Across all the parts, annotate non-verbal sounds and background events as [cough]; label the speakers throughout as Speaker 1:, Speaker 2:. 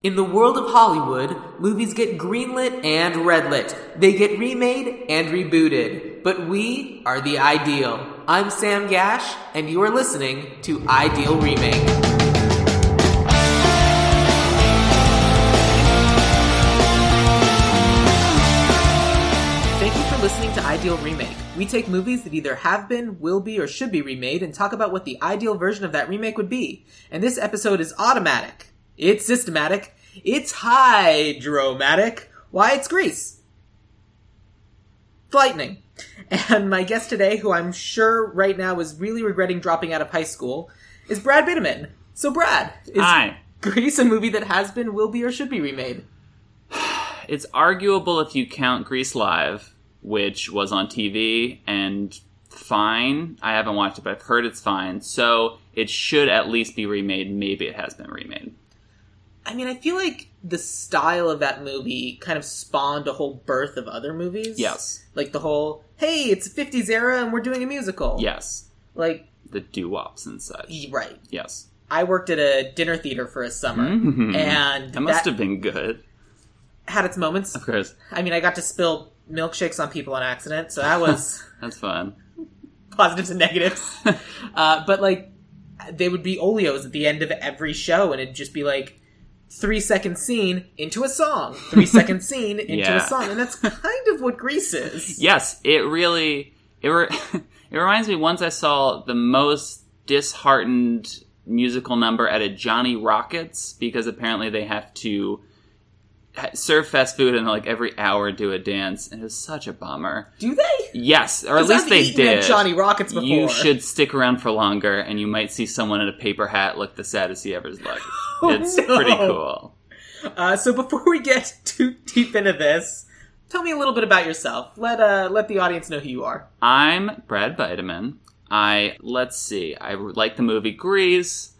Speaker 1: In the world of Hollywood, movies get greenlit and redlit. They get remade and rebooted. But we are the ideal. I'm Sam Gash, and you are listening to Ideal Remake. Thank you for listening to Ideal Remake. We take movies that either have been, will be, or should be remade and talk about what the ideal version of that remake would be. And this episode is automatic. It's systematic. It's hydromatic. Why, it's Greece. Lightning. And my guest today, who I'm sure right now is really regretting dropping out of high school, is Brad Bitterman. So, Brad, is
Speaker 2: Hi.
Speaker 1: Grease a movie that has been, will be, or should be remade?
Speaker 2: It's arguable if you count Grease Live, which was on TV and fine. I haven't watched it, but I've heard it's fine. So it should at least be remade. Maybe it has been remade.
Speaker 1: I mean, I feel like the style of that movie kind of spawned a whole birth of other movies.
Speaker 2: Yes.
Speaker 1: Like the whole, hey, it's 50s era and we're doing a musical.
Speaker 2: Yes.
Speaker 1: Like,
Speaker 2: The doo wops and such.
Speaker 1: y- right.
Speaker 2: Yes. [laughs]
Speaker 1: I worked at a dinner theater for a summer,
Speaker 2: Mhm.
Speaker 1: and
Speaker 2: That must
Speaker 1: that
Speaker 2: have been good.
Speaker 1: had its moments.
Speaker 2: Of course.
Speaker 1: I mean, I got to spill milkshakes on people on accident, so that
Speaker 2: [laughs]
Speaker 1: was
Speaker 2: That's fun.
Speaker 1: positives and negatives. [laughs] Uh, but like, they would be oleos at the end of every show, and it'd just be like three second scene into a song, three
Speaker 2: [laughs]
Speaker 1: second scene into a
Speaker 2: Yeah.
Speaker 1: song, and that's kind of what Grease is.
Speaker 2: Yes, it really it re- [laughs] it reminds me once I saw the most disheartened musical number at a Johnny Rockets because apparently they have to ha- serve fast food and like every hour do a dance and it was such a bummer.
Speaker 1: Do they?
Speaker 2: Yes, or at
Speaker 1: 'Cause
Speaker 2: least
Speaker 1: I've
Speaker 2: they
Speaker 1: eaten at
Speaker 2: did.
Speaker 1: Johnny Rockets before.
Speaker 2: you should stick around for longer and you might see someone in a paper hat look the saddest he
Speaker 1: [laughs]
Speaker 2: ever's looked. It's
Speaker 1: Oh, no.
Speaker 2: pretty cool.
Speaker 1: Uh, so before we get too deep into this, tell me a little bit about yourself. Let uh, let the audience know who you are.
Speaker 2: I'm Brad Vitamin. I let's see. I like the movie Grease.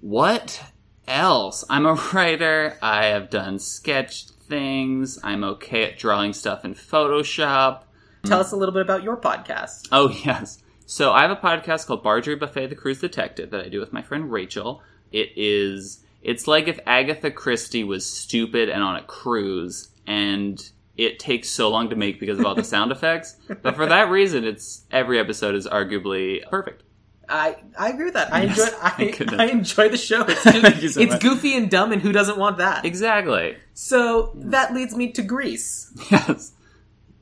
Speaker 2: What else? I'm a [laughs] writer. I have done sketch things. I'm okay at drawing stuff in Photoshop.
Speaker 1: Tell us a little bit about your podcast.
Speaker 2: Oh [laughs] yes. So I have a podcast called Bargery Buffet the Cruise Detective that I do with my friend Rachel. It is it's like if Agatha Christie was stupid and on a cruise and it takes so long to make because of all the sound effects. But for that reason it's every episode is arguably perfect.
Speaker 1: I I agree with that. I
Speaker 2: Yes,
Speaker 1: enjoy
Speaker 2: thank
Speaker 1: I,
Speaker 2: goodness.
Speaker 1: I enjoy the
Speaker 2: [laughs]
Speaker 1: show. It's,
Speaker 2: Thank you so
Speaker 1: it's
Speaker 2: much.
Speaker 1: goofy and dumb, and who doesn't want that?
Speaker 2: Exactly.
Speaker 1: So that leads me to Greece.
Speaker 2: [laughs]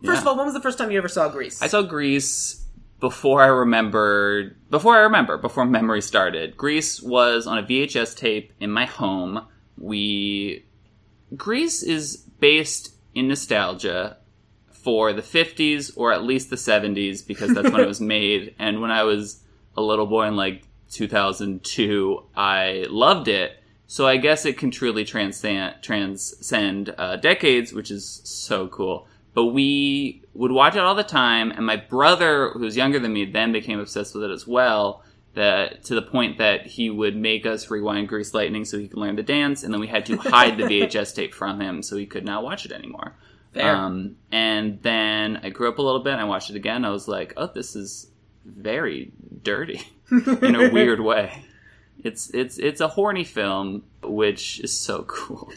Speaker 2: Yes.
Speaker 1: First of all, when was the first time you ever saw Greece?
Speaker 2: I saw Grease before I remembered, before I remember, before memory started. Grease was on a VHS tape in my home. We. Grease is based in nostalgia for the 50s or at least the 70s because that's when it was made. And when I was a little boy in like 2002, I loved it. So I guess it can truly transcend, transcend uh, decades, which is so cool. But we would watch it all the time, and my brother, who was younger than me, then became obsessed with it as well. That to the point that he would make us rewind Grease Lightning so he could learn the dance, and then we had to hide the VHS tape from him so he could not watch it anymore.
Speaker 1: Fair.
Speaker 2: Um, and then I grew up a little bit. And I watched it again. I was like, oh, this is very dirty [laughs] in a
Speaker 1: [laughs]
Speaker 2: weird way. It's it's it's a horny film, which is so [laughs] cool.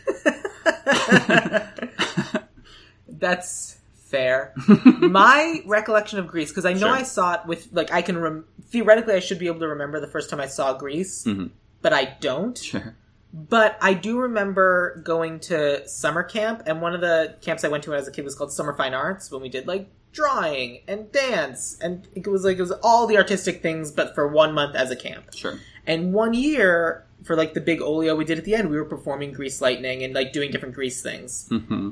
Speaker 1: That's
Speaker 2: [laughs]
Speaker 1: fair. My recollection of Greece, because I know
Speaker 2: Sure.
Speaker 1: I saw it with like I can rem- theoretically I should be able to remember the first time I saw Greece,
Speaker 2: Mhm.
Speaker 1: but I don't.
Speaker 2: Sure.
Speaker 1: But I do remember going to summer camp, and one of the camps I went to when I was a kid was called Summer Fine Arts, when we did like drawing and dance, and it was like it was all the artistic things, but for one month as a camp.
Speaker 2: Sure.
Speaker 1: And one year for like the big oleo we did at the end, we were performing Grease Lightning and like doing different Grease things.
Speaker 2: hmm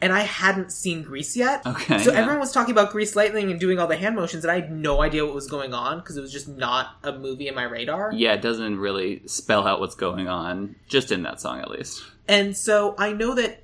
Speaker 1: And I hadn't seen Grease yet,
Speaker 2: Okay.
Speaker 1: so
Speaker 2: yeah.
Speaker 1: everyone was talking about Grease Lightning and doing all the hand motions, and I had no idea what was going on because it was just not a movie in my radar.
Speaker 2: Yeah, it doesn't really spell out what's going on, just in that song at least.
Speaker 1: And so I know that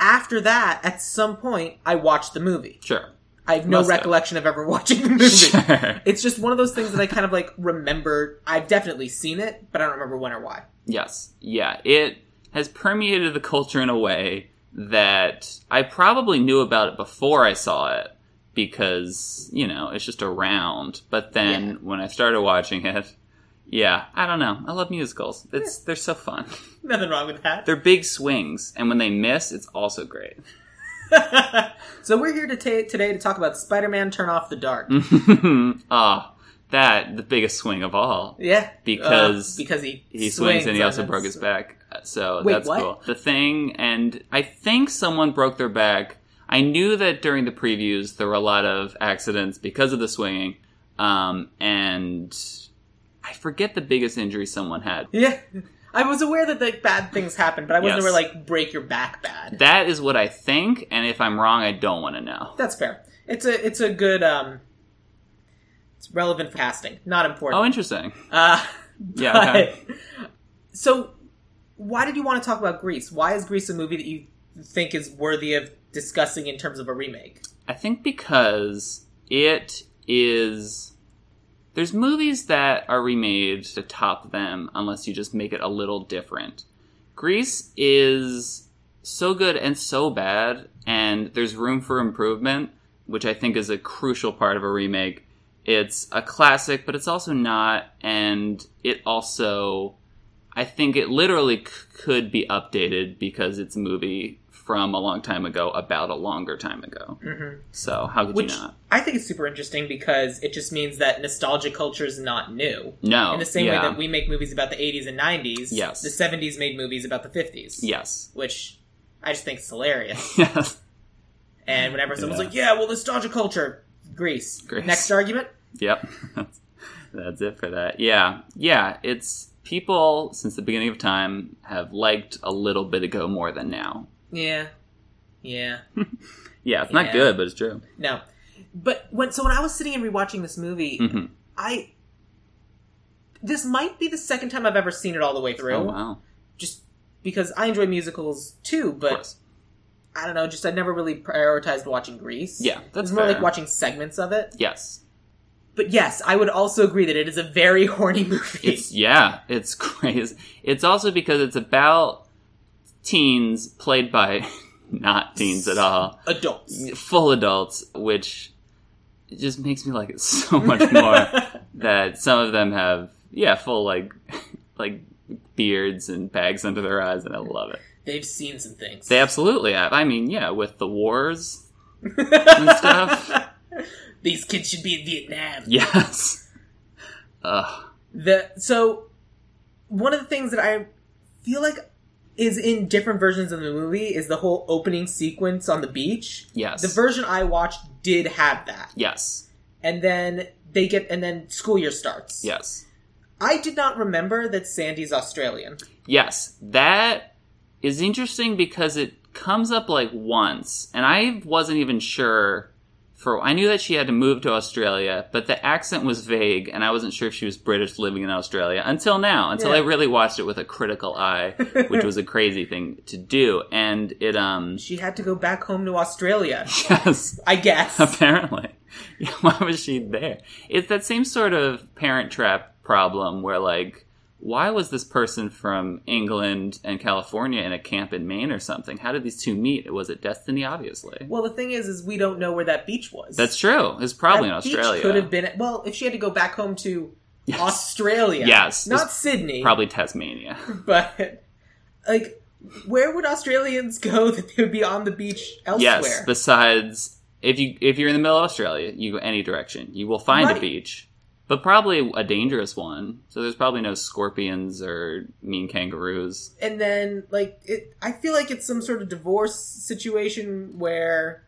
Speaker 1: after that, at some point, I watched the movie.
Speaker 2: Sure.
Speaker 1: I have no
Speaker 2: Must have.
Speaker 1: recollection of ever [laughs] watching the movie.
Speaker 2: [laughs] Sure.
Speaker 1: It's just one of those things that I kind of like remember. I've definitely seen it, but I don't remember when or why.
Speaker 2: Yes. Yeah. It has permeated the culture in a way that I probably knew about it before I saw it because, you know, it's just around. But then
Speaker 1: Yeah.
Speaker 2: when I started watching it, Yeah, I don't know. I love musicals. It's they're so fun.
Speaker 1: Nothing wrong with that.
Speaker 2: They're big swings, and when they miss, it's also great. [laughs]
Speaker 1: [laughs] so we're here to ta- today to talk about Spider-Man: Turn Off the
Speaker 2: Mm.
Speaker 1: Dark.
Speaker 2: Ah, that the biggest swing of all
Speaker 1: Yeah,
Speaker 2: Because-
Speaker 1: Uh, because he
Speaker 2: he swings, and he
Speaker 1: on
Speaker 2: also
Speaker 1: us.
Speaker 2: broke his back. So
Speaker 1: Wait,
Speaker 2: that's
Speaker 1: what?
Speaker 2: cool. The thing, and I think someone broke their back. I knew that during the previews there were a lot of accidents because of the swinging, um, and I forget the biggest injury someone had.
Speaker 1: Yeah, I was aware that like bad things happen, but I wasn't
Speaker 2: Yes.
Speaker 1: aware like break your back bad.
Speaker 2: That is what I think, and if I'm wrong, I don't want to know.
Speaker 1: That's fair. It's a it's a good um. It's relevant for casting, not
Speaker 2: Oh,
Speaker 1: important.
Speaker 2: interesting.
Speaker 1: uh,
Speaker 2: Yeah. [laughs] Okay.
Speaker 1: [laughs] but- so, why did you want to talk about Grease? Why is Grease a movie that you think is worthy of discussing in terms of a remake?
Speaker 2: I think because it is. There's movies that are remade to top them unless you just make it a little different. Grease is so good and so bad, and there's room for improvement, which I think is a crucial part of a remake. It's a classic, but it's also not, and it also. I think it literally c- could be updated because it's a movie from a long time ago about a longer time ago.
Speaker 1: Mm-hmm.
Speaker 2: So how could
Speaker 1: Which
Speaker 2: you not?
Speaker 1: I think is super interesting because it just means that nostalgia culture is not new.
Speaker 2: No.
Speaker 1: In the same
Speaker 2: Oh, yeah.
Speaker 1: way that we make movies about the 80s and 90s,
Speaker 2: Yes.
Speaker 1: the 70s made movies about the 50s,
Speaker 2: Yes. [laughs]
Speaker 1: which I just think is hilarious.
Speaker 2: Yes.
Speaker 1: And
Speaker 2: [laughs]
Speaker 1: whenever someone's
Speaker 2: Yeah.
Speaker 1: like, yeah, well, nostalgia culture, Greece.
Speaker 2: Grease.
Speaker 1: Next argument?
Speaker 2: yep. [laughs] That's it for that. Yeah. Yeah. It's people since the beginning of time have liked a little bit ago more than now.
Speaker 1: Yeah. Yeah.
Speaker 2: Yeah. It's not
Speaker 1: Yeah.
Speaker 2: good, but it's true.
Speaker 1: No. But when so when I was sitting and rewatching this movie,
Speaker 2: hmm
Speaker 1: I this might be the second time I've ever seen it all the way through.
Speaker 2: Oh wow.
Speaker 1: Just because I enjoy musicals too,
Speaker 2: Of
Speaker 1: but
Speaker 2: course.
Speaker 1: I don't know, just I never really prioritized watching Grease.
Speaker 2: Yeah. That's
Speaker 1: it's more
Speaker 2: fair.
Speaker 1: like watching segments of it.
Speaker 2: Yes.
Speaker 1: But yes, I would also agree that it is a very [laughs] horny movie.
Speaker 2: It's yeah. It's [laughs] crazy. It's also because it's about teens played by [laughs] not teens at all.
Speaker 1: [laughs] adults.
Speaker 2: full adults, which just makes me like it so much more that some of them have yeah, full like [laughs] like beards and bags under their eyes and I love it.
Speaker 1: [laughs] They've seen some things. [laughs]
Speaker 2: They absolutely have. I mean, yeah, with the wars. [laughs]
Speaker 1: and
Speaker 2: stuff.
Speaker 1: These kids should be in Vietnam.
Speaker 2: Yes. Ugh.
Speaker 1: The so one of the things that I feel like is in different versions of the movie is the whole opening sequence on the beach.
Speaker 2: Yes.
Speaker 1: The version I watched did have that.
Speaker 2: yes.
Speaker 1: And then they get and then school year starts.
Speaker 2: Yes.
Speaker 1: I did not remember that Sandy's Australian.
Speaker 2: Yes, that is interesting because it comes up like once, and I wasn't even sure. For I knew that she had to move to Australia, but the accent was vague, and I wasn't sure if she was British living in Australia until now. Until I
Speaker 1: Yeah.
Speaker 2: really watched it with a critical eye, which was a crazy thing to do, and it um [laughs]
Speaker 1: She had to go back home to Australia.
Speaker 2: yes.
Speaker 1: I guess.
Speaker 2: [laughs] Apparently. Yeah, Why was she there? It's that same sort of parent trap problem where, like, why was this person from England and California in a camp in Maine or something? How did these two meet? Was it destiny, obviously?
Speaker 1: Well, the thing is, is we don't know where that beach was.
Speaker 2: That's true. It's probably
Speaker 1: That
Speaker 2: in
Speaker 1: beach
Speaker 2: Australia.
Speaker 1: Could have been. Well, if she had to go back home to
Speaker 2: [laughs] Yes.
Speaker 1: Australia,
Speaker 2: Yes.
Speaker 1: not Sydney,
Speaker 2: Probably Tasmania.
Speaker 1: but like, where would Australians go [laughs] that they would be on the beach elsewhere?
Speaker 2: yes. Besides, if you if you're in the middle of Australia, you go any direction, you will find a
Speaker 1: Right.
Speaker 2: beach, but probably a dangerous one. So there's probably no scorpions or mean kangaroos. [laughs]
Speaker 1: and then like, it, I feel like it's some sort of divorce situation where,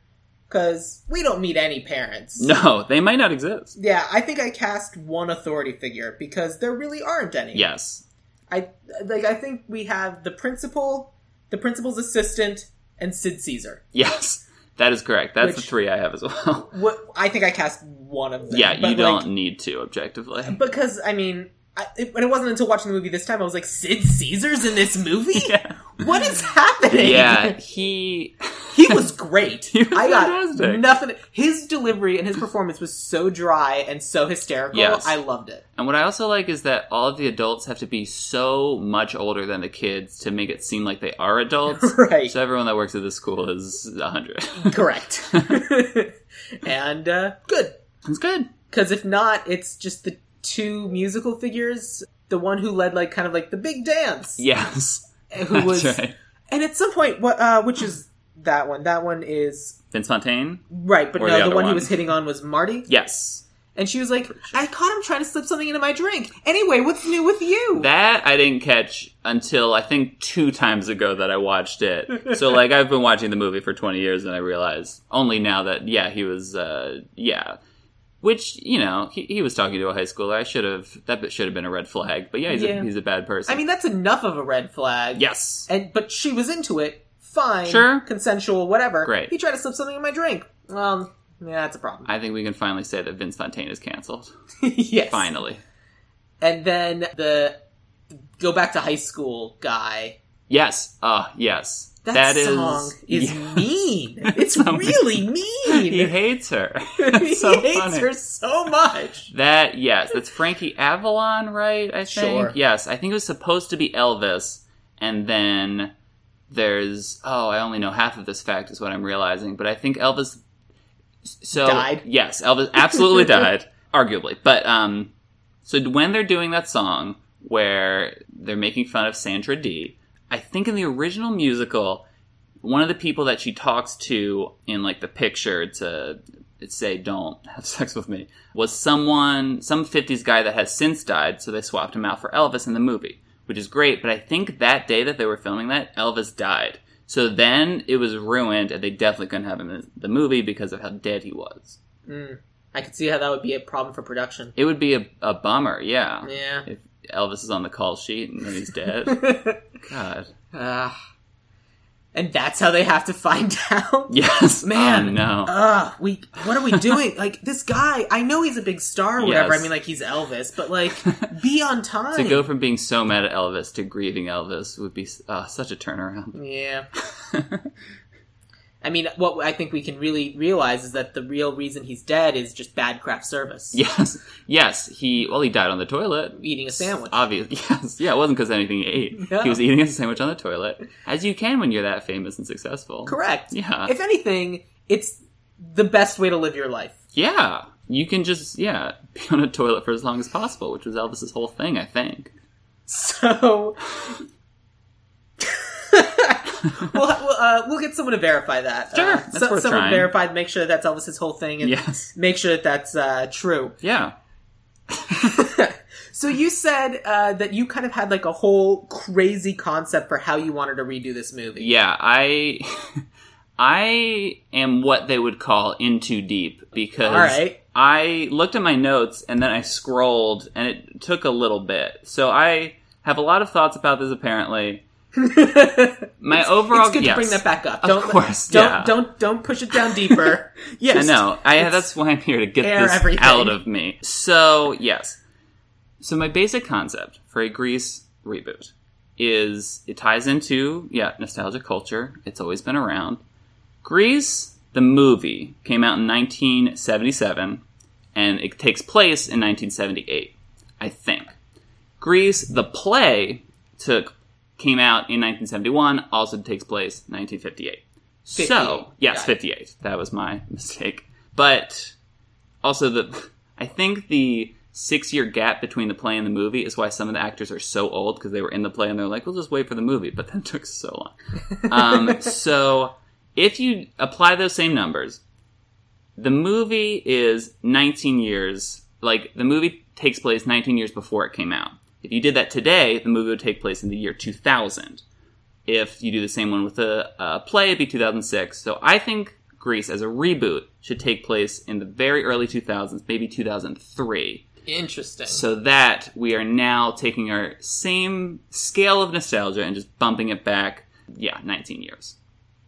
Speaker 1: because we don't meet any parents.
Speaker 2: No, they might not exist.
Speaker 1: Yeah, I think I cast one authority figure because there really aren't any.
Speaker 2: Yes.
Speaker 1: I like I think we have the principal, the principal's assistant, and Sid Caesar.
Speaker 2: Yes. [laughs] That is correct. That's the
Speaker 1: Which-
Speaker 2: three I have as well. [laughs]
Speaker 1: What I think I cast one of them.
Speaker 2: yeah,
Speaker 1: but,
Speaker 2: you
Speaker 1: like,
Speaker 2: don't need to
Speaker 1: [laughs]
Speaker 2: objectively. [laughs]
Speaker 1: because I mean, I, it, and it wasn't until watching the movie this time I was like, Sid Caesar's in this movie.
Speaker 2: [laughs] Yeah.
Speaker 1: What is happening?
Speaker 2: Yeah, he
Speaker 1: [laughs] he was great.
Speaker 2: [laughs] He was
Speaker 1: I got
Speaker 2: fantastic.
Speaker 1: nothing. His delivery and his performance was so dry and so hysterical.
Speaker 2: Yes.
Speaker 1: I loved it.
Speaker 2: and what I also like is that all of the adults have to be so much older than the kids to make it seem like they are adults.
Speaker 1: [laughs] Right.
Speaker 2: So everyone that works at this school is hundred. [laughs]
Speaker 1: Correct. [laughs] and uh, good.
Speaker 2: it's good.
Speaker 1: Because if not, it's just the two musical figures the one who led like kind of like the big dance.
Speaker 2: Yes. [laughs]
Speaker 1: Who was
Speaker 2: That's right.
Speaker 1: and at some point what uh which is that one? That one is
Speaker 2: Vince Fontaine?
Speaker 1: right, but
Speaker 2: Or
Speaker 1: no,
Speaker 2: the
Speaker 1: the,
Speaker 2: other
Speaker 1: one he
Speaker 2: one.
Speaker 1: was hitting on was Marty.
Speaker 2: Yes.
Speaker 1: And she was like, I caught him trying to slip something into my drink. Anyway, what's new with you?
Speaker 2: That I didn't catch until I think two times ago that I watched
Speaker 1: [laughs]
Speaker 2: it. So like I've been watching the movie for 20 years and I realized only now that yeah, he was uh yeah. Which, you know, he, he was talking to a high schooler. I should have that bit should have been a red flag. But yeah, he's
Speaker 1: Yeah.
Speaker 2: a he's a bad person.
Speaker 1: I mean, that's enough of a red flag.
Speaker 2: yes.
Speaker 1: And but she was into it. Fine.
Speaker 2: Sure.
Speaker 1: Consensual, whatever.
Speaker 2: Great.
Speaker 1: He tried to slip something in my drink. Um, yeah, that's a problem. [laughs]
Speaker 2: I think we can finally say that Vince Fontaine is canceled.
Speaker 1: yes.
Speaker 2: Finally.
Speaker 1: And then the go back to high school guy.
Speaker 2: Yes. Uh yes.
Speaker 1: That,
Speaker 2: That is
Speaker 1: song is,
Speaker 2: yeah.
Speaker 1: mean. It's
Speaker 2: song is-
Speaker 1: really mean.
Speaker 2: [laughs] He hates her.
Speaker 1: [laughs] He
Speaker 2: That's so
Speaker 1: hates
Speaker 2: funny.
Speaker 1: her so much.
Speaker 2: That yes, that's Frankie Avalon, right? I think
Speaker 1: Sure.
Speaker 2: yes. I think it was supposed to be Elvis, and then there's oh, I only know half of this fact is what I'm realizing, but I think Elvis. So
Speaker 1: Died?
Speaker 2: Yes, Elvis absolutely died, arguably. But um, so when they're doing that song where they're making fun of Sandra Dee, I think in the original musical, one of the people that she talks to in like the picture to say don't have sex with me was someone some 50s guy that has since died so they swapped him out for elvis in the movie which is great but i think that day that they were filming that elvis died so then it was ruined and they definitely couldn't have him in the movie because of how dead he was
Speaker 1: Mm, I could see how that would be a problem for production.
Speaker 2: it would be a, a bummer yeah
Speaker 1: Yeah. [laughs]
Speaker 2: if elvis is on the call sheet and then he's dead god [laughs]
Speaker 1: Ah. and that's how they have to find [laughs] out.
Speaker 2: yes
Speaker 1: Man.
Speaker 2: oh, no
Speaker 1: Ugh, we what
Speaker 2: [laughs]
Speaker 1: are we doing? like this guy, I know he's a big star or whatever.
Speaker 2: Yes.
Speaker 1: I mean like he's Elvis, but
Speaker 2: [laughs]
Speaker 1: like be on time.
Speaker 2: To go from being so mad at Elvis to grieving Elvis would be uh, such a turnaround. [laughs]
Speaker 1: yeah. I mean, what I think we can really realize is that the real reason he's dead is just bad craft service.
Speaker 2: yes, yes. He well, he died on the toilet.
Speaker 1: Eating a sandwich.
Speaker 2: Obvious. [laughs] Yes. Yeah. It wasn't because anything he ate.
Speaker 1: No.
Speaker 2: He was eating a sandwich on the toilet, as you can when you're that famous and successful.
Speaker 1: Correct.
Speaker 2: Yeah.
Speaker 1: If anything, it's the best way to live your life. [laughs]
Speaker 2: yeah. You can just yeah [laughs] be on a toilet for as long as possible, which was Elvis's whole thing, I think.
Speaker 1: So. [laughs] we'll, we'll, uh, we'll get someone to verify that.
Speaker 2: Sure,
Speaker 1: Uh,
Speaker 2: that's
Speaker 1: so-
Speaker 2: worth
Speaker 1: someone
Speaker 2: trying.
Speaker 1: verify to make sure that that's Elvis's whole thing and
Speaker 2: Yes.
Speaker 1: make sure that that's uh, true.
Speaker 2: Yeah.
Speaker 1: so you said uh, that you kind of had like a whole crazy concept for how you wanted to redo this movie.
Speaker 2: Yeah, I [laughs] I am what they would call in too deep because
Speaker 1: All right.
Speaker 2: I looked at my notes and then I scrolled and it took a little bit. So I have a lot of thoughts about this apparently. My [laughs] overall
Speaker 1: it's good to
Speaker 2: yes.
Speaker 1: bring that back up.
Speaker 2: Of
Speaker 1: Don't,
Speaker 2: course,
Speaker 1: don't,
Speaker 2: yeah.
Speaker 1: don't don't push it down
Speaker 2: [laughs]
Speaker 1: deeper.
Speaker 2: Yeah,
Speaker 1: Just-
Speaker 2: no, I
Speaker 1: it's-
Speaker 2: that's why I'm here to get
Speaker 1: air
Speaker 2: this
Speaker 1: everything.
Speaker 2: out of me. So yes, so my basic concept for a Grease reboot is it ties into yeah nostalgia culture. It's always been around. Grease the movie came out in 1977, and it takes place in 1978, I think. Grease the play took came out in 1971, also takes place 1958.
Speaker 1: 58.
Speaker 2: So yes,
Speaker 1: Got it.
Speaker 2: 58. That was my [laughs] mistake. But also the I think the six year gap between the play and the movie is why some of the actors are so old because they were in the play and they're like, we'll just wait for the movie, but that [laughs] took so
Speaker 1: [laughs]
Speaker 2: long. um, so if you apply those same numbers, the movie is 19 years. Like the movie takes place 19 years before it came out. If you did that today, the movie would take place in the year 2000 if you do the same one with a, a play, it'd be 2006. So I think Grease as a reboot should take place in the very early 2000s, maybe 2003.
Speaker 1: interesting.
Speaker 2: So that we are now taking our same scale of nostalgia and just bumping it back, yeah, 19 years.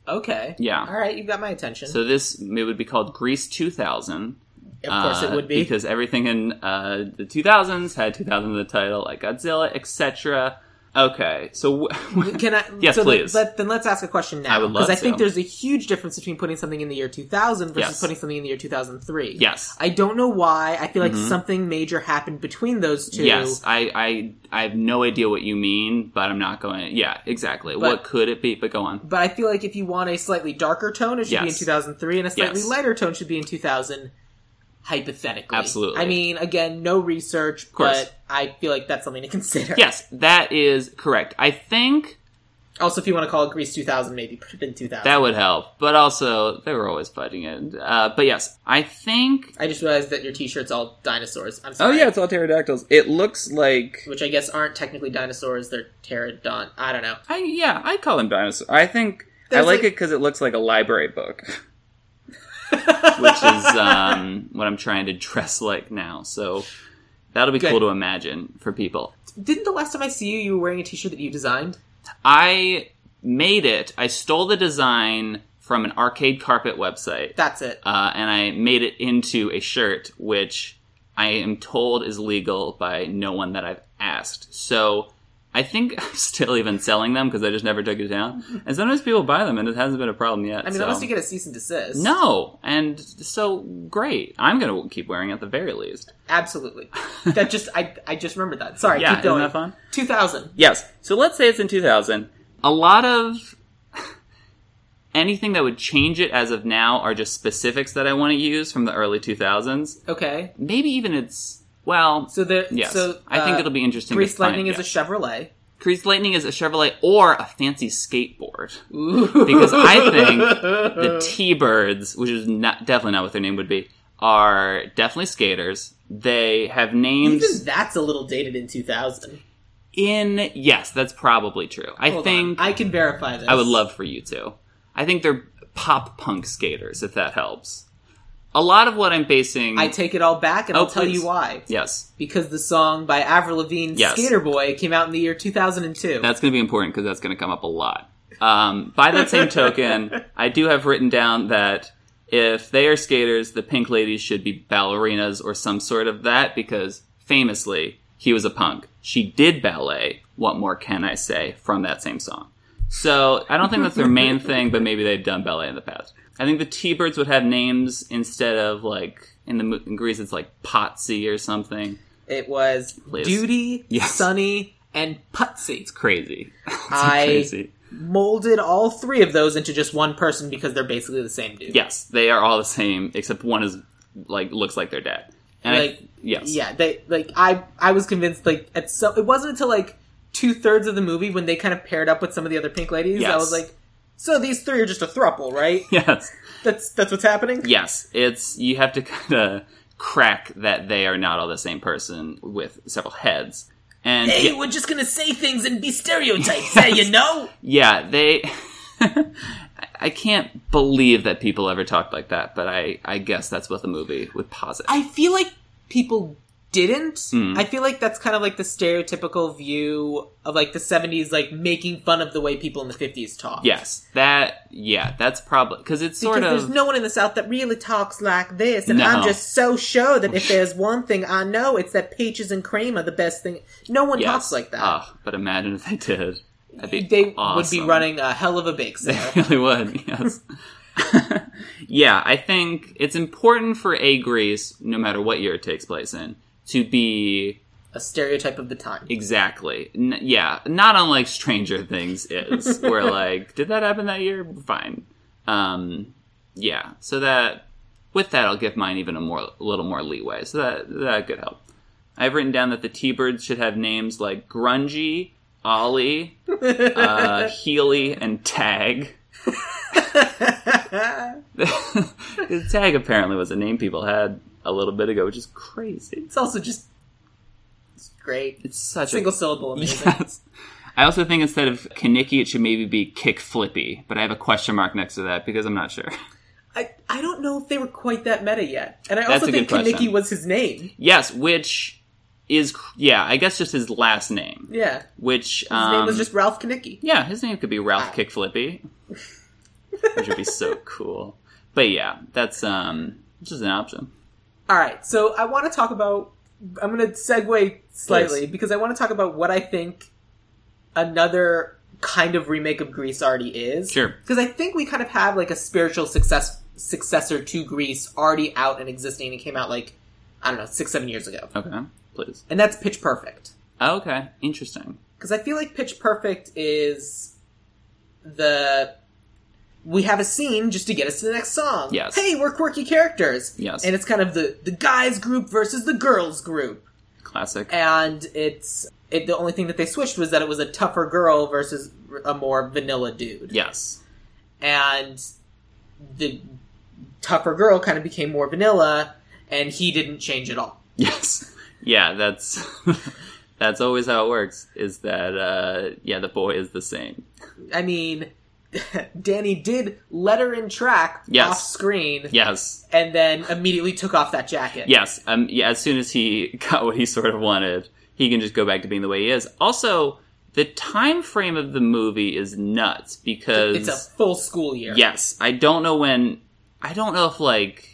Speaker 1: okay.
Speaker 2: Yeah.
Speaker 1: All right, you got my attention.
Speaker 2: So this it would be called Grease 2000.
Speaker 1: of course, it
Speaker 2: uh,
Speaker 1: would be.
Speaker 2: because everything in uh, the 2000s had 2000 in the title, like Godzilla, etc. Okay, so [laughs] w-
Speaker 1: Can I?
Speaker 2: Yes,
Speaker 1: so
Speaker 2: please.
Speaker 1: Let, then let's ask a question now.
Speaker 2: I would love
Speaker 1: Because I think
Speaker 2: to.
Speaker 1: there's a huge difference between putting something in the year 2000 versus
Speaker 2: Yes.
Speaker 1: putting something in the year 2003.
Speaker 2: yes,
Speaker 1: I don't know why. I feel like something major happened between those two.
Speaker 2: Mm-hmm. Yes, I, I I have no idea what you mean, but I'm not going. Yeah, exactly. what could it be? But go on.
Speaker 1: But I feel like if you want a slightly darker tone, it should be in
Speaker 2: Yes.
Speaker 1: 2003, and a slightly
Speaker 2: Yes.
Speaker 1: lighter tone should be in 2000. hypothetically.
Speaker 2: Absolutely.
Speaker 1: I mean, again, no research,
Speaker 2: course.
Speaker 1: but I feel like that's something to [laughs] consider.
Speaker 2: Yes, that is correct. I think
Speaker 1: Also, if you want to call it Greece 2000, maybe put it in 2000.
Speaker 2: that would help, but also they were always fudging it. Uh, but yes, I think.
Speaker 1: I just realized that your T-shirt's all dinosaurs. I'm
Speaker 2: Oh
Speaker 1: sorry.
Speaker 2: yeah, it's all pterodactyls. It looks like.
Speaker 1: which I guess aren't technically dinosaurs. They're pterodont. I don't know.
Speaker 2: I yeah, I call them dinosaurs. I think I
Speaker 1: There's
Speaker 2: like,
Speaker 1: like-
Speaker 2: it 'cause it because it looks like a
Speaker 1: [laughs]
Speaker 2: library book, which is um, what I'm trying to dress like now. So that'll be
Speaker 1: Good.
Speaker 2: cool to imagine for people.
Speaker 1: Didn't the last time I see you, you were wearing a T-shirt that you designed?
Speaker 2: I made it. I stole the design from an arcade carpet website,
Speaker 1: That's it.
Speaker 2: uh, and I made it into a shirt, which I am told is legal by no one that I've asked. So I think [laughs] I'm still even selling them because I just never took it down. And sometimes people buy them, and it hasn't been a problem yet.
Speaker 1: I mean,
Speaker 2: so-
Speaker 1: unless you get a cease and desist.
Speaker 2: no, and so great. I'm gonna keep wearing it at the very least.
Speaker 1: absolutely. that just I I just remembered that. Sorry,
Speaker 2: yeah,
Speaker 1: keep going.
Speaker 2: isn't that fun?
Speaker 1: 2000.
Speaker 2: Yes. So let's say it's in 2000. A lot of [laughs] anything that would change it as of now are just specifics that I want to use from the early 2000s.
Speaker 1: Okay,
Speaker 2: Maybe even it's well.
Speaker 1: so there.
Speaker 2: yes.
Speaker 1: So uh,
Speaker 2: I think it'll be interesting.
Speaker 1: Grease
Speaker 2: to find,
Speaker 1: Lightning is a
Speaker 2: yeah.
Speaker 1: Chevrolet.
Speaker 2: Grease Lightning is a Chevrolet or a fancy skateboard.
Speaker 1: Ooh.
Speaker 2: Because I think the [laughs] T Birds, which is not, definitely not what their name would be, are definitely skaters. They have names
Speaker 1: [laughs] even that's a little dated in 2000.
Speaker 2: in. Yes, that's probably true. I
Speaker 1: Hold on.
Speaker 2: think
Speaker 1: I can verify this.
Speaker 2: I would love for you to. I think they're pop punk skaters, if that helps. A lot of what I'm basing.
Speaker 1: I take it all back, and
Speaker 2: Oh,
Speaker 1: I'll tell
Speaker 2: please.
Speaker 1: you why.
Speaker 2: yes,
Speaker 1: Because the song by Avril Lavigne,
Speaker 2: Yes.
Speaker 1: Skater Boy, came out in the year 2002.
Speaker 2: that's going to be important because that's going to come up a lot. Um, by that same token, I do have written down that if they are skaters, the Pink Ladies should be ballerinas or some sort of that because famously, he was a punk. She did ballet. What more can I say from that same song? So I don't think that's their main thing, but maybe they've done ballet in the past. I think the T-Birds would have names instead of like in the mo- in Greece, it's like Potsy or something.
Speaker 1: It was
Speaker 2: Liz.
Speaker 1: Duty,
Speaker 2: Yes.
Speaker 1: Sunny, and Putsy.
Speaker 2: Crazy. It's
Speaker 1: I-
Speaker 2: crazy.
Speaker 1: Molded all three of those into just one person because they're basically the same dude.
Speaker 2: Yes, they are all the same except one is like looks like their dad. And
Speaker 1: Like,
Speaker 2: I, yes,
Speaker 1: Yeah, they like I I was convinced like at so it wasn't until like two thirds of the movie when they kind of paired up with some of the other pink ladies. I
Speaker 2: Yes.
Speaker 1: was like, so these three are just a thruple, right?
Speaker 2: [laughs] yes,
Speaker 1: That's that's what's happening.
Speaker 2: yes. It's you have to kind of crack that they are not all the same person with several heads. And
Speaker 1: Hey,
Speaker 2: yeah,
Speaker 1: we're just gonna say things and be
Speaker 2: [laughs]
Speaker 1: stereotypes, hey, you know?
Speaker 2: Yeah, they. [laughs] I can't believe that people ever talked like that, but I, I guess that's what the movie would posit.
Speaker 1: I feel like people didn't.
Speaker 2: Mm.
Speaker 1: I feel like that's kind of like the stereotypical view of like the 70s, like making fun of the way people in the 50s talk.
Speaker 2: yes, that yeah, that's probably because it's
Speaker 1: Because
Speaker 2: sort
Speaker 1: there's
Speaker 2: of
Speaker 1: no one in the South that really talks like this, and
Speaker 2: No.
Speaker 1: I'm just so sure that if there's one thing I know, it's that peaches and cream are the best thing. No one
Speaker 2: yes.
Speaker 1: talks like that.
Speaker 2: Ugh, but imagine if they did. That'd be
Speaker 1: they would
Speaker 2: awesome.
Speaker 1: be running a hell of a
Speaker 2: [laughs]
Speaker 1: bake
Speaker 2: They
Speaker 1: sale.
Speaker 2: really would. Yes. [laughs] yeah, I think it's important for a Greece, no matter what year it takes place in, to be
Speaker 1: a stereotype of the time.
Speaker 2: Exactly. N- yeah, not unlike Stranger Things is, where like, did that happen that year? Fine. Um, yeah. So that with that, I'll give mine even a more a little more leeway. So that that could help. I've written down that the T-Birds should have names like Grungy, Ollie, uh, Healy, and Tag. [laughs] The Tag apparently was a name people had a little bit ago, which is crazy.
Speaker 1: [laughs] it's also just it's great.
Speaker 2: It's such a
Speaker 1: Single syllable amazing.
Speaker 2: [laughs] Yes. I also think instead of Kaniki, it should maybe be Kick Flippy, but I have a question mark next to that because I'm not sure. [laughs]
Speaker 1: I, I don't know if they were quite that meta yet. And I
Speaker 2: That's
Speaker 1: also
Speaker 2: a
Speaker 1: think
Speaker 2: good question.
Speaker 1: Kaniki was his name.
Speaker 2: Yes, which is cr- yeah, I guess just his last name.
Speaker 1: Yeah. His
Speaker 2: Which his
Speaker 1: name was just Ah. Ralph Kaniki.
Speaker 2: yeah, his name could be Ralph
Speaker 1: [laughs]
Speaker 2: Kick Flippy, which would be so cool. But yeah, that's um just an option.
Speaker 1: All right. So I want to talk about. I'm going to segue slightly because I want to talk about what I think another kind of remake of Grease already is.
Speaker 2: Sure.
Speaker 1: Because I think we kind of have like a spiritual success successor to Grease already out and existing. It came out like I don't know six seven years ago,
Speaker 2: Okay, please.
Speaker 1: and that's Pitch Perfect.
Speaker 2: Okay, interesting.
Speaker 1: because I feel like Pitch Perfect is the we have a scene just to get us to the next song.
Speaker 2: Yes.
Speaker 1: Hey, we're quirky characters.
Speaker 2: Yes.
Speaker 1: And it's kind of the the guys group versus the girls group, Eh.
Speaker 2: Classic.
Speaker 1: and it's it, the only thing that they switched was that it was a tougher girl versus a more vanilla dude.
Speaker 2: Yes.
Speaker 1: And the tougher girl kind of became more vanilla, and he didn't change at all.
Speaker 2: Yes. Yeah, that's [laughs] that's always how it works is that uh yeah, the boy is the same.
Speaker 1: I mean, [laughs] Danny did letter in track
Speaker 2: Yes.
Speaker 1: off screen,
Speaker 2: Yes.
Speaker 1: and then immediately took off that jacket.
Speaker 2: Yes. Um yeah, as soon as he [laughs] got what he sort of wanted, he can just go back to being the way he is. Also, the time frame of the movie is nuts because
Speaker 1: It's a full school year.
Speaker 2: Yes, I don't know when. I don't know if like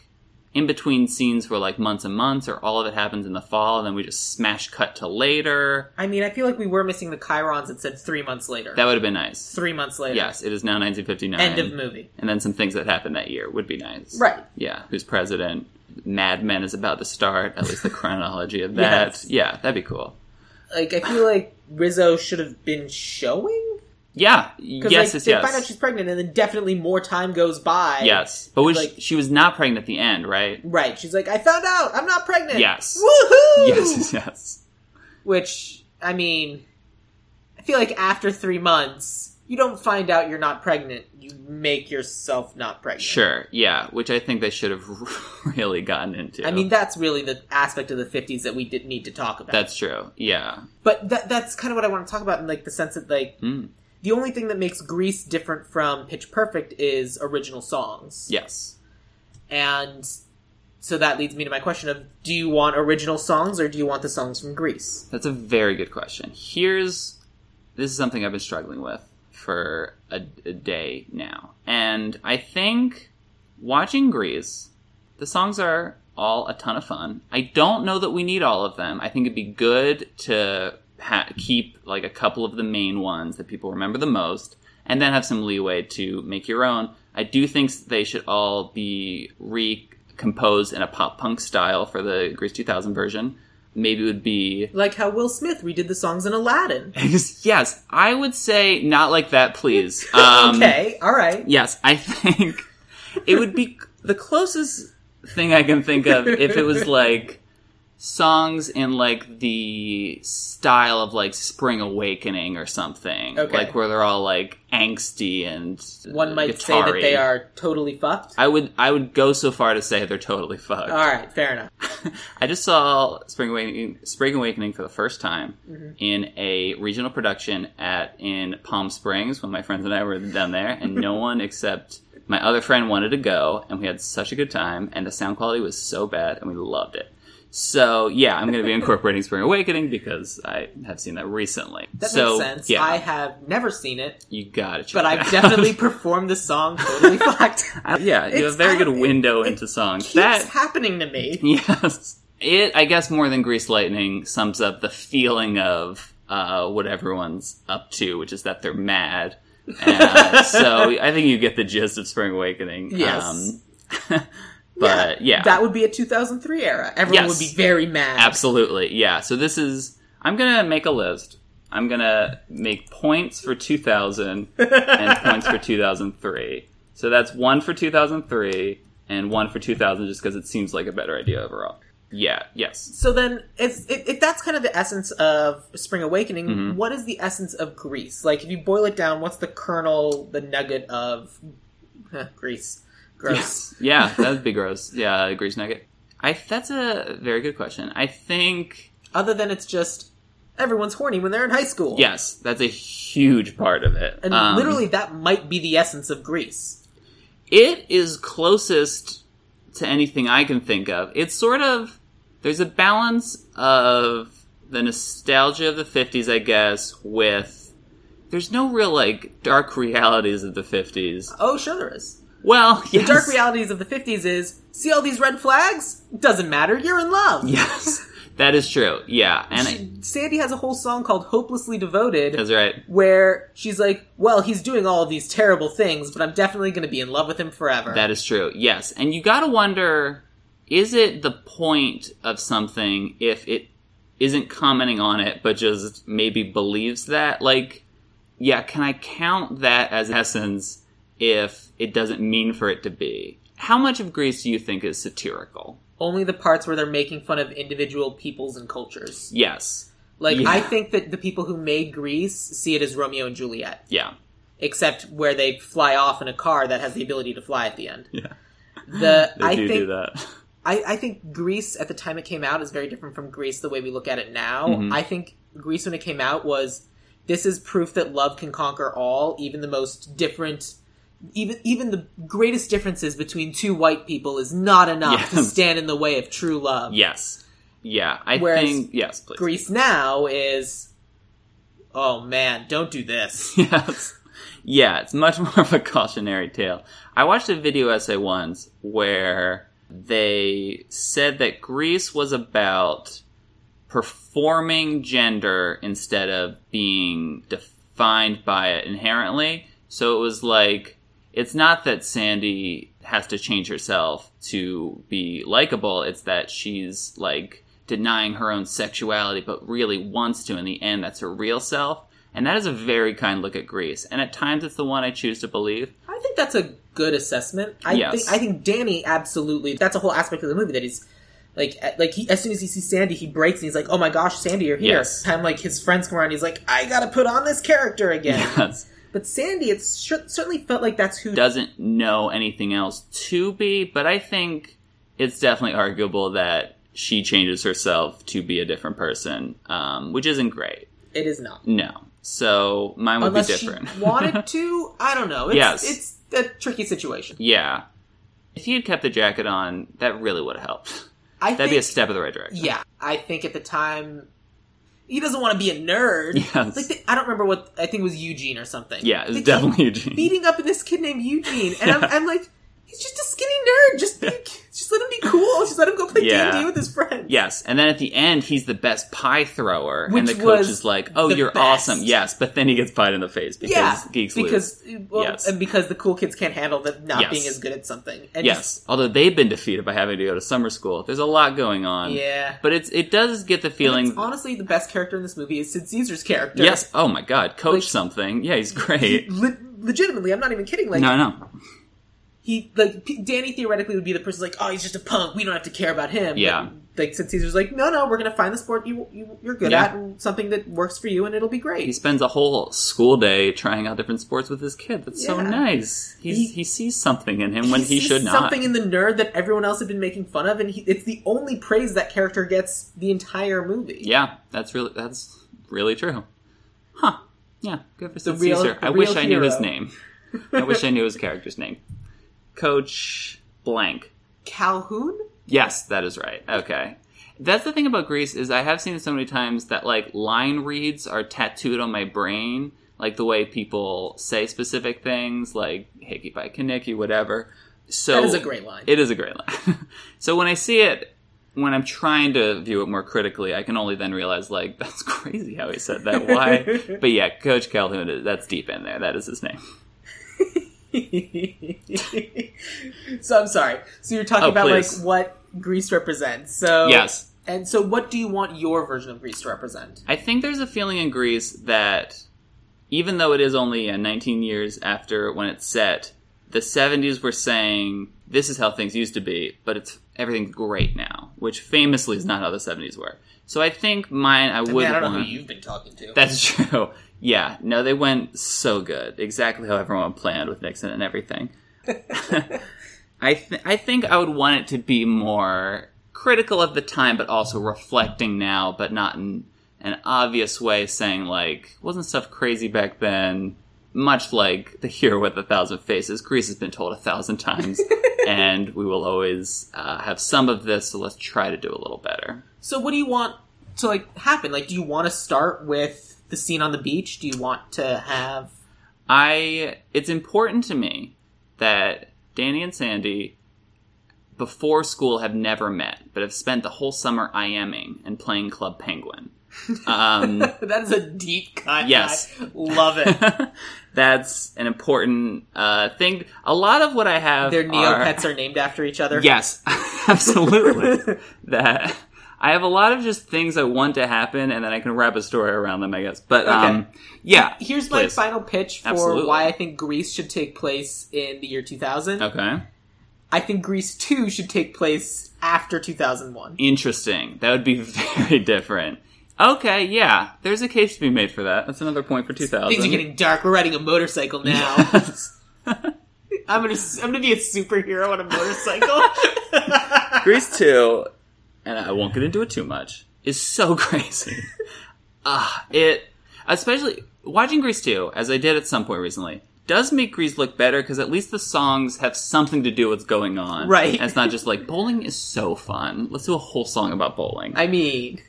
Speaker 2: in between scenes were like months and months, or all of it happens in the fall, and then we just smash cut to later.
Speaker 1: I mean, I feel like we were missing the chirons that said three months later.
Speaker 2: That would have been nice.
Speaker 1: three months later.
Speaker 2: Yes, it is now 1959.
Speaker 1: End of movie.
Speaker 2: And then some things that happened that year would be nice.
Speaker 1: Right.
Speaker 2: Yeah. Who's president? Mad Men is about to start.
Speaker 1: [laughs]
Speaker 2: At least the chronology of that.
Speaker 1: Yes.
Speaker 2: Yeah, that'd be cool.
Speaker 1: Like, I feel like Rizzo should have been showing?
Speaker 2: Yeah.
Speaker 1: Because, like,
Speaker 2: Yes. yes.
Speaker 1: they
Speaker 2: Yes.
Speaker 1: find out she's pregnant, and then definitely more time goes by.
Speaker 2: yes. But was
Speaker 1: like-
Speaker 2: she, she was not pregnant at the end, right?
Speaker 1: Right. She's like, I found out! I'm not pregnant!
Speaker 2: Yes.
Speaker 1: Woohoo!
Speaker 2: Yes. [laughs] Yes.
Speaker 1: [laughs] Which, I mean, I feel like after three months, you don't find out you're not pregnant. You make yourself not pregnant.
Speaker 2: Sure, yeah, which I think they should have [laughs] really gotten into.
Speaker 1: I mean, that's really the aspect of the 50s that we did need to talk about.
Speaker 2: that's true, yeah.
Speaker 1: but that, that's kind of what I want to talk about in, like, the sense that, like,
Speaker 2: Mm.
Speaker 1: the only thing that makes Grease different from Pitch Perfect is original songs.
Speaker 2: Yes.
Speaker 1: And so that leads me to my question of do you want original songs or do you want the songs from Grease?
Speaker 2: That's a very good question. Here's this is something I've been struggling with for a, a day now, and I think watching Grease, the songs are all a ton of fun. I don't know that we need all of them. I think it'd be good to ha- keep like a couple of the main ones that people remember the most, and then have some leeway to make your own. I do think they should all be recomposed in a pop punk style for the Grease 2000 version. Maybe it would be
Speaker 1: Like how Will Smith redid the songs in Aladdin.
Speaker 2: yes, I would say not like that, please.
Speaker 1: [laughs]
Speaker 2: Um,
Speaker 1: okay, all right.
Speaker 2: Yes, I think it would be the closest thing I can think of if it
Speaker 1: [laughs]
Speaker 2: was like songs in like the style of like Spring Awakening or something,
Speaker 1: Okay.
Speaker 2: like where they're all like angsty and
Speaker 1: One might say that
Speaker 2: guitar-y.
Speaker 1: they are totally fucked.
Speaker 2: I would I would go so far to say they're totally fucked.
Speaker 1: All right, fair enough.
Speaker 2: I just saw Spring Awakening, Spring Awakening for the first time
Speaker 1: Mm-hmm.
Speaker 2: in a regional production at in Palm Springs when my friends and I were down there,
Speaker 1: [laughs]
Speaker 2: and no one except my other friend wanted to go, and we had such a good time, and the sound quality was so bad, and we loved it. So yeah, I'm
Speaker 1: [laughs]
Speaker 2: going to be incorporating Spring Awakening because I have seen that recently.
Speaker 1: That
Speaker 2: so,
Speaker 1: makes sense.
Speaker 2: Yeah,
Speaker 1: I have never seen it,
Speaker 2: you got it.
Speaker 1: but I've definitely [laughs]
Speaker 2: [laughs]
Speaker 1: performed the song totally [laughs] fucked.
Speaker 2: yeah, you have
Speaker 1: It's-
Speaker 2: a very good
Speaker 1: I-
Speaker 2: window
Speaker 1: it
Speaker 2: into songs.
Speaker 1: Keeps
Speaker 2: That
Speaker 1: happening to [laughs] me.
Speaker 2: Yes. It, I guess, more than Grease Lightning sums up the feeling of uh, what everyone's up to, which is that they're mad.
Speaker 1: [laughs]
Speaker 2: And so I think you get the gist of Spring Awakening.
Speaker 1: Yes.
Speaker 2: Um, [laughs] but yeah,
Speaker 1: That would be a 2003 era. Everyone
Speaker 2: Yes.
Speaker 1: would be very mad.
Speaker 2: absolutely. Yeah. So this is, I'm going to make a list. I'm going to make points for 2000
Speaker 1: [laughs]
Speaker 2: and points for 2003. So that's one for 2003 and one for 2000 just because it seems like a better idea overall. Yeah, yes.
Speaker 1: So then, if, if, if that's kind of the essence of Spring Awakening,
Speaker 2: Mhm.
Speaker 1: what is the essence of Greece? Like, if you boil it down, what's the kernel, the nugget of huh, Greece? Gross.
Speaker 2: Yes. Yeah, that would be gross. Yeah, grease nugget. I that's a very good question. I think
Speaker 1: [laughs] Other than it's just everyone's horny when they're in high school.
Speaker 2: yes, that's a huge part of it.
Speaker 1: And
Speaker 2: Um,
Speaker 1: literally, that might be the essence of Greece.
Speaker 2: it is closest to anything I can think of. It's sort of there's a balance of the nostalgia of the 50s, I guess, with there's no real like dark realities of the 50s.
Speaker 1: Oh, sure there is.
Speaker 2: Well,
Speaker 1: The
Speaker 2: yes.
Speaker 1: dark realities of the 50s is see all these red flags? Doesn't matter, you're in love.
Speaker 2: [laughs] Yes. That is true. Yeah, and I,
Speaker 1: She- Sandy has a whole song called Hopelessly Devoted.
Speaker 2: that's right.
Speaker 1: where she's like, "Well, he's doing all of these terrible things, but I'm definitely going to be in love with him forever."
Speaker 2: That is true. Yes. And you got to wonder is it the point of something if it isn't commenting on it but just maybe believes that like yeah, can I count that as essence if it doesn't mean for it to be. How much of Grease do you think is satirical?
Speaker 1: Only the parts where they're making fun of individual peoples and cultures.
Speaker 2: Yes.
Speaker 1: Like
Speaker 2: Yeah.
Speaker 1: I think that the people who made Grease see it as Romeo and Juliet,
Speaker 2: Yeah.
Speaker 1: except where they fly off in a car that has the ability to fly at the end.
Speaker 2: Yeah.
Speaker 1: The
Speaker 2: [laughs] They
Speaker 1: I
Speaker 2: do
Speaker 1: think
Speaker 2: do that.
Speaker 1: I, I think Greece at the time it came out is very different from Greece the way we look at it now.
Speaker 2: Mhm.
Speaker 1: I think Greece when it came out was this is proof that love can conquer all, even the most different, even even the greatest differences between two white people is not enough to
Speaker 2: Yes.
Speaker 1: stand in the way of true love.
Speaker 2: Yes. Yeah. I
Speaker 1: Whereas
Speaker 2: think. Yes, please.
Speaker 1: Greece now is, oh man, don't do this.
Speaker 2: [laughs] yes. Yeah, it's much [laughs] more of a cautionary tale. I watched a video essay once where they said that Greece was about performing gender instead of being defined by it inherently. So it was like, it's not that Sandy has to change herself to be likable, it's that she's like denying her own sexuality, but really wants to in the end. That's her real self. And that is a very kind look at Greece. And at times it's the one I choose to believe.
Speaker 1: I think that's a good assessment. I
Speaker 2: Yes.
Speaker 1: think I think Danny absolutely. That's a whole aspect of the movie that he's like a- like he, as soon as he sees Sandy, he breaks and he's like, "Oh my gosh, Sandy, you're here!"
Speaker 2: Yes.
Speaker 1: Time like his friends come around, he's like, "I gotta put on this character again."
Speaker 2: [laughs] Yes.
Speaker 1: But Sandy, it's cer- certainly felt like that's who.
Speaker 2: Doesn't know anything else to be, but I think it's definitely arguable that she changes herself to be a different person, um, which isn't great.
Speaker 1: It is not
Speaker 2: No. So mine would
Speaker 1: unless
Speaker 2: be
Speaker 1: she
Speaker 2: different. [laughs]
Speaker 1: wanted to. I don't know. It's,
Speaker 2: Yes.
Speaker 1: it's a tricky situation.
Speaker 2: yeah. If he had kept the jacket on, that really would have helped.
Speaker 1: I
Speaker 2: That'd
Speaker 1: think,
Speaker 2: be a step in the right direction.
Speaker 1: Yeah, I think at the time. He doesn't want to be a nerd.
Speaker 2: Yes.
Speaker 1: Like the, I don't remember what I think it was Eugene or something.
Speaker 2: Yeah, it's
Speaker 1: Like, he-
Speaker 2: definitely Eugene.
Speaker 1: [laughs] beating up this kid named Eugene, and I'm,
Speaker 2: Yeah.
Speaker 1: I'm like, he's just a skinny nerd. Just be, just let him be cool. Just let him go play D
Speaker 2: Yeah.
Speaker 1: and D with his friends.
Speaker 2: Yes, and then at the end, he's the best pie thrower,
Speaker 1: Which
Speaker 2: and the coach
Speaker 1: was
Speaker 2: is like, "Oh,
Speaker 1: the
Speaker 2: you're
Speaker 1: best.
Speaker 2: awesome!" Yes, but then he gets pied in the face because
Speaker 1: yeah,
Speaker 2: geeks lose.
Speaker 1: because well,
Speaker 2: Yes.
Speaker 1: and because the cool kids can't handle the not
Speaker 2: Yes.
Speaker 1: being as good at something. And
Speaker 2: Yes,
Speaker 1: just-
Speaker 2: although they've been defeated by having to go to summer school. There's a lot going on.
Speaker 1: yeah.
Speaker 2: but it's it does get the
Speaker 1: And
Speaker 2: Um, feeling.
Speaker 1: it's honestly, the best character in this movie is Sid Caesar's character.
Speaker 2: yes. Oh my God, coach
Speaker 1: Like-
Speaker 2: something. Yeah, he's
Speaker 1: He
Speaker 2: great.
Speaker 1: le- legitimately, I'm not even kidding. Like
Speaker 2: no, no.
Speaker 1: he, like P- Danny, theoretically would be the person like, oh, he's just a punk. We don't have to care about him.
Speaker 2: Yeah.
Speaker 1: But, like Sid Caesar's like, no, no, we're gonna find the sport you, you you're good
Speaker 2: Yeah.
Speaker 1: at and something that works for you, and it'll be great.
Speaker 2: He spends a whole school day trying out different sports with his kid. That's so
Speaker 1: Yeah.
Speaker 2: nice. He's,
Speaker 1: He-
Speaker 2: he sees something in him when he,
Speaker 1: sees
Speaker 2: should not.
Speaker 1: Something in the nerd that everyone else had been making fun of, and he, it's the only praise that character gets the entire movie.
Speaker 2: Yeah, that's really that's really true. Huh. Yeah, good for Sid
Speaker 1: real-
Speaker 2: Caesar.
Speaker 1: the
Speaker 2: I wish
Speaker 1: real
Speaker 2: I knew his
Speaker 1: hero.
Speaker 2: name. I wish I knew his character's name. Coach blank.
Speaker 1: Calhoun.
Speaker 2: Yes, that is right. Okay. That's the thing about Greece is I have seen it so many times that like line reads are tattooed on my brain, like the way people say specific things, like hickey by kinnicky, whatever. So
Speaker 1: that is a great line. [laughs]
Speaker 2: it is a great line. [laughs] so when I see it, when I'm trying to view it more critically, I can only then realize, like, [laughs] that's crazy how he said
Speaker 1: [laughs]
Speaker 2: that. Why? but yeah, Coach Calhoun, that's deep in there. That is his name.
Speaker 1: so I'm sorry. So you're talking
Speaker 2: Oh,
Speaker 1: about
Speaker 2: please.
Speaker 1: like what Greece represents. So
Speaker 2: Yes.
Speaker 1: And so, what do you want your version of Greece to represent?
Speaker 2: I think there's a feeling in Greece that even though it is only uh, 19 years after when it's set, the 70s were saying this is how things used to be, but it's everything's great now, which famously is not how the 70s were. So I think mine, I
Speaker 1: I,
Speaker 2: would
Speaker 1: mean, I don't
Speaker 2: want.
Speaker 1: know who you've been talking to.
Speaker 2: That's [laughs] true. Yeah, no, they went so good. Exactly how everyone planned with Nixon and everything. I th- I think I would want it to be more critical of the time, but also reflecting now, but not in an obvious way, saying like, wasn't stuff crazy back then? Much like the hero with a thousand faces, Greece has been told a thousand times, and we will always uh, have some of this. So let's try to do a little better.
Speaker 1: so, what do you want to like happen? Like, do you want to start with the scene on the beach? Do you want to have [laughs]
Speaker 2: I it's important to me that Danny and Sandy before school have never met, but have spent the whole summer IMing and playing Club Penguin. Um, [laughs]
Speaker 1: that is a deep cut.
Speaker 2: Yes.
Speaker 1: I love it.
Speaker 2: that's an important uh, thing. A lot of what I have
Speaker 1: Their
Speaker 2: [laughs] are- [laughs]
Speaker 1: neopets are named after each other.
Speaker 2: Yes, absolutely. that I have a lot of just things I want to happen, and then I can wrap a story around them, I guess. But um,
Speaker 1: Okay.
Speaker 2: yeah,
Speaker 1: Here's my
Speaker 2: please.
Speaker 1: final pitch for
Speaker 2: Absolutely.
Speaker 1: why I think Greece should take place in the year 2000.
Speaker 2: okay,
Speaker 1: I think Greece 2 should take place after 2001.
Speaker 2: interesting. That would be [laughs] very different. Okay, yeah, there's a case to be made for that. That's another point for 2000.
Speaker 1: Things are
Speaker 2: [laughs]
Speaker 1: getting dark. We're riding a motorcycle now. I'm gonna I'm gonna be a superhero on a
Speaker 2: [laughs]
Speaker 1: motorcycle.
Speaker 2: Grease 2, and I won't get into it too much, is so [laughs] crazy. Ah, it, especially watching Grease 2, as I did at some point recently, does make Grease look better because at least the songs have something to do with what's going on.
Speaker 1: Right.
Speaker 2: And it's not just like, bowling is so fun. Let's do a whole song about bowling.
Speaker 1: I
Speaker 2: [laughs]
Speaker 1: mean,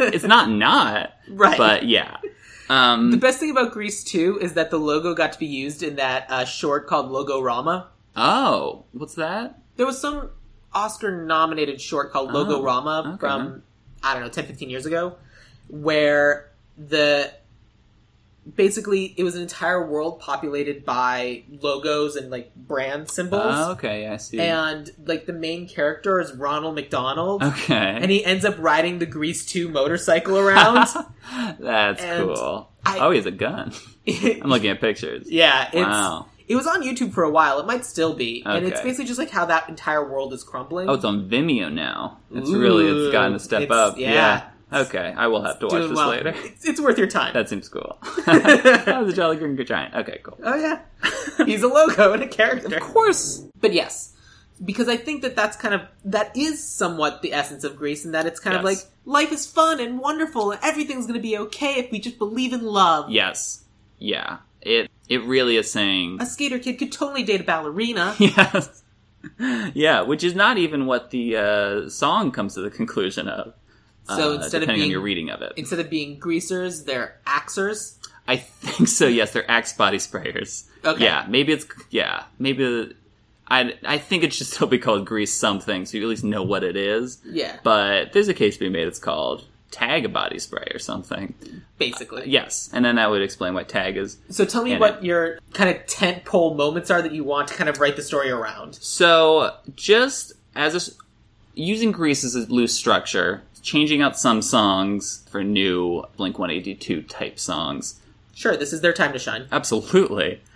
Speaker 2: it's not not,
Speaker 1: [laughs] right.
Speaker 2: but yeah. Um,
Speaker 1: the best thing about Grease 2 is that the logo got to be used in that uh, short called Logorama.
Speaker 2: oh, what's that?
Speaker 1: There was some Oscar nominated short called
Speaker 2: Oh,
Speaker 1: Logorama
Speaker 2: okay.
Speaker 1: from, I don't know, 10, 15 years ago, where the. Basically, it was an entire world populated by logos and like brand symbols.
Speaker 2: Oh, okay, I see.
Speaker 1: And like the main character is Ronald McDonald.
Speaker 2: okay. [laughs]
Speaker 1: And he ends up riding the Grease 2 motorcycle around.
Speaker 2: That's
Speaker 1: And
Speaker 2: cool.
Speaker 1: I-
Speaker 2: oh, he has a gun. [laughs] I'm looking at
Speaker 1: [laughs]
Speaker 2: pictures.
Speaker 1: yeah, it's.
Speaker 2: wow.
Speaker 1: It was on YouTube for a while. It might still be, and it's
Speaker 2: Okay.
Speaker 1: basically just like how that entire world is crumbling.
Speaker 2: Oh, it's on Vimeo now. It's
Speaker 1: Ooh,
Speaker 2: really it's gotten a step
Speaker 1: it's-
Speaker 2: up.
Speaker 1: yeah.
Speaker 2: Yeah. Okay, I will have to watch
Speaker 1: Doing
Speaker 2: this
Speaker 1: well.
Speaker 2: later. [laughs]
Speaker 1: It's, it's worth your time.
Speaker 2: That seems cool. [laughs] that was a Jolly Green Good Giant. Okay, cool.
Speaker 1: oh [laughs] yeah, he's a logo and a character.
Speaker 2: Of course.
Speaker 1: But yes, because I think that that's kind of that is somewhat the essence of Greece, and that it's kind of like
Speaker 2: Yes.
Speaker 1: life is fun and wonderful, and everything's going to be okay if we just believe in love.
Speaker 2: Yes. Yeah. It it really is saying
Speaker 1: A skater kid could totally date a [laughs] ballerina.
Speaker 2: [laughs] yes. Yeah, which is not even what the uh, song comes to the conclusion of.
Speaker 1: So
Speaker 2: uh,
Speaker 1: instead of
Speaker 2: depending
Speaker 1: being-
Speaker 2: on your reading of it,
Speaker 1: Instead of being greasers, they're axers.
Speaker 2: I think so. Yes, they're Axe body sprayers.
Speaker 1: Okay.
Speaker 2: Yeah, maybe it's yeah, maybe the- I I think it should still be called grease something, so you at least know what it is.
Speaker 1: Yeah,
Speaker 2: But there's a case to be made. It's called tag a body spray or something.
Speaker 1: basically.
Speaker 2: Yes, and then that would explain why tag is.
Speaker 1: So tell me
Speaker 2: And
Speaker 1: what your kind of tent pole moments are that you want to kind of write the story around.
Speaker 2: So just as a s using grease as a loose structure, changing out some songs for new Blink 182 type songs.
Speaker 1: Sure, this is their time to shine.
Speaker 2: Absolutely. [laughs]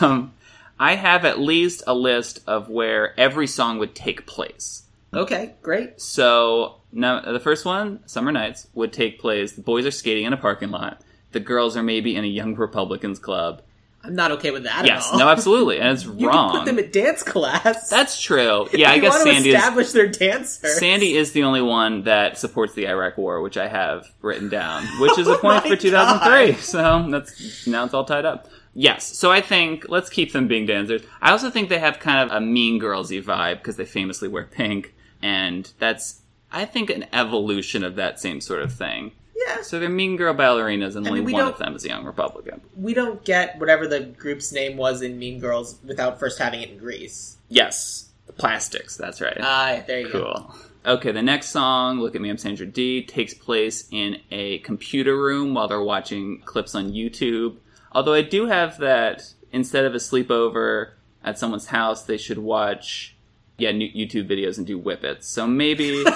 Speaker 2: Um, I have at least a list of where every song would take place.
Speaker 1: Okay, great.
Speaker 2: So now the first one, Summer Nights, would take place. The boys are skating in a parking lot. The girls are maybe in a Young Republicans club.
Speaker 1: I'm not okay with that
Speaker 2: Yes,
Speaker 1: at all.
Speaker 2: no, absolutely, and it's
Speaker 1: You
Speaker 2: wrong.
Speaker 1: can put them at dance class. [laughs]
Speaker 2: That's true. Yeah, I
Speaker 1: you
Speaker 2: guess
Speaker 1: want to
Speaker 2: Sandy is
Speaker 1: establish their dancer.
Speaker 2: Sandy is the only one that supports the Iraq War, which I have written down, which
Speaker 1: [laughs]
Speaker 2: is a point
Speaker 1: Oh my
Speaker 2: for 2003.
Speaker 1: God.
Speaker 2: So that's now it's all tied up. Yes, so I think let's keep them being dancers. I also think they have kind of a mean girlsy vibe because they famously wear pink, and that's I think an evolution of that same sort of thing.
Speaker 1: Yeah,
Speaker 2: So they're mean girl ballerinas, and
Speaker 1: I
Speaker 2: only
Speaker 1: mean, we
Speaker 2: one
Speaker 1: don't-
Speaker 2: of them is a young Republican.
Speaker 1: we don't get whatever the group's name was in Mean Girls without first having it in Greece.
Speaker 2: Yes, the plastics. That's right.
Speaker 1: Ah, there you go.
Speaker 2: Cool. Okay, the next song, Look at Me, I'm Sandra D, takes place in a computer room while they're watching clips on YouTube. Although I do have that instead of a sleepover at someone's house, they should watch, yeah, new YouTube videos and do whippets. So maybe
Speaker 1: [laughs]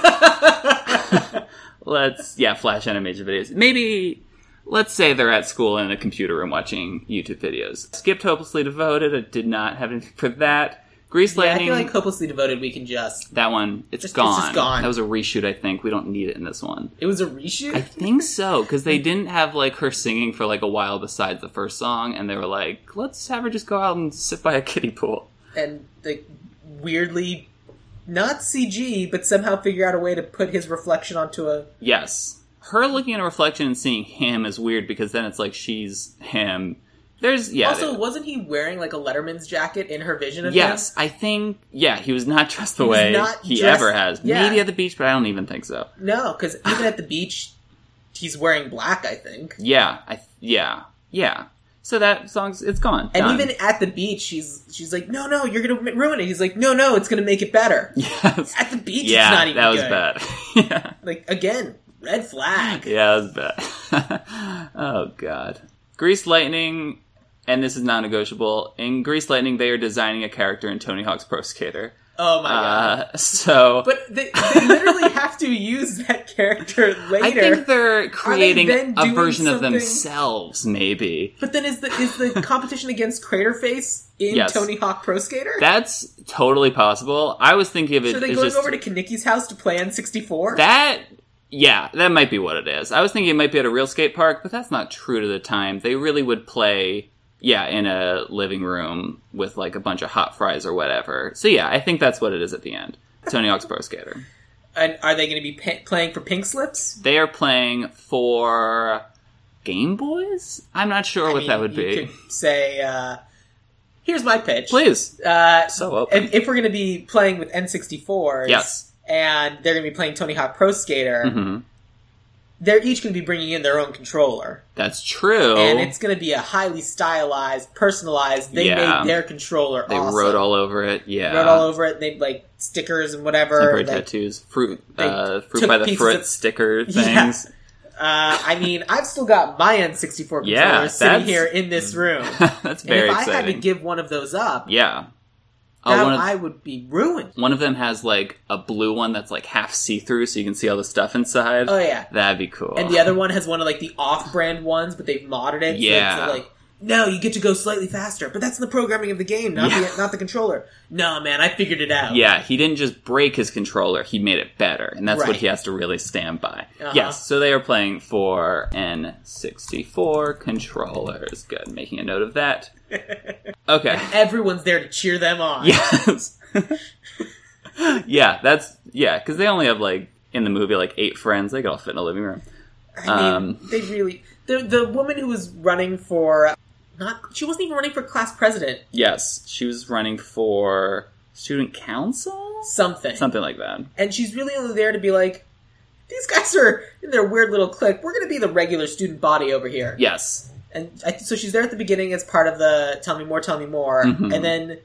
Speaker 2: let's, yeah, flash animation videos. Maybe let's say they're at school in a computer room watching YouTube videos. Skipped Hopelessly Devoted, I did not have anything for that. Grease
Speaker 1: Yeah, I
Speaker 2: Lightning.
Speaker 1: feel like hopelessly devoted. We can just.
Speaker 2: That one, it's
Speaker 1: Just- it's
Speaker 2: gone.
Speaker 1: just gone.
Speaker 2: That was a reshoot, I think. We don't need it in this one.
Speaker 1: It was a
Speaker 2: I
Speaker 1: reshoot.
Speaker 2: think so, because they didn't have like her singing for like a while besides the first song, and they were like, let's have her just go out and sit by a kiddie pool.
Speaker 1: and like weirdly not CG, but somehow figure out a way to put his reflection onto a
Speaker 2: Yes. Her looking in a reflection and seeing him is weird because then it's like she's him. There's yeah.
Speaker 1: also,
Speaker 2: there-
Speaker 1: wasn't he wearing like a Letterman's jacket in her vision of
Speaker 2: yes,
Speaker 1: him?
Speaker 2: I think yeah, he was not [laughs] dressed the
Speaker 1: He was
Speaker 2: way
Speaker 1: not
Speaker 2: he
Speaker 1: dressed-
Speaker 2: ever has.
Speaker 1: yeah.
Speaker 2: Maybe at the beach, but I don't even think so.
Speaker 1: No, because even at the beach, he's wearing black. I think,
Speaker 2: Yeah, I yeah yeah. So that song's it's gone.
Speaker 1: and
Speaker 2: Done.
Speaker 1: even at the beach, she's she's like, "No, no, you're gonna ruin it." He's like, "No, no, it's gonna make it better."
Speaker 2: [laughs] yes.
Speaker 1: At the beach,
Speaker 2: yeah,
Speaker 1: it's not even
Speaker 2: that was
Speaker 1: good.
Speaker 2: bad. [laughs] yeah.
Speaker 1: Like again, red flag.
Speaker 2: Yeah, that was bad. [laughs] oh god. Grease Lightning, and this is non-negotiable. In Grease Lightning, they are designing a character in Tony Hawk's Pro Skater.
Speaker 1: Oh my god.
Speaker 2: Uh, so
Speaker 1: But they, they literally [laughs] have to use that character later.
Speaker 2: I think they're creating
Speaker 1: then
Speaker 2: a
Speaker 1: doing
Speaker 2: version of
Speaker 1: something-
Speaker 2: themselves, maybe.
Speaker 1: but then is the is the competition against Craterface in
Speaker 2: Yes.
Speaker 1: Tony Hawk Pro Skater?
Speaker 2: That's totally possible. I was thinking of it
Speaker 1: Are they
Speaker 2: as
Speaker 1: going
Speaker 2: just
Speaker 1: over to Kanicki's house to play N64?
Speaker 2: that. Yeah, that might be what it is. I was thinking it might be at a real skate park, but that's not true to the time. They really would play, yeah, in a living room with like a bunch of hot fries or whatever. So yeah, I think that's what it is at the end. Tony Hawk's Pro Skater.
Speaker 1: and are they going to be pa- playing for pink slips?
Speaker 2: They are playing for Game Boys. I'm not sure
Speaker 1: I
Speaker 2: what
Speaker 1: mean,
Speaker 2: that would
Speaker 1: you
Speaker 2: be.
Speaker 1: could say, uh, here's my pitch.
Speaker 2: Please,
Speaker 1: Uh,
Speaker 2: so open.
Speaker 1: if, if we're going to be playing with N64s
Speaker 2: Yes.
Speaker 1: and they're going to be playing Tony Hawk Pro Skater,
Speaker 2: Mhm.
Speaker 1: they're each going to be bringing in their own controller.
Speaker 2: That's true.
Speaker 1: And it's going to be a highly stylized, personalized. They
Speaker 2: Yeah.
Speaker 1: made their controller
Speaker 2: They
Speaker 1: awesome.
Speaker 2: wrote all over it. Yeah,
Speaker 1: Wrote all over it. They like stickers and whatever.
Speaker 2: temporary
Speaker 1: like,
Speaker 2: tattoos, fruit,
Speaker 1: they
Speaker 2: uh, fruit
Speaker 1: took
Speaker 2: by the
Speaker 1: pieces
Speaker 2: fruit
Speaker 1: of-
Speaker 2: sticker
Speaker 1: [laughs] Yeah.
Speaker 2: things.
Speaker 1: Uh, I mean, I've still got my N64 controller
Speaker 2: Yeah,
Speaker 1: sitting
Speaker 2: that's-
Speaker 1: here in this
Speaker 2: [laughs]
Speaker 1: room.
Speaker 2: That's
Speaker 1: and if
Speaker 2: very
Speaker 1: I had to
Speaker 2: exciting.
Speaker 1: give one of those up,
Speaker 2: yeah.
Speaker 1: now
Speaker 2: Oh, one of,
Speaker 1: I would be ruined.
Speaker 2: one of them has like a blue one that's like half see through, so you can see all the stuff inside.
Speaker 1: Oh yeah.
Speaker 2: That'd be cool.
Speaker 1: And the other one has one of like the off-brand ones, but they've modded it. so
Speaker 2: Yeah.
Speaker 1: it's like, no, you get to go slightly faster, but that's in the programming of the game, not
Speaker 2: Yeah.
Speaker 1: the not the controller. No, man, I figured it out.
Speaker 2: Yeah, he didn't just break his controller, he made it better. And that's what
Speaker 1: Right.
Speaker 2: he has to really stand by.
Speaker 1: Uh-huh.
Speaker 2: Yes, so they are playing for N64 controllers. Good, making a note
Speaker 1: [laughs]
Speaker 2: of that. Okay. [laughs]
Speaker 1: Everyone's there to cheer them on.
Speaker 2: Yes. [laughs] yeah, that's yeah, because they only have like in the movie like eight friends. They could all fit in a living room.
Speaker 1: I mean,
Speaker 2: Um,
Speaker 1: they really the the woman who was running for not she wasn't even running for class president,
Speaker 2: Yes, she was running for student council,
Speaker 1: something.
Speaker 2: something like that.
Speaker 1: And she's really only there to be like, these guys are in their weird little clique. We're going to be the regular student body over here.
Speaker 2: Yes,
Speaker 1: And I, so she's there at the beginning as part of the tell me more, tell me more,
Speaker 2: Mhm.
Speaker 1: and then.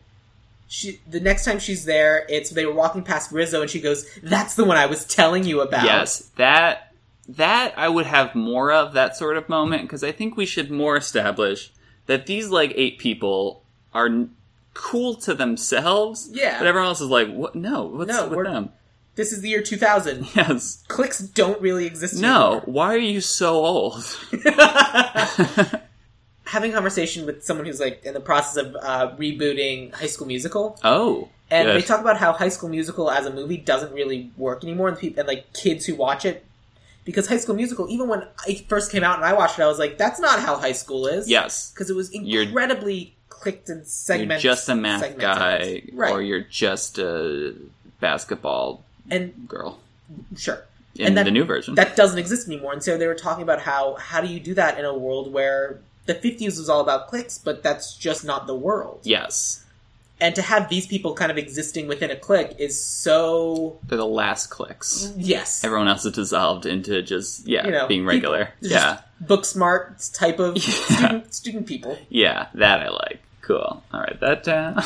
Speaker 1: She, the next time she's there, it's they were walking past Rizzo, and she goes, "That's the one I was telling you about."
Speaker 2: yes, that that I would have more of that sort of moment because I think we should more establish that these like eight people are n- cool to themselves.
Speaker 1: Yeah.
Speaker 2: but everyone else is like, what? No, what's
Speaker 1: No,
Speaker 2: with
Speaker 1: we're-
Speaker 2: them?
Speaker 1: this is the year two thousand.
Speaker 2: Yes.
Speaker 1: Clicks don't really exist.
Speaker 2: No, why are you so
Speaker 1: [laughs]
Speaker 2: old?
Speaker 1: anymore. having a conversation with someone who's like in the process of uh, rebooting High School Musical,
Speaker 2: oh,
Speaker 1: and they
Speaker 2: good.
Speaker 1: talk about how High School Musical as a movie doesn't really work anymore, and, peop and like kids who watch it, because High School Musical, even when it first came out and I watched it, I was like, that's not how high school is,
Speaker 2: yes,
Speaker 1: because it was
Speaker 2: You're-
Speaker 1: incredibly clicked and segmented.
Speaker 2: you're just a math guy,
Speaker 1: segmented. right?
Speaker 2: or you're just a basketball
Speaker 1: and
Speaker 2: girl
Speaker 1: sure,
Speaker 2: in
Speaker 1: And that-
Speaker 2: the new version.
Speaker 1: that doesn't exist anymore. And so they were talking about how how do you do that in a world where the 50s was all about clicks, but that's just not the world.
Speaker 2: yes,
Speaker 1: and to have these people kind of existing within a clique is so
Speaker 2: they're the last clicks.
Speaker 1: yes
Speaker 2: Everyone else is dissolved into just yeah
Speaker 1: Mm. You know,
Speaker 2: being
Speaker 1: people-
Speaker 2: regular.
Speaker 1: just
Speaker 2: yeah,
Speaker 1: book smart type of
Speaker 2: [laughs] Yeah.
Speaker 1: student, student people
Speaker 2: yeah, that I like. Cool. All right, that uh, down.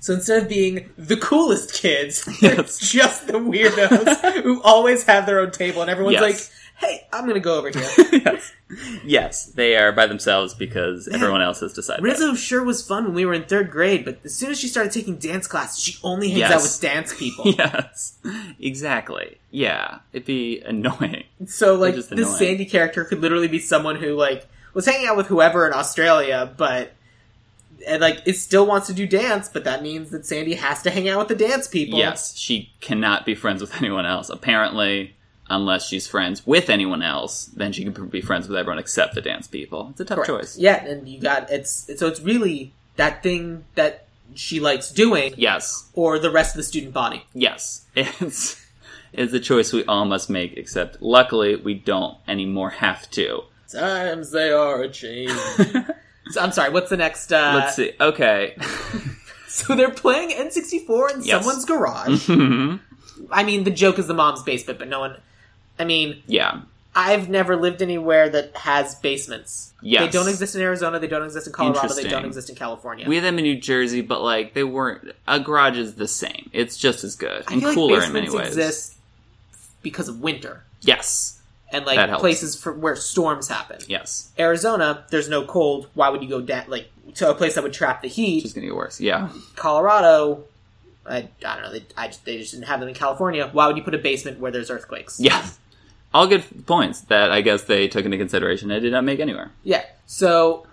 Speaker 1: so instead of being the coolest
Speaker 2: [laughs]
Speaker 1: kids
Speaker 2: Yes.
Speaker 1: it's just the
Speaker 2: [laughs]
Speaker 1: weirdos who always have their own table and everyone's
Speaker 2: Yes.
Speaker 1: like hey i'm gonna go over here
Speaker 2: yes. [laughs] yes, they are by themselves because everyone else has decided.
Speaker 1: rizzo sure was fun when we were in third grade but as soon as she started taking dance class she only hangs
Speaker 2: Yes.
Speaker 1: out with dance people
Speaker 2: [laughs] [laughs] Yes, exactly. Yeah, it'd be annoying.
Speaker 1: so like
Speaker 2: They're
Speaker 1: this
Speaker 2: just annoying.
Speaker 1: sandy character could literally be someone who like was hanging out with whoever in australia but and like it still wants to do dance but that means that sandy has to hang out with the dance people
Speaker 2: Yes, she cannot be friends with anyone else, apparently, unless she's friends with anyone else. Then she can be friends with everyone except the dance people. It's a tough
Speaker 1: Correct.
Speaker 2: choice.
Speaker 1: yeah and you got it's so it's really that thing that she likes doing
Speaker 2: Yes,
Speaker 1: or the rest of the student body
Speaker 2: yes. [laughs] It's, it's a choice we all must make, except luckily we don't anymore have to.
Speaker 1: times they
Speaker 2: [laughs]
Speaker 1: are a change so i'm sorry what's the next uh
Speaker 2: Let's see. Okay. [laughs]
Speaker 1: [laughs] so they're playing n64 in
Speaker 2: Yes. Mm-hmm.
Speaker 1: someone's garage i mean the joke is the mom's basement but no one i mean
Speaker 2: yeah.
Speaker 1: I've never lived anywhere that has basements.
Speaker 2: Yes.
Speaker 1: They don't exist in Arizona. They don't exist in Colorado. They
Speaker 2: Interesting.
Speaker 1: don't exist in California.
Speaker 2: We had them in New Jersey, but like they weren't. A garage is the same. It's just as good
Speaker 1: I
Speaker 2: and
Speaker 1: feel like
Speaker 2: cooler in
Speaker 1: basements
Speaker 2: many ways.
Speaker 1: exist because of winter
Speaker 2: Yes,
Speaker 1: and
Speaker 2: That
Speaker 1: like
Speaker 2: helps.
Speaker 1: places for where storms happen.
Speaker 2: yes.
Speaker 1: Arizona, there's no cold. Why would you go down like to a place that would trap the heat?
Speaker 2: It's just gonna get worse. Yeah,
Speaker 1: Colorado, I, I don't know. They, I just, they just didn't have them in California. Why would you put a basement where there's earthquakes?
Speaker 2: [laughs] Yeah. All good points that I guess they took into consideration. I did not make anywhere.
Speaker 1: Yeah. So,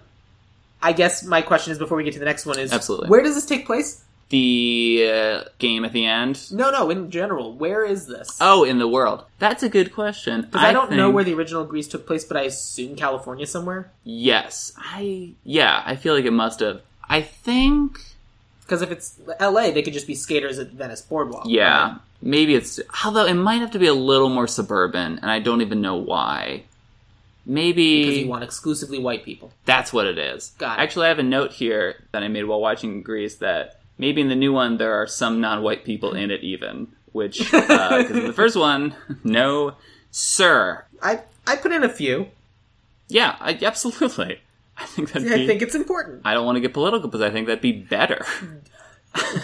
Speaker 1: I guess my question is before we get to the next one is
Speaker 2: Absolutely.
Speaker 1: where does this take place?
Speaker 2: The uh, game at the end.
Speaker 1: No, no. In general, where is this?
Speaker 2: Oh, in the world. That's a good question.
Speaker 1: Because I, don't know
Speaker 2: think-
Speaker 1: where the original Greece took place, but I assume California somewhere.
Speaker 2: Yes, I. Yeah, I feel like it must have. I think.
Speaker 1: Because if it's L.A., they could just be skaters at Venice Boardwalk.
Speaker 2: Yeah,
Speaker 1: right?
Speaker 2: maybe it's. Although it might have to be a little more suburban, and I don't even know why.
Speaker 1: Because
Speaker 2: Maybe
Speaker 1: you want exclusively white people.
Speaker 2: that's what it is.
Speaker 1: Got it.
Speaker 2: Actually, I have a note here that I made while watching Grease that maybe in the new one there are some non-white people in it even, which because in the first one, [laughs] no, sir.
Speaker 1: I I put in a few.
Speaker 2: Yeah, I, absolutely. I think that'd be.
Speaker 1: I think Mm, it's important.
Speaker 2: I don't want to get political, but I think that'd be better.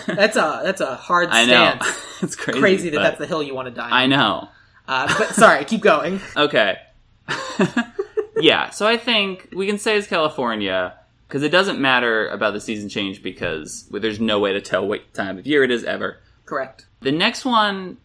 Speaker 1: That's a that's a hard
Speaker 2: I know [laughs]
Speaker 1: stance.
Speaker 2: it's crazy.
Speaker 1: Crazy that
Speaker 2: but
Speaker 1: that's the hill you want to die on.
Speaker 2: I know.
Speaker 1: Uh, but sorry, keep going.
Speaker 2: Okay. [laughs] yeah, so I think we can say it's California because it doesn't matter about the season change because well, there's no way to tell what time of year it is ever.
Speaker 1: Correct.
Speaker 2: The next one,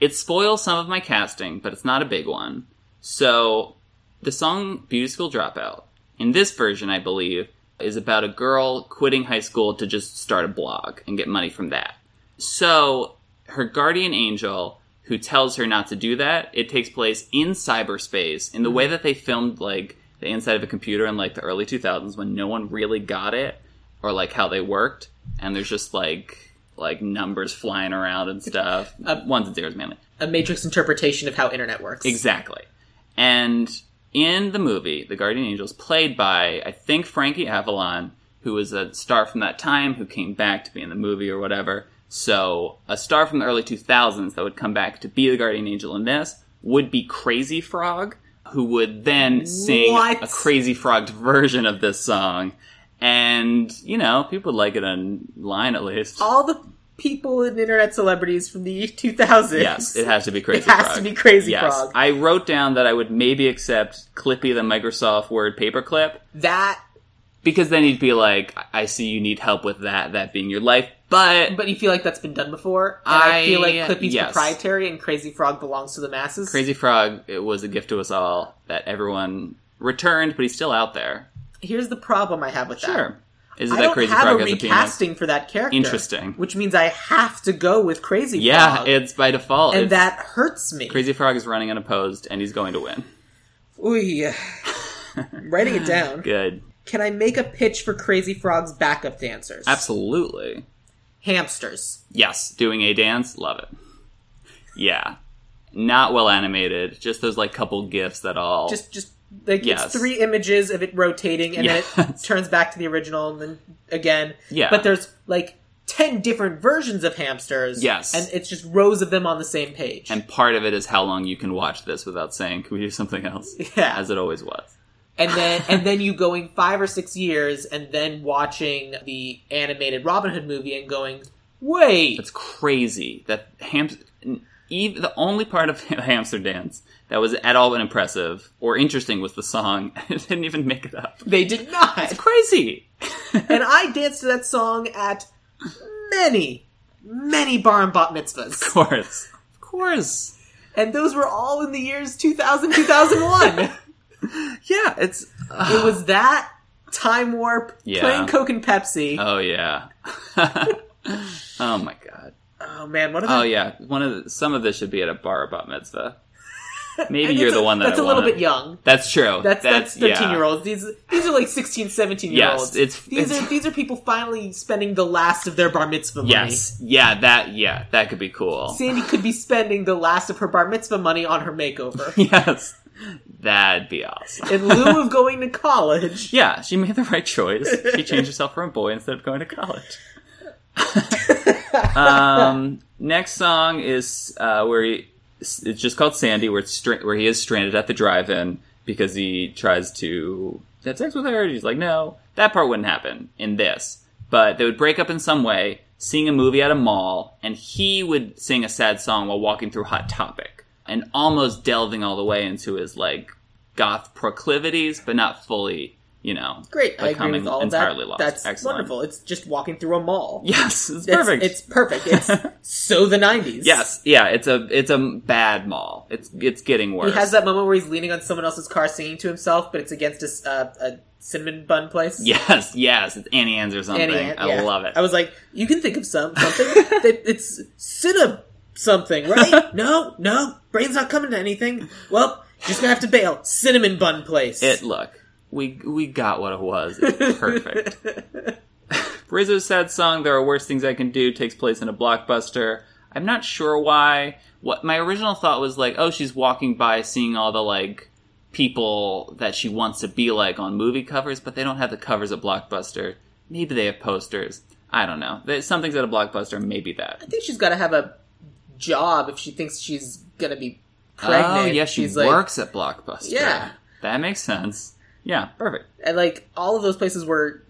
Speaker 2: it spoils some of my casting, but it's not a big one. So, the song Beauty School Dropout, in this version, I believe, is about a girl quitting high school to just start a blog and get money from that. So, her guardian angel, who tells her not to do that, it takes place in cyberspace in the way that they filmed, like, the inside of a computer in, like, the early 2000s when no one really got it or, like, how they worked. And there's just, like, like numbers flying around and stuff.
Speaker 1: Uh,
Speaker 2: Ones and zeros mainly.
Speaker 1: A matrix interpretation of how internet works.
Speaker 2: Exactly. And in the movie, the Guardian Angels, played by, I think, Frankie Avalon, who was a star from that time, who came back to be in the movie or whatever. So, a star from the early 2000s that would come back to be the Guardian Angel in this would be Crazy Frog, who would then sing
Speaker 1: What?
Speaker 2: a Crazy Frogged version of this song. And, you know, people would like it online at least.
Speaker 1: All the people and internet celebrities from the [laughs] 2000s.
Speaker 2: Yes, it has to be Crazy
Speaker 1: It has
Speaker 2: Frog.
Speaker 1: to be Crazy
Speaker 2: Yes,
Speaker 1: Frog.
Speaker 2: I wrote down that I would maybe accept Clippy the Microsoft Word paperclip
Speaker 1: That,
Speaker 2: because then he'd be like, "I- "I see you need help with that, that being your life." But
Speaker 1: but you feel like that's been done before. And I,
Speaker 2: I-
Speaker 1: feel like Clippy's
Speaker 2: yes.
Speaker 1: proprietary and Crazy Frog belongs to the masses.
Speaker 2: Crazy Frog, it was a gift to us all that everyone returned, but he's still out there.
Speaker 1: Here's the problem I have with that.
Speaker 2: Sure, is it
Speaker 1: I
Speaker 2: that
Speaker 1: don't
Speaker 2: Crazy
Speaker 1: have
Speaker 2: Frog
Speaker 1: a
Speaker 2: has a penis?
Speaker 1: recasting for that character.
Speaker 2: Interesting.
Speaker 1: Which means I have to go with Crazy
Speaker 2: Yeah,
Speaker 1: Frog.
Speaker 2: it's by default.
Speaker 1: and
Speaker 2: It's-
Speaker 1: that hurts me.
Speaker 2: Crazy Frog is running unopposed, and he's going to win. [laughs]
Speaker 1: Ooh, Writing it down.
Speaker 2: Good,
Speaker 1: Can I make a pitch for Crazy Frog's backup dancers?
Speaker 2: absolutely.
Speaker 1: Hamsters.
Speaker 2: Yes, doing a dance, love it. Yeah, not well animated. Just those like couple gifs that all
Speaker 1: Just, just like
Speaker 2: Yes.
Speaker 1: it's three images of it rotating, and then it [laughs]
Speaker 2: Yes.
Speaker 1: turns back to the original, and then again.
Speaker 2: Yeah.
Speaker 1: But there's like ten different versions of hamsters.
Speaker 2: Yes.
Speaker 1: And it's just rows of them on the same page.
Speaker 2: and part of it is how long you can watch this without saying, "Can we do something else?"
Speaker 1: [laughs] yeah.
Speaker 2: As it always was.
Speaker 1: And then, and then you going five or six years, and then watching the animated Robin Hood movie, and going, wait,
Speaker 2: It's crazy that hamster. Even the only part of [laughs] Hamster Dance that was at all impressive or interesting was the song. [laughs] I didn't even make it up.
Speaker 1: they did [laughs] not.
Speaker 2: Crazy.
Speaker 1: and I danced to that song at many, many bar and bat
Speaker 2: Of [laughs]
Speaker 1: mitzvahs.
Speaker 2: course. Of course.
Speaker 1: And those were all in the years 2000,
Speaker 2: [laughs]
Speaker 1: 2001.
Speaker 2: Yeah, it's.
Speaker 1: it was that time warp,
Speaker 2: Yeah.
Speaker 1: playing Coke and Pepsi.
Speaker 2: Oh yeah. [laughs] oh my god.
Speaker 1: oh man, what are
Speaker 2: Oh
Speaker 1: the-
Speaker 2: yeah. One of the, some of this should be at a bar
Speaker 1: [laughs]
Speaker 2: about mitzvah.
Speaker 1: and
Speaker 2: Maybe
Speaker 1: it's
Speaker 2: you're the
Speaker 1: a-
Speaker 2: one that
Speaker 1: That's
Speaker 2: I
Speaker 1: a little
Speaker 2: wanna-
Speaker 1: bit young.
Speaker 2: That's true.
Speaker 1: That's that's 13
Speaker 2: yeah.
Speaker 1: year olds. These these are like 16, 17 year
Speaker 2: Yes,
Speaker 1: olds.
Speaker 2: it's-
Speaker 1: these
Speaker 2: it's-
Speaker 1: are these are people finally spending the last of their bar mitzvah
Speaker 2: Yes. Yeah. That. Yeah. That could be cool.
Speaker 1: money. Sandy could be spending the last of her bar mitzvah money on her
Speaker 2: [laughs]
Speaker 1: makeover.
Speaker 2: [laughs] yes. That'd be awesome.
Speaker 1: In lieu of going to college,
Speaker 2: yeah, she made the right choice. She changed herself from a boy instead of going to college. um, next song is uh, where he, it's just called Sandy, where it's stra- where he is stranded at the drive-in because he tries to have sex with her. and He's like, no, that part wouldn't happen in this, but they would break up in some way, seeing a movie at a mall, and he would sing a sad song while walking through Hot Topic and almost delving all the way into his like goth proclivities, but not fully. you know, [laughs]
Speaker 1: Great. I agree
Speaker 2: becoming
Speaker 1: with all of
Speaker 2: entirely
Speaker 1: that.
Speaker 2: lost.
Speaker 1: That's
Speaker 2: Excellent.
Speaker 1: wonderful. It's just walking through a mall.
Speaker 2: Yes, it's
Speaker 1: It's-
Speaker 2: perfect.
Speaker 1: It's perfect. It's
Speaker 2: [laughs]
Speaker 1: so the 90s.
Speaker 2: yes, yeah, it's a it's a bad mall. It's it's getting worse.
Speaker 1: He has that moment where he's leaning on someone else's car singing to himself, but it's against a, s- uh, a cinnamon bun place.
Speaker 2: yes, yes, it's Annie Ann's or something.
Speaker 1: Annie Ant,
Speaker 2: I
Speaker 1: yeah.
Speaker 2: love it.
Speaker 1: I was like, you can think of
Speaker 2: [laughs]
Speaker 1: some something that it's cinna something,
Speaker 2: [laughs]
Speaker 1: right? no, no, brain's not coming to anything. Well, just gonna have to bail. Cinnamon bun place.
Speaker 2: It look, we we got what it was.
Speaker 1: [laughs]
Speaker 2: It's perfect. Rizzo's sad song "There Are Worse Things I Can Do" takes place in a blockbuster. I'm not sure why. What my original thought was like, oh, she's walking by, seeing all the like people that she wants to be like on movie covers, but they don't have the covers at blockbuster. Maybe they have posters. I don't know. There- Something's at a blockbuster. Maybe that.
Speaker 1: I think she's got to have a job if she thinks she's gonna be pregnant.
Speaker 2: Oh, yeah, she
Speaker 1: she's like,
Speaker 2: works at blockbuster.
Speaker 1: Yeah.
Speaker 2: that makes sense. Yeah, perfect.
Speaker 1: and like all of those places were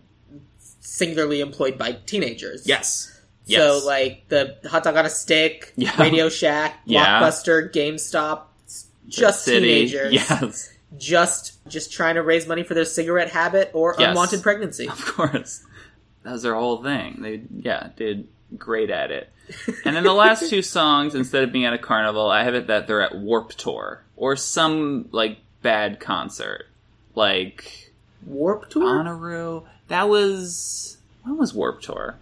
Speaker 1: singularly employed by teenagers.
Speaker 2: Yes.
Speaker 1: So like the hot dog on a stick,
Speaker 2: Yeah.
Speaker 1: Radio Shack,
Speaker 2: [laughs] Yeah.
Speaker 1: Blockbuster, GameStop, s- just
Speaker 2: City.
Speaker 1: teenagers,
Speaker 2: [laughs] Yes.
Speaker 1: just just trying to raise money for their cigarette habit or
Speaker 2: Yes.
Speaker 1: unwanted pregnancy.
Speaker 2: Of course. That was their whole thing. They, yeah, did great at it. And then the
Speaker 1: [laughs]
Speaker 2: last two songs, instead of being at a carnival, I have it that they're at Warp Tour or some, like, bad concert. Like,
Speaker 1: Warp
Speaker 2: Um,
Speaker 1: tour.
Speaker 2: Bonnaroo. That was. When was Warp Tour?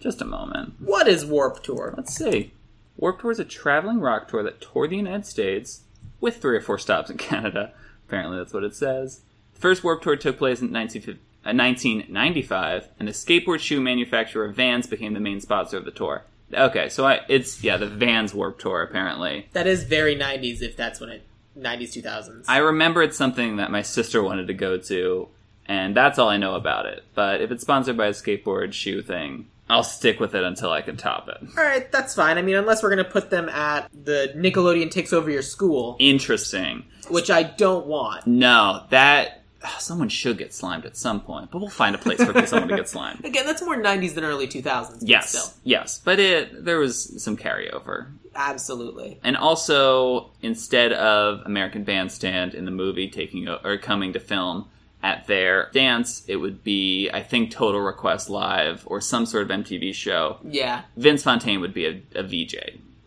Speaker 2: Just a moment.
Speaker 1: what is Warp tour?
Speaker 2: Let's see. Warp Tour is a traveling rock tour that toured the United States with three or four stops in [laughs] Canada. Apparently, that's what it says. The first Warp Tour took place in 1950 uh, 1995, and the skateboard shoe manufacturer Vans became the main sponsor of the tour. Okay, so I, it's, yeah, the Vans Warp Tour, apparently.
Speaker 1: That is very '90s if that's when it '90s 2000s.
Speaker 2: I remember it's something that my sister wanted to go to, and that's all I know about it. But if it's sponsored by a skateboard shoe thing, I'll stick with it until I can top it.
Speaker 1: All right, that's fine. I mean, unless we're gonna put them at the Nickelodeon takes over your school,
Speaker 2: Interesting.
Speaker 1: which I don't want.
Speaker 2: No, that [sighs] ugh, someone should get slimed at some point, but we'll find a place for [laughs] someone to get slimed.
Speaker 1: Again, that's more '90s than early 2000s. but
Speaker 2: Yes,
Speaker 1: still,
Speaker 2: yes, but it there was some carryover,
Speaker 1: absolutely.
Speaker 2: and also instead of American Bandstand in the movie taking o- or coming to film at their dance, it would be I think Total Request Live or some sort of MTV show.
Speaker 1: Yeah,
Speaker 2: Vince Fontaine would be a, a VJ.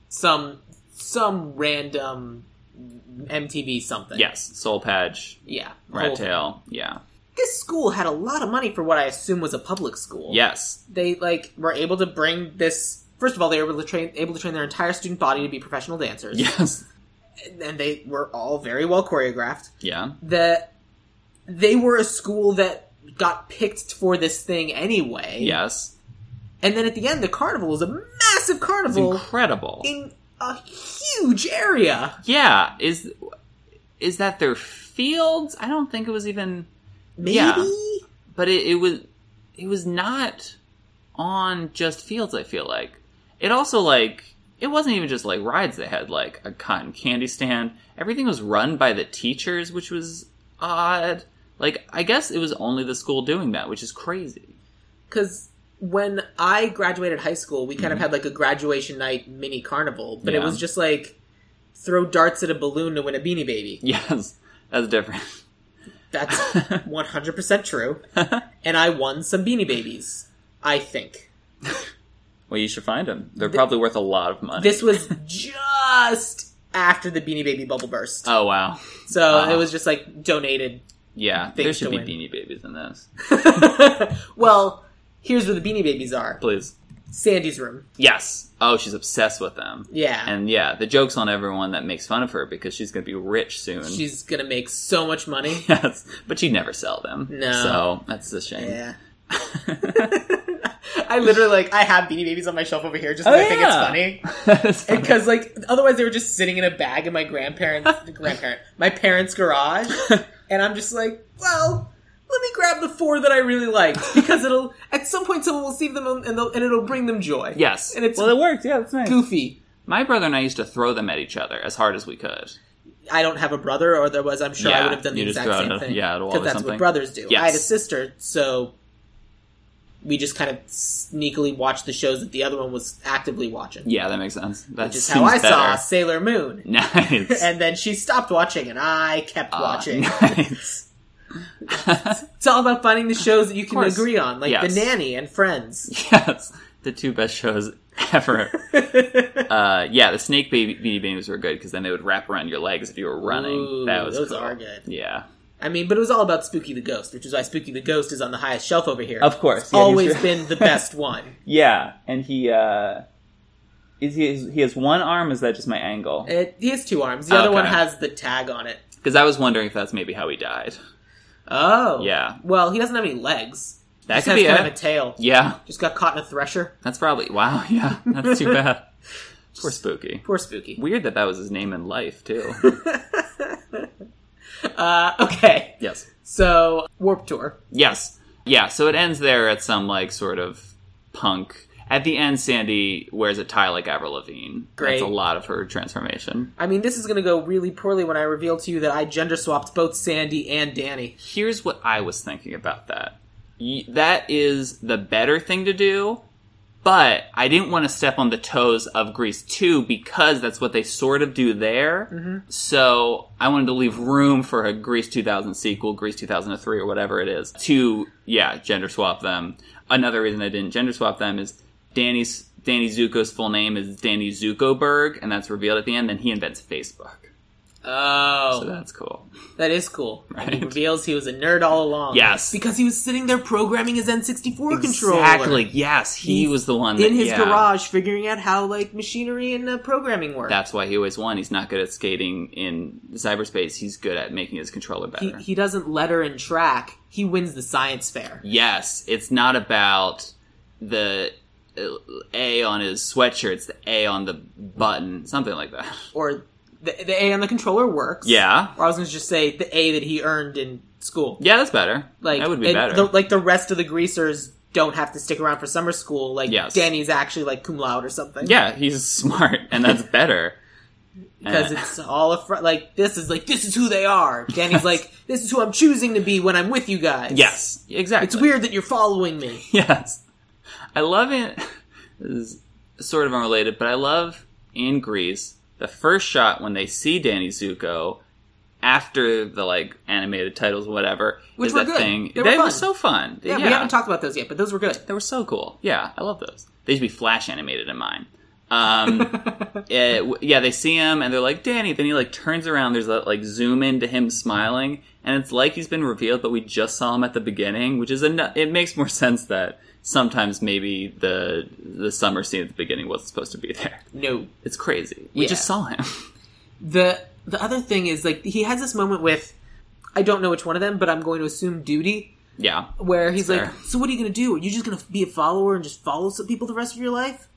Speaker 1: some some random MTV something.
Speaker 2: Yes, Soul Patch,
Speaker 1: yeah.
Speaker 2: Rat
Speaker 1: whole thing.
Speaker 2: Tail. Yeah,
Speaker 1: This school had a lot of money for what I assume was a public school.
Speaker 2: yes, [laughs]
Speaker 1: they like were able to bring this. First of all, they were able to train able to train their entire student body to be professional dancers,
Speaker 2: yes,
Speaker 1: and they were all very well choreographed.
Speaker 2: yeah,
Speaker 1: That they were a school that got picked for this thing anyway.
Speaker 2: yes.
Speaker 1: and then at the end, the carnival was a massive
Speaker 2: It's
Speaker 1: carnival
Speaker 2: incredible.
Speaker 1: in a huge area.
Speaker 2: Yeah, is is that their fields? I don't think it was even,
Speaker 1: Maybe
Speaker 2: Yeah. but it, it was it was not on just fields. I feel like it also like it wasn't even just like rides. They had like a cotton candy stand. Everything was run by the teachers, which was odd. Like I guess it was only the school doing that, which is crazy.
Speaker 1: because when I graduated high school, we kind of had like a graduation night mini carnival, but it
Speaker 2: Mm-hmm. Yeah.
Speaker 1: was just like throw darts at a balloon to win a beanie baby.
Speaker 2: [laughs] Yes, that's different. [laughs]
Speaker 1: That's 100% true. And I won some beanie babies, I think.
Speaker 2: Well, you should find them. They're probably worth a lot of money.
Speaker 1: This was just after the beanie baby bubble burst.
Speaker 2: oh wow,
Speaker 1: so
Speaker 2: wow.
Speaker 1: it was just like donated. [laughs]
Speaker 2: yeah.
Speaker 1: Things
Speaker 2: There
Speaker 1: to
Speaker 2: should be
Speaker 1: win.
Speaker 2: beanie babies in this,
Speaker 1: well, here's where the beanie babies are
Speaker 2: please.
Speaker 1: Sandy's room.
Speaker 2: Yes. Oh, she's obsessed with them.
Speaker 1: Yeah.
Speaker 2: And yeah, the joke's on everyone that makes fun of her because she's going to be rich soon.
Speaker 1: She's going to make so much money.
Speaker 2: [laughs] yes. But she'd never sell them.
Speaker 1: No.
Speaker 2: So that's a shame.
Speaker 1: Yeah. [laughs] I literally like I have Beanie Babies on my shelf over here just 'cause
Speaker 2: Oh,
Speaker 1: I think
Speaker 2: yeah.
Speaker 1: it's funny [laughs]
Speaker 2: [laughs]
Speaker 1: because like otherwise they were just sitting in a bag in my
Speaker 2: [laughs]
Speaker 1: grandparents grandparent my parents' garage and I'm just like well let me grab the four that I really liked because it'll at some point someone will see them and, they'll, and it'll bring them joy
Speaker 2: yes.
Speaker 1: and it's
Speaker 2: well, it worked. Yeah, that's nice.
Speaker 1: goofy
Speaker 2: My brother and I used to throw them at each other as hard as we could.
Speaker 1: I don't have a brother or there was I'm sure I
Speaker 2: Yeah,
Speaker 1: would have done the
Speaker 2: you just
Speaker 1: exact
Speaker 2: throw it
Speaker 1: same
Speaker 2: at-
Speaker 1: thing
Speaker 2: yeah, at a wall or
Speaker 1: that's what
Speaker 2: something.
Speaker 1: brothers do I
Speaker 2: Yes.
Speaker 1: had a sister so we just kind of sneakily watched the shows that the other one was actively watching
Speaker 2: Yeah, that makes sense. That
Speaker 1: which is
Speaker 2: seems
Speaker 1: how I saw
Speaker 2: better.
Speaker 1: Sailor Moon. [laughs]
Speaker 2: Nice.
Speaker 1: And then she stopped watching, and I kept
Speaker 2: Ah,
Speaker 1: watching.
Speaker 2: [laughs] Nice.
Speaker 1: It's all about finding the shows that you can
Speaker 2: course.
Speaker 1: agree on, like
Speaker 2: Yes.
Speaker 1: The Nanny and Friends.
Speaker 2: yes, the two best shows
Speaker 1: [laughs]
Speaker 2: ever. uh, yeah, the snake baby beanie babies were good because then they would wrap around your legs if you were running.
Speaker 1: Ooh,
Speaker 2: that was
Speaker 1: those
Speaker 2: cool.
Speaker 1: are good.
Speaker 2: Yeah,
Speaker 1: [laughs] I mean, but it was all about Spooky the Ghost, which is why Spooky the Ghost is on the highest shelf over here.
Speaker 2: of course.
Speaker 1: It's
Speaker 2: yeah, he's
Speaker 1: always
Speaker 2: [laughs] re-
Speaker 1: been the best one.
Speaker 2: Yeah, and he uh, is he he has one arm. or Is that just my angle?
Speaker 1: It, he has two arms. The other
Speaker 2: Okay.
Speaker 1: one has the tag on it.
Speaker 2: Because I was wondering if that's maybe how he died.
Speaker 1: Oh,
Speaker 2: Yeah.
Speaker 1: Well, he doesn't have any legs.
Speaker 2: That
Speaker 1: Just
Speaker 2: could
Speaker 1: has
Speaker 2: be
Speaker 1: kind
Speaker 2: it.
Speaker 1: of a tail.
Speaker 2: Yeah,
Speaker 1: Just got caught in a thresher.
Speaker 2: that's probably wow. [laughs] Yeah, that's too bad. Poor Spooky.
Speaker 1: Poor Spooky.
Speaker 2: Weird that that was his name in life too. [laughs]
Speaker 1: Uh, okay,
Speaker 2: yes.
Speaker 1: so Warp Tour.
Speaker 2: Yes. Yeah, so it ends there at some like sort of punk. At the end, Sandy wears a tie like Avril Lavigne.
Speaker 1: Great.
Speaker 2: That's a lot of her transformation.
Speaker 1: I mean, this is going to go really poorly when I reveal to you that I gender swapped both Sandy and Danny.
Speaker 2: Here's what I was thinking about that. Y- That is the better thing to do, but I didn't want to step on the toes of Grease 2 because that's what they sort of do there. So I wanted to leave room for a Grease 2000 sequel, Grease 2003 or whatever it is, to yeah, gender swap them. Another reason I didn't gender swap them is Danny's Danny Zuko's full name is Danny Zukoberg, and that's revealed at the end. Then he invents Facebook,
Speaker 1: Oh,
Speaker 2: so that's cool.
Speaker 1: that is cool. And he
Speaker 2: Right.
Speaker 1: reveals he was a nerd all along.
Speaker 2: Yes.
Speaker 1: because he was sitting there programming his N64 controller
Speaker 2: Exactly. Yes, he
Speaker 1: He's
Speaker 2: was the one that,
Speaker 1: in his
Speaker 2: yeah.
Speaker 1: garage, figuring out how like machinery and uh, programming work.
Speaker 2: That's why he always won. He's not good at skating in cyberspace. He's good at making his controller
Speaker 1: he,
Speaker 2: better.
Speaker 1: he doesn't letter and track. He wins the science fair.
Speaker 2: yes, it's not about the uh, A on his sweatshirt. It's the A on the button, something
Speaker 1: [laughs]
Speaker 2: like that.
Speaker 1: Or the, the A on the controller works.
Speaker 2: Yeah,
Speaker 1: Or I was going to just say the A that he earned in school.
Speaker 2: yeah, that's better.
Speaker 1: Like
Speaker 2: that would be
Speaker 1: and
Speaker 2: better.
Speaker 1: The, like the rest of the greasers don't have to stick around for summer school. Like
Speaker 2: Yes.
Speaker 1: Danny's actually like cum laude or something.
Speaker 2: yeah, he's [laughs] smart, and that's better.
Speaker 1: because
Speaker 2: Eh. [laughs]
Speaker 1: it's all a fr- like this is like this is who they are. Danny's like this is who I'm choosing to be when I'm with you guys.
Speaker 2: yes, exactly.
Speaker 1: it's weird that you're following me.
Speaker 2: [laughs] yes. I love it. This is sort of unrelated, but I love in Greece the first shot when they see Danny Zuko after the like animated titles, whatever.
Speaker 1: Which
Speaker 2: is
Speaker 1: were
Speaker 2: that
Speaker 1: good.
Speaker 2: thing.
Speaker 1: They were fun.
Speaker 2: so fun.
Speaker 1: Yeah, we haven't talked about those yet, but those were good.
Speaker 2: They were so cool. Yeah, I love those. They should be flash animated in mine.
Speaker 1: [laughs]
Speaker 2: Um, eh, w- yeah, they see him and they're like Danny. Then he like turns around. There's a like zoom into him smiling, and it's like he's been revealed, but we just saw him at the beginning, which is enough. It makes more sense that sometimes maybe the the summer scene at the beginning wasn't supposed to be there.
Speaker 1: No,
Speaker 2: It's crazy. We
Speaker 1: Yeah.
Speaker 2: just saw him. [laughs]
Speaker 1: the the other thing is like he has this moment with I don't know which one of them, but I'm going to assume duty.
Speaker 2: yeah,
Speaker 1: where he's
Speaker 2: That's
Speaker 1: like,
Speaker 2: fair.
Speaker 1: "So what are you gonna do? Are you just gonna be a follower and just follow some people the rest of your life?"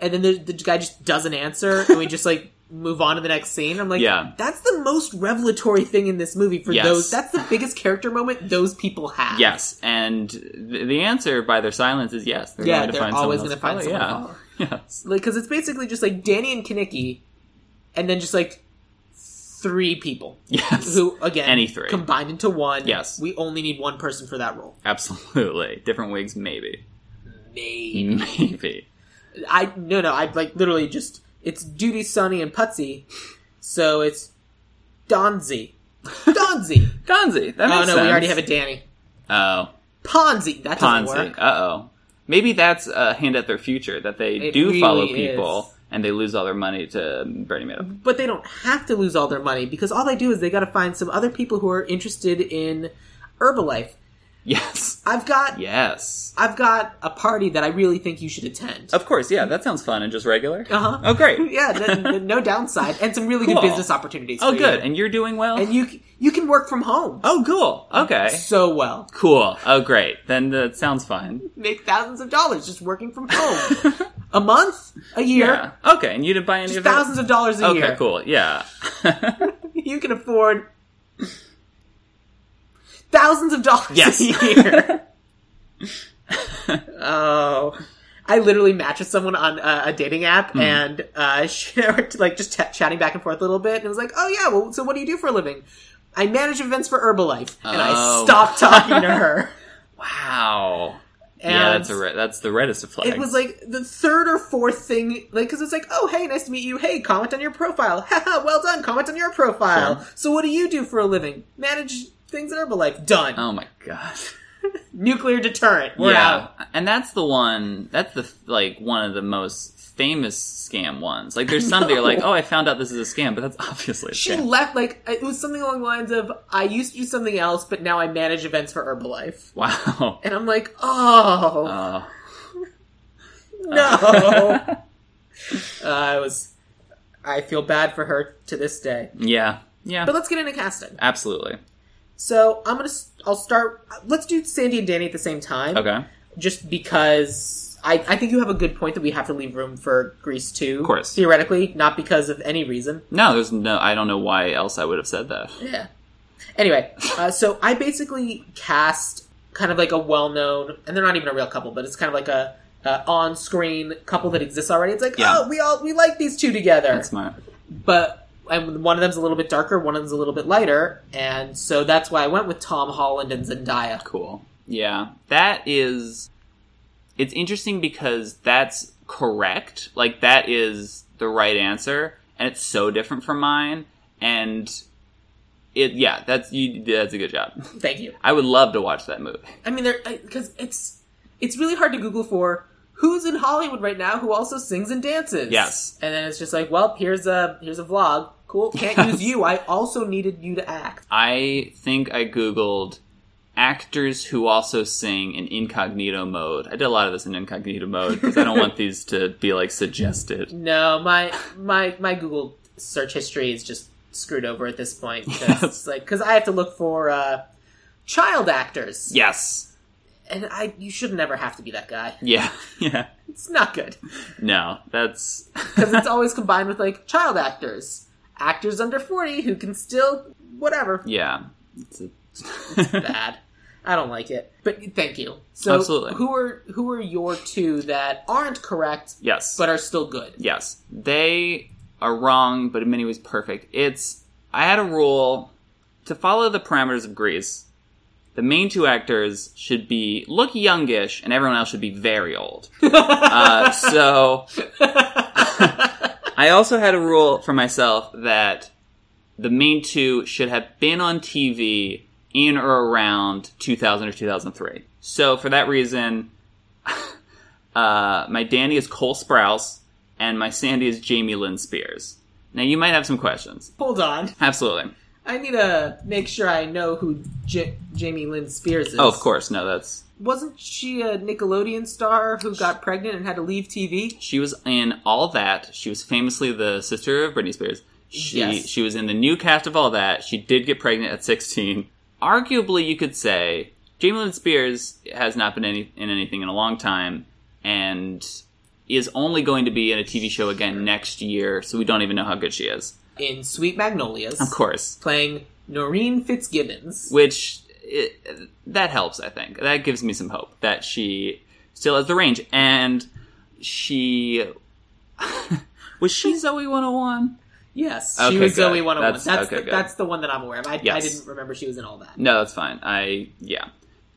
Speaker 1: And then the, the guy just doesn't answer, and we just like [laughs] move on to the next scene. I'm like,
Speaker 2: Yeah.
Speaker 1: that's the most revelatory thing in this movie for
Speaker 2: Yes.
Speaker 1: those. That's the biggest character moment those people have.
Speaker 2: yes, and th- the answer by their silence is yes. They're
Speaker 1: Yeah,
Speaker 2: going to
Speaker 1: they're
Speaker 2: find
Speaker 1: always
Speaker 2: someone
Speaker 1: gonna
Speaker 2: else
Speaker 1: find
Speaker 2: follow.
Speaker 1: someone
Speaker 2: yeah. Yes.
Speaker 1: like because it's basically just like Danny and Kinnicky, and then just like three people
Speaker 2: [laughs] Yes.
Speaker 1: who again
Speaker 2: Any three.
Speaker 1: combined into one.
Speaker 2: Yes.
Speaker 1: we only need one person for that role.
Speaker 2: Absolutely. Different wigs, maybe.
Speaker 1: Me.
Speaker 2: [laughs] Maybe.
Speaker 1: I no no I like literally just it's Duty Sonny and Putsy, so it's Donzi, Donzi.
Speaker 2: Gonzi. [laughs] That
Speaker 1: oh no,
Speaker 2: makes sense.
Speaker 1: we already have a Danny
Speaker 2: Oh,
Speaker 1: Ponzi. That doesn't
Speaker 2: Ponzi.
Speaker 1: work.
Speaker 2: Uh oh. Maybe that's a hint at their future that they
Speaker 1: It
Speaker 2: do follow
Speaker 1: really
Speaker 2: people
Speaker 1: is. Mm-hmm.
Speaker 2: and they lose all their money to Bernie Madoff.
Speaker 1: But they don't have to lose all their money because all they do is they got to find some other people who are interested in Herbalife.
Speaker 2: Yes.
Speaker 1: I've got
Speaker 2: Yes.
Speaker 1: I've got a party that I really think you should attend.
Speaker 2: Of course. Yeah, that sounds fun and just regular.
Speaker 1: Uh-huh.
Speaker 2: Oh,
Speaker 1: [laughs]
Speaker 2: great.
Speaker 1: yeah, th-
Speaker 2: [laughs]
Speaker 1: th- no downside and some really
Speaker 2: Cool.
Speaker 1: good business opportunities.
Speaker 2: Oh,
Speaker 1: for you.
Speaker 2: good. And you're doing well.
Speaker 1: and you c- you can work from home
Speaker 2: oh, cool. Okay.
Speaker 1: so well.
Speaker 2: Cool. Oh, great. Then that
Speaker 1: [laughs]
Speaker 2: sounds fine.
Speaker 1: make thousands of dollars just working from home. a month, a year,
Speaker 2: Yeah. Okay. And you didn't buy any of that.
Speaker 1: thousands of dollars a
Speaker 2: Okay.
Speaker 1: year.
Speaker 2: Cool. Yeah. [laughs]
Speaker 1: You can afford thousands of dollars
Speaker 2: Yes.
Speaker 1: a
Speaker 2: [laughs]
Speaker 1: year. oh. I literally matched with someone on uh, a dating
Speaker 2: Hmm.
Speaker 1: app and uh, [laughs] she, like just t- chatting back and forth a little bit, and it was like, "Oh yeah, well, so what do you do for a living?" I manage events for Herbalife, and I
Speaker 2: Oh.
Speaker 1: stopped talking
Speaker 2: [laughs]
Speaker 1: to her.
Speaker 2: wow. yeah,
Speaker 1: And-
Speaker 2: that's a re- that's the reddest of flags.
Speaker 1: It was like the third or fourth thing, like because it's like, oh hey, nice to meet you. Hey, [laughs] comment on your profile. Haha, well done. Comment on your profile. So what do you do for a living? Manage things in Herbalife. Done.
Speaker 2: Oh my god.
Speaker 1: Nuclear deterrent. We're
Speaker 2: yeah,
Speaker 1: out.
Speaker 2: and that's the one. That's the like one of the most famous scam ones. Like there's some
Speaker 1: [laughs]
Speaker 2: that you're like, oh, I found out this is a scam, but that's [laughs] obviously a
Speaker 1: She
Speaker 2: scam.
Speaker 1: left like it was something along the lines of I used to do something else, but now I manage events for Herbalife.
Speaker 2: Wow.
Speaker 1: And I'm like, oh
Speaker 2: Uh,
Speaker 1: no. [laughs]
Speaker 2: [laughs]
Speaker 1: uh, I was I feel bad for her to this day.
Speaker 2: yeah. Yeah.
Speaker 1: But let's get into casting.
Speaker 2: Absolutely.
Speaker 1: So I'm gonna s- I'll start. Let's do Sandy and Danny at the same time.
Speaker 2: Okay.
Speaker 1: Just because I I think you have a good point that we have to leave room for Grease too. Of
Speaker 2: course.
Speaker 1: theoretically, not because of any reason.
Speaker 2: No, there's no. I don't know why else I would have said that.
Speaker 1: Yeah. Anyway, uh, so I basically cast kind of like a well-known, and they're not even a real couple, but it's kind of like a, a on-screen couple that exists already. It's like,
Speaker 2: Yeah.
Speaker 1: oh, we all we like these two together,
Speaker 2: That's smart.
Speaker 1: but and one of them's a little bit darker, one of them's a little bit lighter, and so that's why I went with Tom Holland and Zendaya.
Speaker 2: Cool. Yeah. That is. It's interesting because that's correct. Like, that is the right answer. And it's so different from mine. And. It, yeah, that's you. That's a good job. [laughs]
Speaker 1: Thank you.
Speaker 2: I would love to watch that movie.
Speaker 1: I mean, they're because it's it's really hard to Google for who's in Hollywood right now who also sings and dances.
Speaker 2: Yes.
Speaker 1: and then it's just like, well, here's a here's a vlog. Cool. Can't
Speaker 2: Yes.
Speaker 1: use you. I also needed you to act.
Speaker 2: I think I googled actors who also sing in incognito mode. I did a lot of this in incognito mode because I don't want these to be like suggested.
Speaker 1: No, my my my Google search history is just screwed over at this point. 'cause
Speaker 2: Yes.
Speaker 1: It's like because I have to look for uh, child actors.
Speaker 2: Yes.
Speaker 1: and I you should never have to be that guy.
Speaker 2: Yeah. [laughs] Yeah.
Speaker 1: It's not good.
Speaker 2: No, that's [laughs]
Speaker 1: because it's always combined with like child actors, actors under forty who can still whatever
Speaker 2: yeah. It's a...
Speaker 1: bad. I don't like it, but thank you. So
Speaker 2: Absolutely.
Speaker 1: who are who are your two that aren't correct
Speaker 2: [laughs] yes.
Speaker 1: but are still good?
Speaker 2: Yes. They are wrong, but in many ways perfect. It's I had a rule to follow the parameters of Greece. The main two actors should be look youngish, and everyone else should be very old. Uh, so I also had a rule for myself that the main two should have been on TV in or around 2000 or 2003. So for that reason, [laughs] uh, my Danny is Cole Sprouse and my Sandy is Jamie Lynn Spears. Now you might have some questions.
Speaker 1: Hold on,
Speaker 2: Absolutely.
Speaker 1: I need to make sure I know who J- Jamie Lynn Spears is.
Speaker 2: Oh, of course. No, that's
Speaker 1: Wasn't she a Nickelodeon star who got pregnant and had to leave TV?
Speaker 2: she was in all that. She was famously the sister of Britney Spears. She
Speaker 1: Yes.
Speaker 2: she was in the new cast of all that. She did get pregnant at sixteen. Arguably, you could say Jamie Lynn Spears has not been any, in anything in a long time, and is only going to be in a TV show again next year. So we don't even know how good she is.
Speaker 1: In Sweet Magnolias,
Speaker 2: Of course,
Speaker 1: playing Noreen Fitzgibbons.
Speaker 2: which it, that helps. I think that gives me some hope that she still has the range, and she [laughs] was she Zoe one hundred and one.
Speaker 1: Yes, she
Speaker 2: Okay,
Speaker 1: was
Speaker 2: good.
Speaker 1: Zoe 101. That's,
Speaker 2: That's- okay,
Speaker 1: the,
Speaker 2: good.
Speaker 1: that's the one that I'm aware of. I, I
Speaker 2: Yes.
Speaker 1: didn't remember she was in all that.
Speaker 2: No, that's fine. I yeah,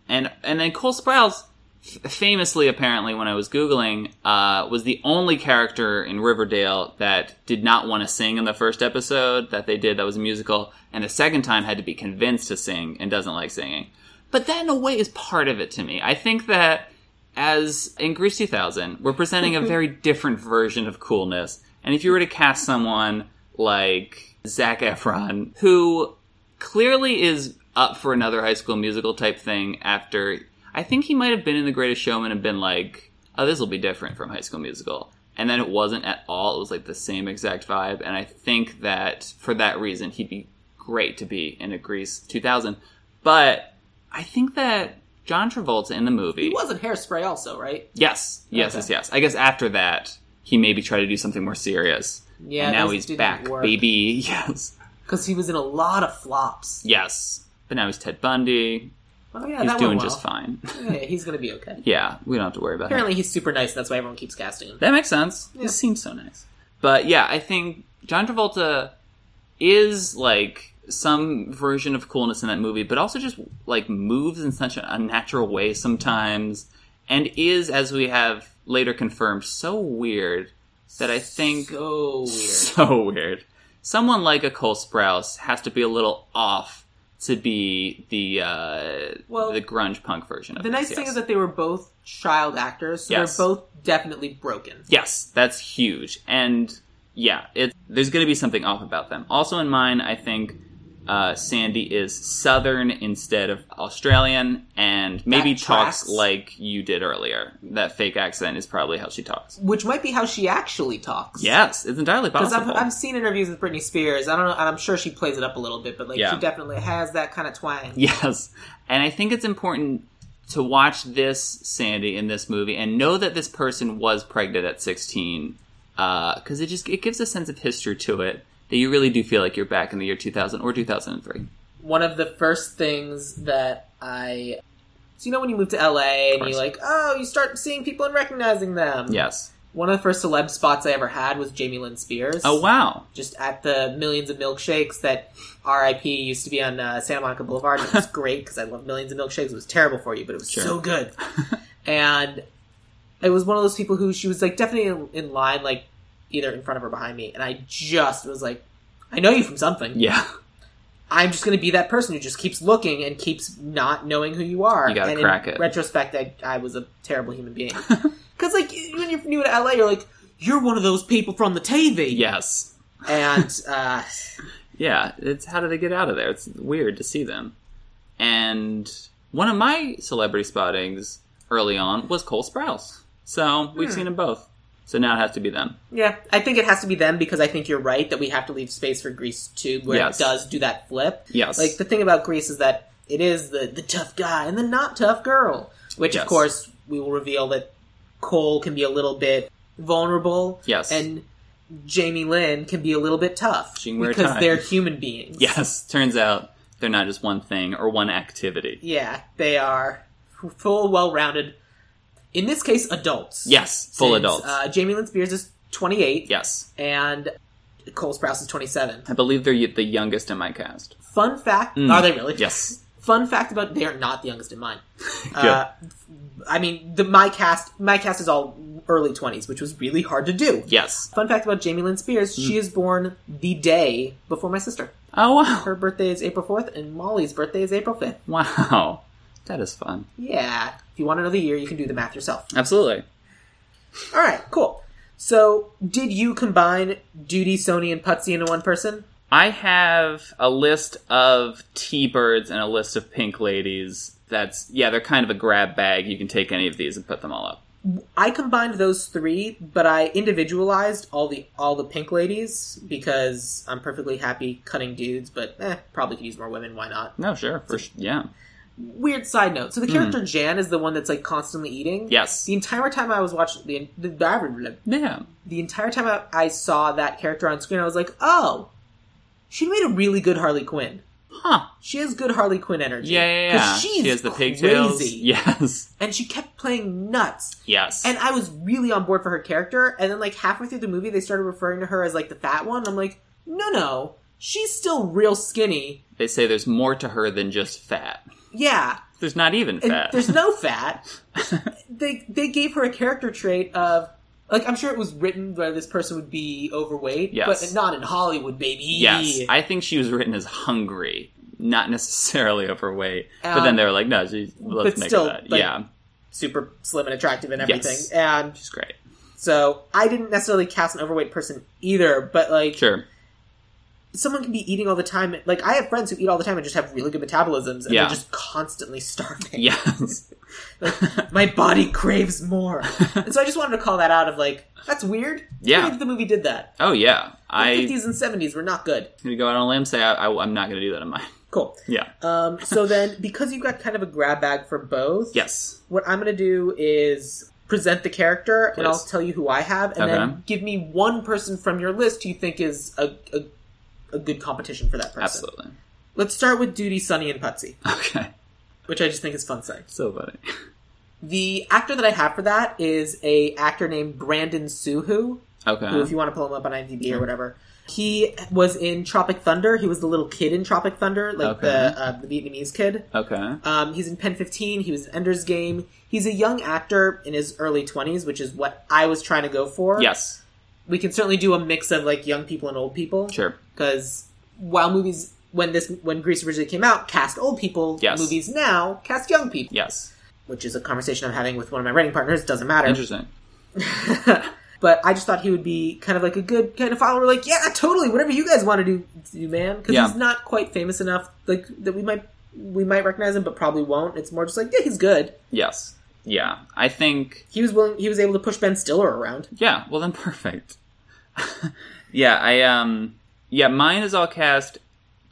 Speaker 2: and and then Cole Sprouse, f- famously apparently when I was googling, uh, was the only character in Riverdale that did not want to sing in the first episode that they did that was a musical, and the second time had to be convinced to sing and doesn't like singing. But that in a way is part of it to me. I think that as in Grease 2000, we're presenting a very different version of coolness. And if you were to cast someone like Zach Efron, who clearly is up for another high school musical type thing after I think he might have been in The Greatest Showman and been like, oh, this will be different from High School Musical. And then it wasn't at all. It was like the same exact vibe. And I think that for that reason, he'd be great to be in a Grease 2000. But I think that John Travolta in the movie.
Speaker 1: He was in Hairspray also, right?
Speaker 2: Yes, yes,
Speaker 1: Okay.
Speaker 2: yes, yes. I guess after that, he maybe tried to do something more serious.
Speaker 1: Yeah,
Speaker 2: and now he's back, baby. [laughs] Yes,
Speaker 1: Because he was in a lot of flops.
Speaker 2: yes. But now he's Ted Bundy.
Speaker 1: Oh yeah,
Speaker 2: he's
Speaker 1: that
Speaker 2: doing
Speaker 1: went well.
Speaker 2: just fine. [laughs]
Speaker 1: Yeah, he's gonna be okay.
Speaker 2: yeah, we don't have to worry about him.
Speaker 1: Apparently, he's super nice. That's why everyone keeps casting him.
Speaker 2: That makes sense.
Speaker 1: Yeah.
Speaker 2: He seems so nice. But yeah, I think John Travolta is like some version of coolness in that movie, but also just like moves in such an unnatural way sometimes, and is, as we have later confirmed, so weird that I think
Speaker 1: So weird.
Speaker 2: So weird. Someone like a Cole Sprouse has to be a little off to be the uh,
Speaker 1: Well,
Speaker 2: the grunge punk version of
Speaker 1: The
Speaker 2: this,
Speaker 1: nice thing
Speaker 2: yes.
Speaker 1: is that they were both child actors, so
Speaker 2: Yes.
Speaker 1: they're both definitely broken.
Speaker 2: Yes, that's huge. And yeah, it there's going to be something off about them. Also in mine, I think uh, Sandy is Southern instead of Australian, and maybe
Speaker 1: That
Speaker 2: talks
Speaker 1: tracks.
Speaker 2: like you did earlier. That fake accent is probably how she talks.
Speaker 1: Which might be how she actually talks.
Speaker 2: Yes, it's entirely
Speaker 1: Because
Speaker 2: possible.
Speaker 1: I've, I've seen interviews with Britney Spears. I don't know, and I'm sure she plays it up a little bit, but like
Speaker 2: Yeah.
Speaker 1: she definitely has that kind of twang.
Speaker 2: Yes. And I think it's important to watch this Sandy in this movie and know that this person was pregnant at 16 because it just it gives a sense of history to it that you really do feel like you're back in the year 2000 or 2003.
Speaker 1: One of the first things that I, so you know, when you move to LA and
Speaker 2: course.
Speaker 1: you like, oh, you start seeing people and recognizing them.
Speaker 2: Yes.
Speaker 1: One of the first celeb spots I ever had was Jamie Lynn Spears.
Speaker 2: Oh wow.
Speaker 1: Just at the millions of milkshakes that RIP used to be on uh, Santa Monica Boulevard. It
Speaker 2: [laughs]
Speaker 1: was great because I love millions of milkshakes. It was terrible for you, but it was
Speaker 2: Sure.
Speaker 1: so
Speaker 2: [laughs]
Speaker 1: good. and it was one of those people who she was like definitely in, in line, like either in front of or behind me. And I just was like, I know you from something.
Speaker 2: Yeah. [laughs]
Speaker 1: I'm just going to be that person who just keeps looking and keeps not knowing who you are.
Speaker 2: You gotta
Speaker 1: and
Speaker 2: crack
Speaker 1: in
Speaker 2: it.
Speaker 1: Retrospect, I, I was a terrible human
Speaker 2: [laughs]
Speaker 1: being because like when you're new to LA, you're like you're one of those people from the TV.
Speaker 2: Yes.
Speaker 1: [laughs] and uh,
Speaker 2: Yeah, it's how do they get out of there? It's weird to see them. And one of my celebrity spottings early on was Cole Sprouse. So we've seen them both. So now it has to be them.
Speaker 1: yeah, I think it has to be them because I think you're right that we have to leave space for Grease too, where
Speaker 2: Yes.
Speaker 1: it does do that flip.
Speaker 2: Yes.
Speaker 1: Like the thing about Grease is that it is the the tough guy and the not tough girl, which
Speaker 2: Yes.
Speaker 1: of course we will reveal that Cole can be a little bit vulnerable.
Speaker 2: Yes.
Speaker 1: and Jamie Lynn can be a little bit tough
Speaker 2: She can wear a
Speaker 1: because
Speaker 2: tie.
Speaker 1: they're human beings.
Speaker 2: Yes, [laughs] turns out they're not just one thing or one activity.
Speaker 1: yeah, they are full, well-rounded. In this case, adults.
Speaker 2: Yes, full
Speaker 1: Since,
Speaker 2: adults.
Speaker 1: Uh, Jamie Lynn Spears is 28,
Speaker 2: yes.
Speaker 1: and Cole Sprouse is 27.
Speaker 2: I believe they're y- the youngest in my cast.
Speaker 1: Fun fact:
Speaker 2: Mm.
Speaker 1: Are they really?
Speaker 2: Yes.
Speaker 1: Fun fact about they are not the youngest in mine. Uh,
Speaker 2: Good.
Speaker 1: I mean, the my cast my cast is all early 20s, which was really hard to do.
Speaker 2: Yes.
Speaker 1: Fun fact about Jamie Lynn Spears: She is born the day before my sister.
Speaker 2: Oh, wow. [laughs]
Speaker 1: Her birthday is April 4th, and Molly's birthday is April 5th.
Speaker 2: Wow. That is fun.
Speaker 1: Yeah. If you want to know the year, you can do the math yourself.
Speaker 2: Absolutely.
Speaker 1: All right, cool. So, did you combine Duty, Sony, and Putzi into one person?
Speaker 2: I have a list of T birds and a list of pink ladies. That's, yeah, they're kind of a grab bag. You can take any of these and put them all up.
Speaker 1: I combined those three, but I individualized all the all the pink ladies because I'm perfectly happy cutting dudes, but eh, probably could use more women. Why not?
Speaker 2: No, sure. For, sh- yeah.
Speaker 1: Weird side note.
Speaker 2: Hmm.
Speaker 1: So the character Jan is the one that's like constantly eating.
Speaker 2: Yes.
Speaker 1: The entire time I was watching the the,
Speaker 2: Yeah.
Speaker 1: the entire time I, I saw that character on screen, I was like, oh, she made a really good Harley Quinn.
Speaker 2: Huh.
Speaker 1: She has good Harley Quinn energy.
Speaker 2: Yeah, yeah,
Speaker 1: 'Cause
Speaker 2: yeah.
Speaker 1: She's
Speaker 2: She has the
Speaker 1: crazy.
Speaker 2: pigtails. [laughs] Yes.
Speaker 1: And she kept playing nuts.
Speaker 2: Yes.
Speaker 1: And I was really on board for her character. And then, like, halfway through the movie, they started referring to her as, like, the fat one. I'm like, no, no. She's still real skinny.
Speaker 2: they say there's more to her than just fat.
Speaker 1: Yeah.
Speaker 2: There's not even
Speaker 1: And
Speaker 2: fat.
Speaker 1: there's [laughs] no fat. they, they gave her a character trait of, like, I'm sure it was written where this person would be overweight.
Speaker 2: Yes.
Speaker 1: But not in Hollywood, baby.
Speaker 2: [laughs] Yes, I think she was written as hungry, not necessarily [laughs] overweight. but then
Speaker 1: Um,
Speaker 2: they were like, no, she's, let's
Speaker 1: but
Speaker 2: make
Speaker 1: still,
Speaker 2: her that.
Speaker 1: like-
Speaker 2: yeah,
Speaker 1: Super slim and attractive and
Speaker 2: Yes.
Speaker 1: everything. And
Speaker 2: she's great.
Speaker 1: So I didn't necessarily cast an overweight person either, but like
Speaker 2: Sure. [laughs]
Speaker 1: someone can be eating all the time. Like I have friends who eat all the time and just have really good metabolisms, and
Speaker 2: Yeah.
Speaker 1: they're just constantly starving.
Speaker 2: Yes.
Speaker 1: [laughs] My body craves [laughs] more, and so I just wanted to call that out. Of like, that's weird. It's
Speaker 2: Yeah.
Speaker 1: weird that the movie did that.
Speaker 2: Oh, yeah.
Speaker 1: The
Speaker 2: I
Speaker 1: 50s and 70s were not good.
Speaker 2: gonna go out on a limb and say I, I, am not going to do that in mine.
Speaker 1: Cool.
Speaker 2: [laughs] Yeah.
Speaker 1: Um, so
Speaker 2: [laughs]
Speaker 1: then, because you've got kind of a grab bag for both,
Speaker 2: Yes.
Speaker 1: What I'm going to do is present the character, and I'll
Speaker 2: Please.
Speaker 1: tell you who I have, and
Speaker 2: Okay.
Speaker 1: then give me one person from your list who you think is a, a, a good competition for that person.
Speaker 2: Absolutely.
Speaker 1: Let's start with Duty, Sonny, and Putsy,
Speaker 2: Okay.
Speaker 1: which I just think is fun saying.
Speaker 2: So funny.
Speaker 1: The actor that I have for that is a actor named Brandon Suhu, who, if
Speaker 2: Okay.
Speaker 1: you want to pull him up on IMDb or whatever, he was in Tropic Thunder. He was the little kid in Tropic Thunder, like
Speaker 2: Okay.
Speaker 1: the uh, the Vietnamese kid.
Speaker 2: Okay.
Speaker 1: Um, he's in Pen 15. He was in Ender's Game. He's a young actor in his early 20s, which is what I was trying to go for.
Speaker 2: Yes.
Speaker 1: We can certainly do a mix of like young people and old people.
Speaker 2: Sure.
Speaker 1: Because while movies when this when Greece originally came out, cast old people.
Speaker 2: Yes.
Speaker 1: Movies now cast young people,
Speaker 2: Yes.
Speaker 1: which is a conversation I'm having with one of my writing partners. Doesn't matter.
Speaker 2: Interesting.
Speaker 1: [laughs] but I just thought he would be kind of like a good kind of follower. Like, yeah, totally, whatever you guys want to do, do man. Because
Speaker 2: Yeah.
Speaker 1: he's not quite famous enough, like that we might we might recognize him, but probably won't. It's more just like, yeah, he's good.
Speaker 2: Yes. Yeah. I think.
Speaker 1: He was willing. He was able to push Ben Stiller around.
Speaker 2: Yeah. Well, then [laughs] perfect. yeah. I um. Yeah. Mine is all cast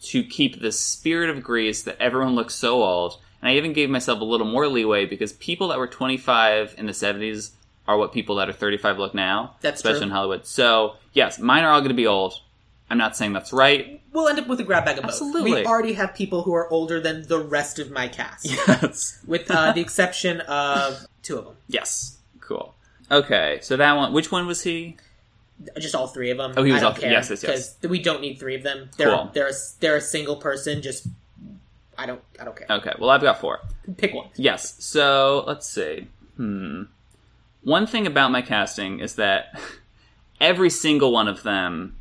Speaker 2: to keep the spirit of Greece that everyone looks so old, and I even gave myself a little more leeway because people that were 25 in the 70s are what people that are 35 look now,
Speaker 1: That's
Speaker 2: especially
Speaker 1: true.
Speaker 2: in Hollywood. So yes, mine are all going to be old. I'm not saying
Speaker 1: [laughs]
Speaker 2: that's right.
Speaker 1: We'll end up with a grab bag of both.
Speaker 2: Absolutely.
Speaker 1: We already have people who are older than the rest of my cast,
Speaker 2: Yes.
Speaker 1: with
Speaker 2: [laughs]
Speaker 1: uh, the exception of two of them.
Speaker 2: Yes. Cool. Okay. So that one. Which one was he?
Speaker 1: Just all three of them.
Speaker 2: Oh, he
Speaker 1: I
Speaker 2: was
Speaker 1: don't
Speaker 2: all three.
Speaker 1: care,
Speaker 2: Yes, yes, yes.
Speaker 1: 'cause we don't need three of them. They're
Speaker 2: Cool.
Speaker 1: they're a, they're a single person. Just I don't I don't care.
Speaker 2: Okay. Well, I've got four.
Speaker 1: Pick one.
Speaker 2: Yes. So let's see. Hmm. One thing about my casting is that [laughs] every single one of them,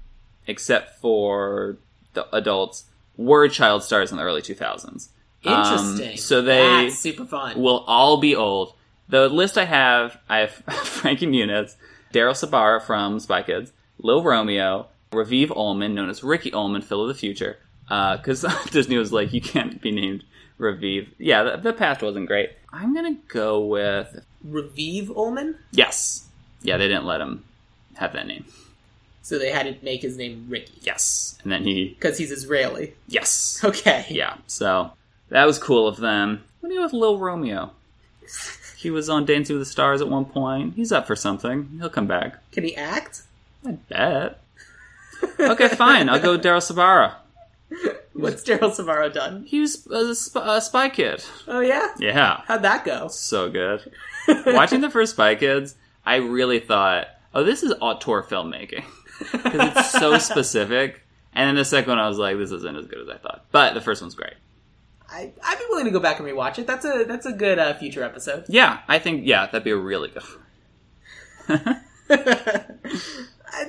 Speaker 2: except for the adults, were child stars in the early 2000s. Um,
Speaker 1: Interesting.
Speaker 2: so they
Speaker 1: That's super fun.
Speaker 2: will all be old. The list I have, I have [laughs] Frankie Muniz, Daryl Sabara from Spy Kids, Lil Romeo, Raviv Ullman, known as Ricky Ullman, Phil of the Future, because [laughs] Disney was like, you can't be named Raviv. Yeah, the, the past wasn't great. I'm gonna go with
Speaker 1: Revive Ullman.
Speaker 2: yes. Yeah, they didn't let him have that name.
Speaker 1: So they had to make his name Ricky
Speaker 2: Yes, and then he
Speaker 1: because he's Israeli. [laughs]
Speaker 2: yes,
Speaker 1: Okay.
Speaker 2: yeah. So that was cool of them. What do you do with Lil Romeo? He was on Dancing with the Stars at one point. He's up for something. He'll come back.
Speaker 1: Can he act?
Speaker 2: I bet. Okay, fine. I'll go with Daryl Sabara.
Speaker 1: What's Daryl Savaro done?
Speaker 2: He was a, sp- a spy kid.
Speaker 1: Oh yeah.
Speaker 2: Yeah,
Speaker 1: How'd that go?
Speaker 2: so good. Watching the first Spy Kids, I really thought, oh, this is auteur filmmaking because it's so specific. And then the second one, I was like, this isn't as good as I thought. But the first one's great.
Speaker 1: I I'd be willing to go back and rewatch it. That's a that's a good uh, future
Speaker 2: [laughs]
Speaker 1: episode.
Speaker 2: Yeah, I think yeah, that'd be a really good. one.
Speaker 1: I-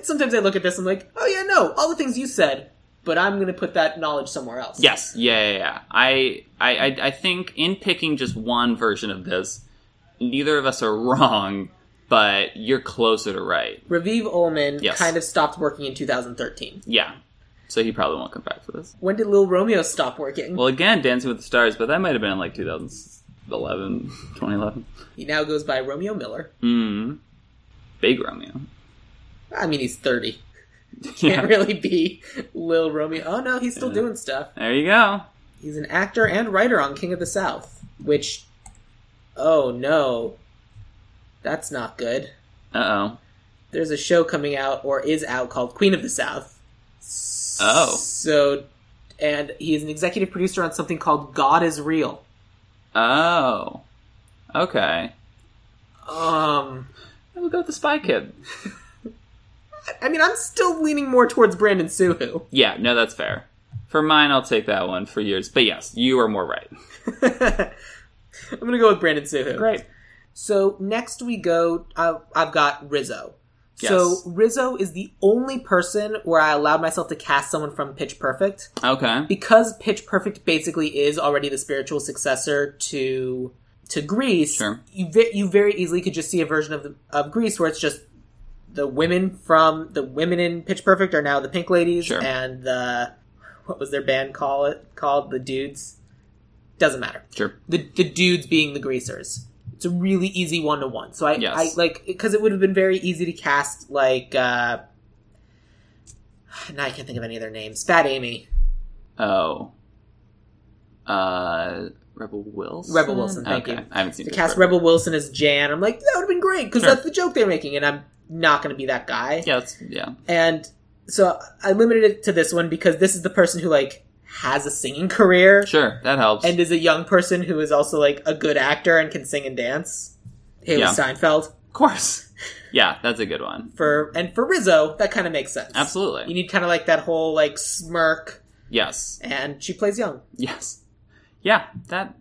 Speaker 1: Sometimes I look at this and I'm like, oh yeah, no, all the things you said, but I'm gonna put that knowledge somewhere else.
Speaker 2: Yes, yeah, yeah, yeah. I, I, I, I think in picking just one version of this, neither of us are [laughs] wrong, but you're closer to right.
Speaker 1: Raviv Ullman
Speaker 2: Yes.
Speaker 1: kind of stopped working in 2013.
Speaker 2: Yeah. So he probably won't come back for this.
Speaker 1: When did Lil Romeo stop working?
Speaker 2: Well, again, Dancing with the Stars, but that might have been in like 2011, 2011.
Speaker 1: he now goes by Romeo Miller.
Speaker 2: Mm. Big Romeo. [laughs]
Speaker 1: I mean, he's 30.
Speaker 2: Yeah.
Speaker 1: Can't really be Lil Romeo. Oh no, he's still
Speaker 2: Yeah.
Speaker 1: doing stuff.
Speaker 2: There you go.
Speaker 1: He's an actor and writer on King of the South, which, oh no, that's not good.
Speaker 2: Uh oh.
Speaker 1: There's a show coming out or is out called Queen of the South.
Speaker 2: Oh.
Speaker 1: So, and he is an executive producer on something called God is Real.
Speaker 2: Oh. Okay.
Speaker 1: Um,
Speaker 2: I would go with the Spy Kid.
Speaker 1: I- I mean, I'm still leaning more towards Brandon Suhu. [laughs]
Speaker 2: Yeah, no, that's fair. For mine, I'll take that one for yours. But yes, you are more right.
Speaker 1: I'm gonna go with Brandon Suhu.
Speaker 2: Great.
Speaker 1: So next we go. I, I've got Rizzo.
Speaker 2: Yes.
Speaker 1: So Rizzo is the only person where I allowed myself to cast someone from Pitch Perfect
Speaker 2: Okay.
Speaker 1: because Pitch Perfect basically is already the spiritual successor to to Greece.
Speaker 2: Sure.
Speaker 1: You ve- you very easily could just see a version of the, of Greece where it's just the women from the women in Pitch Perfect are now the Pink Ladies
Speaker 2: Sure.
Speaker 1: and the what was their band call it called the Dudes. Doesn't matter
Speaker 2: Sure.
Speaker 1: the the dudes being the greasers. It's a really easy one to one. So I,
Speaker 2: Yes.
Speaker 1: I like because it would have been very easy to cast like uh [sighs] now I can't think of any of their names. Fat Amy,
Speaker 2: Oh. Uh, Rebel Wilson?
Speaker 1: Rebel Wilson. Thank
Speaker 2: okay.
Speaker 1: you.
Speaker 2: I haven't seen
Speaker 1: To
Speaker 2: this
Speaker 1: cast
Speaker 2: forever.
Speaker 1: Rebel Wilson as Jan, I'm like that would have been great because
Speaker 2: Sure.
Speaker 1: that's the joke they're making, and I'm not going to be that guy.
Speaker 2: Yeah, that's, yeah.
Speaker 1: And so I limited it to this one because this is the person who like has a singing career
Speaker 2: Sure, that helps.
Speaker 1: and is a young person who is also like a good actor and can sing and dance. Haley
Speaker 2: Yeah.
Speaker 1: Steinfeld.
Speaker 2: Of course. [laughs] Yeah, that's a good one.
Speaker 1: for and for Rizzo, that kind of makes sense. You
Speaker 2: Absolutely.
Speaker 1: need kind of like that whole like smirk,
Speaker 2: Yes.
Speaker 1: and she plays young. [laughs]
Speaker 2: Yes. Yeah, that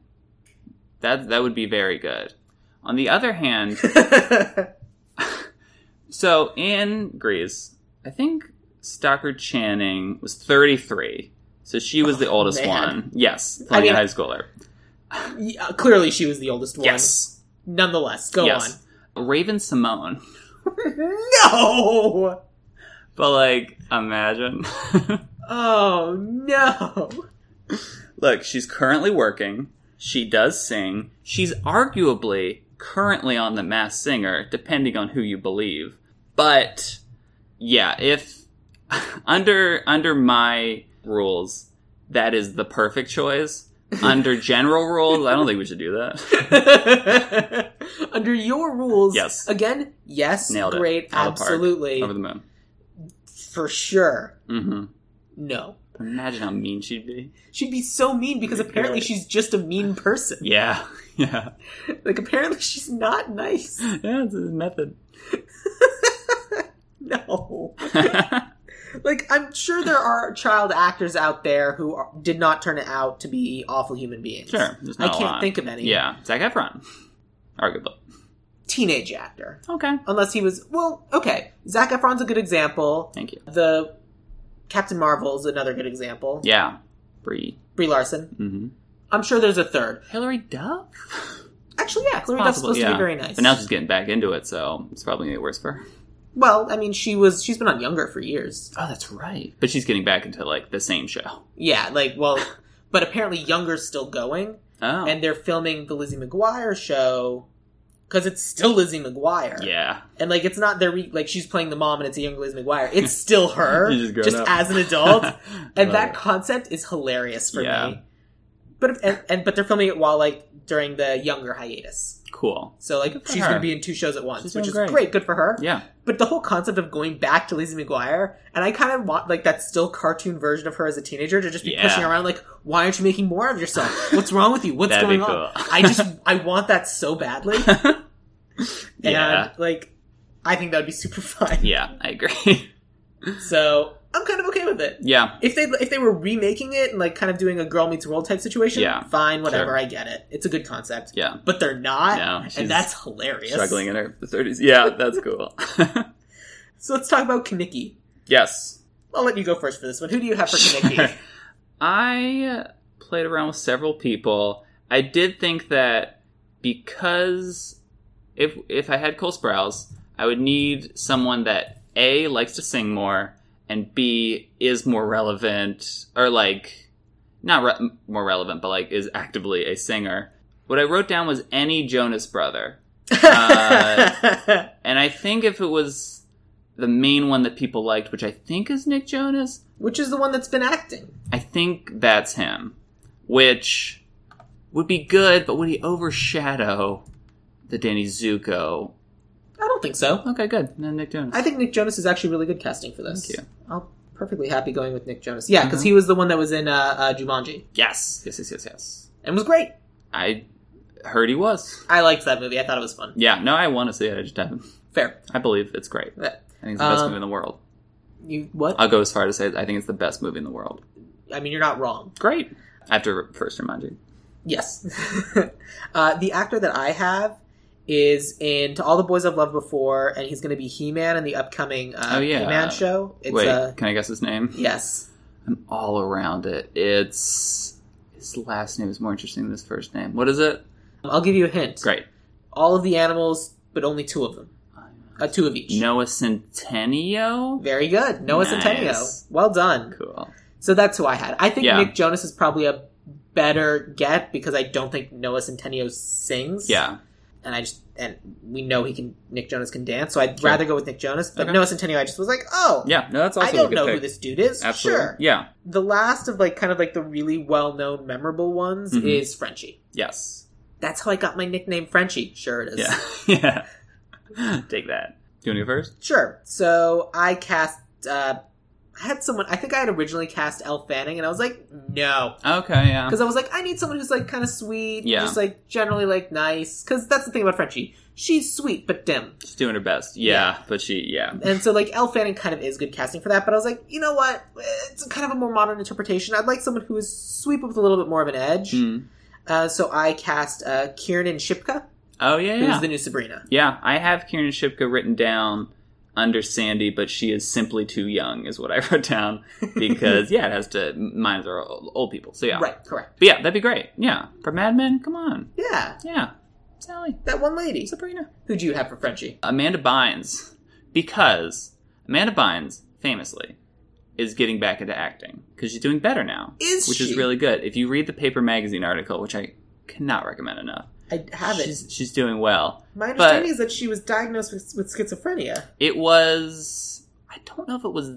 Speaker 2: that that would be very good. On the other hand,
Speaker 1: [laughs]
Speaker 2: so in Greece, I think Stockard Channing was 33 So she was the oldest
Speaker 1: Oh, man.
Speaker 2: one. Yes,
Speaker 1: I
Speaker 2: playing
Speaker 1: mean-
Speaker 2: a high schooler.
Speaker 1: Yeah, clearly, she was the oldest one.
Speaker 2: Yes.
Speaker 1: Nonetheless, go
Speaker 2: yes. Raven Simone.
Speaker 1: on. [laughs] No.
Speaker 2: But like, imagine. [laughs]
Speaker 1: Oh no. [laughs]
Speaker 2: Look, she's currently working. She does sing. She's arguably currently on the mass singer, depending on who you believe. But yeah, if [laughs] under under my rules, that is the perfect [laughs] choice. Under general rules, I don't think we should do [laughs] that.
Speaker 1: Under your rules,
Speaker 2: Yes.
Speaker 1: Again, yes,
Speaker 2: Nailed it.
Speaker 1: great,
Speaker 2: Out of the park.
Speaker 1: absolutely,
Speaker 2: Over the moon.
Speaker 1: for sure.
Speaker 2: hmm
Speaker 1: No,
Speaker 2: Imagine how mean she'd be.
Speaker 1: she'd be so mean because apparently
Speaker 2: right.
Speaker 1: she's just a mean person.
Speaker 2: Yeah, [laughs] yeah,
Speaker 1: Like apparently she's not nice. [laughs]
Speaker 2: yeah. It's a [laughs] method.
Speaker 1: No, like I'm sure there are child actors out there who are, did not turn out to be awful human beings.
Speaker 2: sure, there's
Speaker 1: I
Speaker 2: not a
Speaker 1: can't
Speaker 2: lot.
Speaker 1: think of any.
Speaker 2: Yeah, Zac Efron, arguably.
Speaker 1: teenage actor.
Speaker 2: Okay,
Speaker 1: Unless he was well, okay. Zac Efron's a good example.
Speaker 2: thank you.
Speaker 1: The Captain Marvel's another good example.
Speaker 2: Yeah, Brie.
Speaker 1: Brie Larson.
Speaker 2: Mm-hmm.
Speaker 1: I'm sure there's a third.
Speaker 2: Hillary [laughs] Duff.
Speaker 1: Actually, yeah, Hillary Duff's
Speaker 2: Possible,
Speaker 1: supposed to
Speaker 2: yeah.
Speaker 1: be very nice.
Speaker 2: But now she's getting back into it, so it's probably gonna get worse for her.
Speaker 1: well, I mean, she was she's been on Younger for years.
Speaker 2: Oh, that's right. But she's getting back into like the same show.
Speaker 1: Yeah, like
Speaker 2: [laughs]
Speaker 1: well, but apparently Younger's still going, [laughs]
Speaker 2: Oh,
Speaker 1: and they're filming the Lizzie McGuire show because it's still Lizzie McGuire.
Speaker 2: yeah,
Speaker 1: and like it's not their re- like she's playing the mom and it's a young Lizzie McGuire. It's
Speaker 2: [laughs]
Speaker 1: still her,
Speaker 2: She's just grown
Speaker 1: just
Speaker 2: up.
Speaker 1: as an
Speaker 2: [laughs]
Speaker 1: adult. and
Speaker 2: Love
Speaker 1: that
Speaker 2: it.
Speaker 1: concept is hilarious for
Speaker 2: Yeah.
Speaker 1: me. But if, and, and but they're filming it while like during the younger hiatus.
Speaker 2: cool.
Speaker 1: So like
Speaker 2: for
Speaker 1: she's
Speaker 2: her.
Speaker 1: going to be in two shows at once,
Speaker 2: She's
Speaker 1: which
Speaker 2: doing
Speaker 1: is great.
Speaker 2: great.
Speaker 1: good for her.
Speaker 2: Yeah,
Speaker 1: But the whole concept of going back to Lizzie McGuire, and I kind of want like that still cartoon version of her as a teenager to just be
Speaker 2: Yeah.
Speaker 1: pushing around like, why aren't you making more of yourself? What's wrong with you? What's
Speaker 2: That'd be
Speaker 1: going on?
Speaker 2: cool. [laughs]
Speaker 1: I just I want that so badly,
Speaker 2: yeah,
Speaker 1: and like I think that'd be super fun.
Speaker 2: yeah. I agree. [laughs]
Speaker 1: So I'm kind of okay with it.
Speaker 2: yeah,
Speaker 1: If they if they were remaking it and like kind of doing a girl meets world type situation,
Speaker 2: Yeah.
Speaker 1: fine, whatever,
Speaker 2: Sure.
Speaker 1: I get it. It's a good concept.
Speaker 2: yeah.
Speaker 1: But they're not,
Speaker 2: No, she's
Speaker 1: and that's hilarious.
Speaker 2: Struggling in her thirties. Yeah, that's cool. [laughs]
Speaker 1: So let's talk about Kaniki.
Speaker 2: yes.
Speaker 1: I'll let you go first for this one. Who do you have for
Speaker 2: [laughs]
Speaker 1: Kaniki?
Speaker 2: I played around with several people. I did think that because if if I had Cole Sprouse, I would need someone that A likes to sing more and B is more relevant or like not re- more relevant, but like is actively a singer. What I wrote down was any Jonas brother. Uh, And I think if it was the main one that people liked, which I think is Nick Jonas,
Speaker 1: [laughs] Which is the one that's been acting?
Speaker 2: I think that's him, which would be good, but would he overshadow the Danny Zuko?
Speaker 1: I don't think so.
Speaker 2: Okay, good. Then Nick Jonas.
Speaker 1: I think Nick Jonas is actually really good casting for this.
Speaker 2: Thank you. Mm-hmm.
Speaker 1: I'm perfectly happy going with Nick Jonas. Yeah, because he was the one that was in uh, uh, Jumanji
Speaker 2: yes, yes, yes, yes, yes.
Speaker 1: and was great.
Speaker 2: I heard he was.
Speaker 1: I liked that movie. I thought it was fun.
Speaker 2: Yeah, no, I want to see it. I just haven't.
Speaker 1: Fair.
Speaker 2: I believe it's great.
Speaker 1: Uh,
Speaker 2: I think it's the best
Speaker 1: Um,
Speaker 2: movie in the world.
Speaker 1: You what?
Speaker 2: I'll go as far to say I think it's the best movie in the world.
Speaker 1: I mean, you're not wrong.
Speaker 2: Great. I have to re- first remind you.
Speaker 1: Yes. [laughs] uh, the actor that I have is in To All the Boys I've Loved Before, and he's going to be He Man in the upcoming uh,
Speaker 2: Oh, yeah.
Speaker 1: He Man show. It's
Speaker 2: Wait,
Speaker 1: uh,
Speaker 2: can I guess his name?
Speaker 1: yes.
Speaker 2: I'm all around it. It's his last name is more interesting than his first name. What is it?
Speaker 1: I'll give you a hint.
Speaker 2: Great.
Speaker 1: All of the animals, but only two of them. Uh, two of each.
Speaker 2: Noah Centineo.
Speaker 1: Very good. Noah
Speaker 2: Nice.
Speaker 1: Centennial. Well done.
Speaker 2: Cool.
Speaker 1: So that's who I had. I think
Speaker 2: Yeah.
Speaker 1: Nick Jonas is probably a better get because I don't think Noah Centennial sings.
Speaker 2: Yeah.
Speaker 1: and I just and we know he can Nick Jonas can dance, so I'd
Speaker 2: Sure.
Speaker 1: rather go with Nick Jonas. But
Speaker 2: Okay.
Speaker 1: Noah Centineo, I just was like, oh,
Speaker 2: Yeah. No, that's also
Speaker 1: I don't
Speaker 2: a good
Speaker 1: know
Speaker 2: pick.
Speaker 1: who this dude is.
Speaker 2: Absolutely.
Speaker 1: Sure,
Speaker 2: Yeah.
Speaker 1: the last of like kind of like the really well known memorable ones
Speaker 2: Mhm.
Speaker 1: is Frenchie.
Speaker 2: Yes.
Speaker 1: That's how I got my nickname Frenchie. Sure, it is.
Speaker 2: Yeah. [laughs] yeah. Take that. Do you want to go first?
Speaker 1: Sure. So I cast. uh I had someone. I think I had originally cast Elle Fanning, and I was like, no.
Speaker 2: Okay. Yeah.
Speaker 1: Because I was like, I need someone who's like kind of sweet,
Speaker 2: Yeah.
Speaker 1: just like generally like nice. Because that's the thing about Frenchie, she's sweet but dim.
Speaker 2: She's doing her best. Yeah. But she. Yeah.
Speaker 1: And so, like, Elle Fanning kind of is good casting for that, but I was like, you know what? It's kind of a more modern interpretation. I'd like someone who is sweet but with a little bit more of an edge.
Speaker 2: Mm.
Speaker 1: Uh, so I cast uh, Kiernan Shipka,
Speaker 2: Oh yeah.
Speaker 1: who's
Speaker 2: Yeah.
Speaker 1: the new Sabrina.
Speaker 2: yeah. I have Kieran Shipka written down under Sandy, but she is simply too young, is what I [laughs] wrote down because yeah, it has to mines are old, old people. So yeah,
Speaker 1: Right, correct.
Speaker 2: But yeah, that'd be great. Yeah, for Mad Men, come on.
Speaker 1: Yeah,
Speaker 2: Yeah, Sally,
Speaker 1: that one lady.
Speaker 2: Sabrina,
Speaker 1: Who do you have for Frenchie?
Speaker 2: Amanda Bynes, because Amanda Bynes famously is getting back into acting because she's doing better now,
Speaker 1: Is
Speaker 2: which
Speaker 1: she?
Speaker 2: is really good. If you read the Paper Magazine article, which I cannot recommend enough,
Speaker 1: I haven't.
Speaker 2: she's she's doing well.
Speaker 1: My
Speaker 2: but-
Speaker 1: understanding is that she was diagnosed with, with schizophrenia.
Speaker 2: It was. I don't know if it was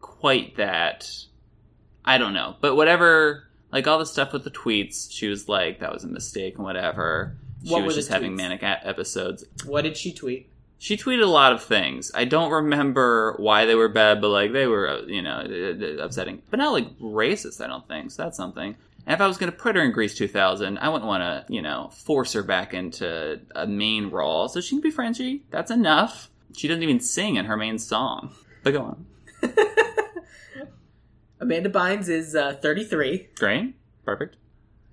Speaker 2: quite that. I don't know. But whatever. Like all the stuff with the tweets, she was like, that was a mistake and whatever. She
Speaker 1: What were
Speaker 2: was
Speaker 1: the
Speaker 2: just having
Speaker 1: tweets?
Speaker 2: manic a- episodes.
Speaker 1: What did she tweet?
Speaker 2: She tweeted a lot of things. I don't remember why they were bad, but like they were, uh, you know, uh, uh, upsetting. But not like racist, I don't think. So that's something. And if I was going to put her in Grease 2000, I wouldn't want to, you know, force her back into a main role. So she can be Frenchie. That's enough. She doesn't even sing in her main song. But go on.
Speaker 1: Amanda Bynes is uh, 33.
Speaker 2: Great. Perfect.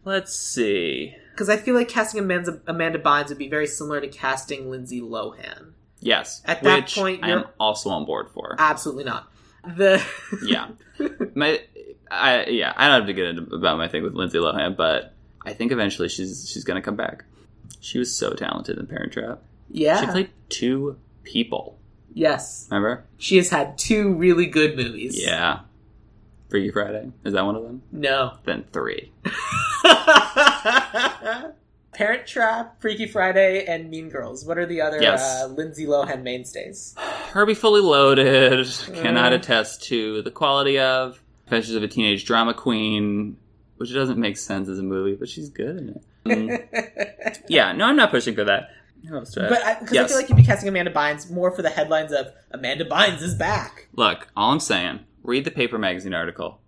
Speaker 2: Let's see.
Speaker 1: Because I feel like casting Amanda, Amanda Bynes would be very similar to casting Lindsay Lohan.
Speaker 2: Yes.
Speaker 1: At that
Speaker 2: which
Speaker 1: point,
Speaker 2: I am
Speaker 1: you're-
Speaker 2: also on board for.
Speaker 1: Absolutely not. The [laughs]
Speaker 2: yeah, my, I yeah, I don't have to get into about my thing with Lindsay Lohan, but I think eventually she's she's gonna come back. She was so talented in Parent Trap.
Speaker 1: yeah,
Speaker 2: She played two people.
Speaker 1: yes,
Speaker 2: Remember?
Speaker 1: she has had two really good movies.
Speaker 2: Yeah. Freaky Friday is that one of them?
Speaker 1: no. [laughs]
Speaker 2: Then three.
Speaker 1: Parent Trap, Freaky Friday, and Mean Girls. What are the other
Speaker 2: Yes.
Speaker 1: uh, Lindsay Lohan mainstays?
Speaker 2: Herbie Fully Loaded
Speaker 1: Uh.
Speaker 2: cannot attest to the quality of Adventures of a Teenage Drama Queen, which doesn't make sense as a movie, but she's good
Speaker 1: [laughs]
Speaker 2: in it. Mm.
Speaker 1: but
Speaker 2: yeah, no, I'm not pushing for that. Who else do I-
Speaker 1: I, 'cause I
Speaker 2: Yes.
Speaker 1: feel like you'd be casting Amanda Bynes more for the headlines of Amanda Bynes is back.
Speaker 2: Look, all I'm saying, read the paper magazine article.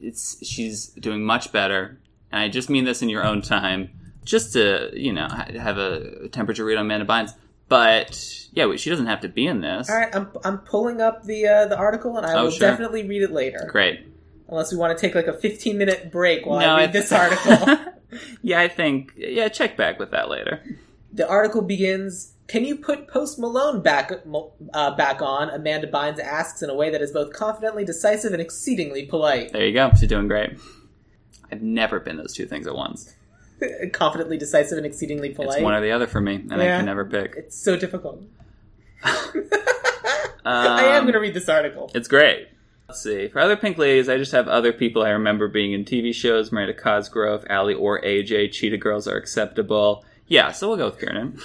Speaker 2: It's she's doing much better, and I just mean this in your own time, just to you know ha- have a temperature read on Amanda Bynes. But yeah, wait, she doesn't have to be in this.
Speaker 1: All right, I'm I'm pulling up the uh, the article and I
Speaker 2: Oh,
Speaker 1: will
Speaker 2: sure.
Speaker 1: definitely read it later.
Speaker 2: Great.
Speaker 1: Unless we want to take like a 15 minute break while
Speaker 2: No,
Speaker 1: I read
Speaker 2: I- [laughs]
Speaker 1: this article.
Speaker 2: yeah, I think yeah, check back with that later.
Speaker 1: the article begins. Can you put Post Malone back Mo- uh, back on? Amanda Bynes asks in a way that is both confidently decisive and exceedingly polite.
Speaker 2: There you go. She's doing great. I've never been those two things at once.
Speaker 1: Uh, confidently decisive and exceedingly
Speaker 2: It's
Speaker 1: polite.
Speaker 2: one or the other for me, and I
Speaker 1: Yeah.
Speaker 2: can never pick.
Speaker 1: It's so difficult. I
Speaker 2: Um,
Speaker 1: am going to read this article.
Speaker 2: It's great. Let's see. For other pink ladies, I just have other people I remember being in TV shows. Miranda Cosgrove, Allie or AJ, Cheetah Girls are acceptable. Yeah, so we'll go with Kiernan.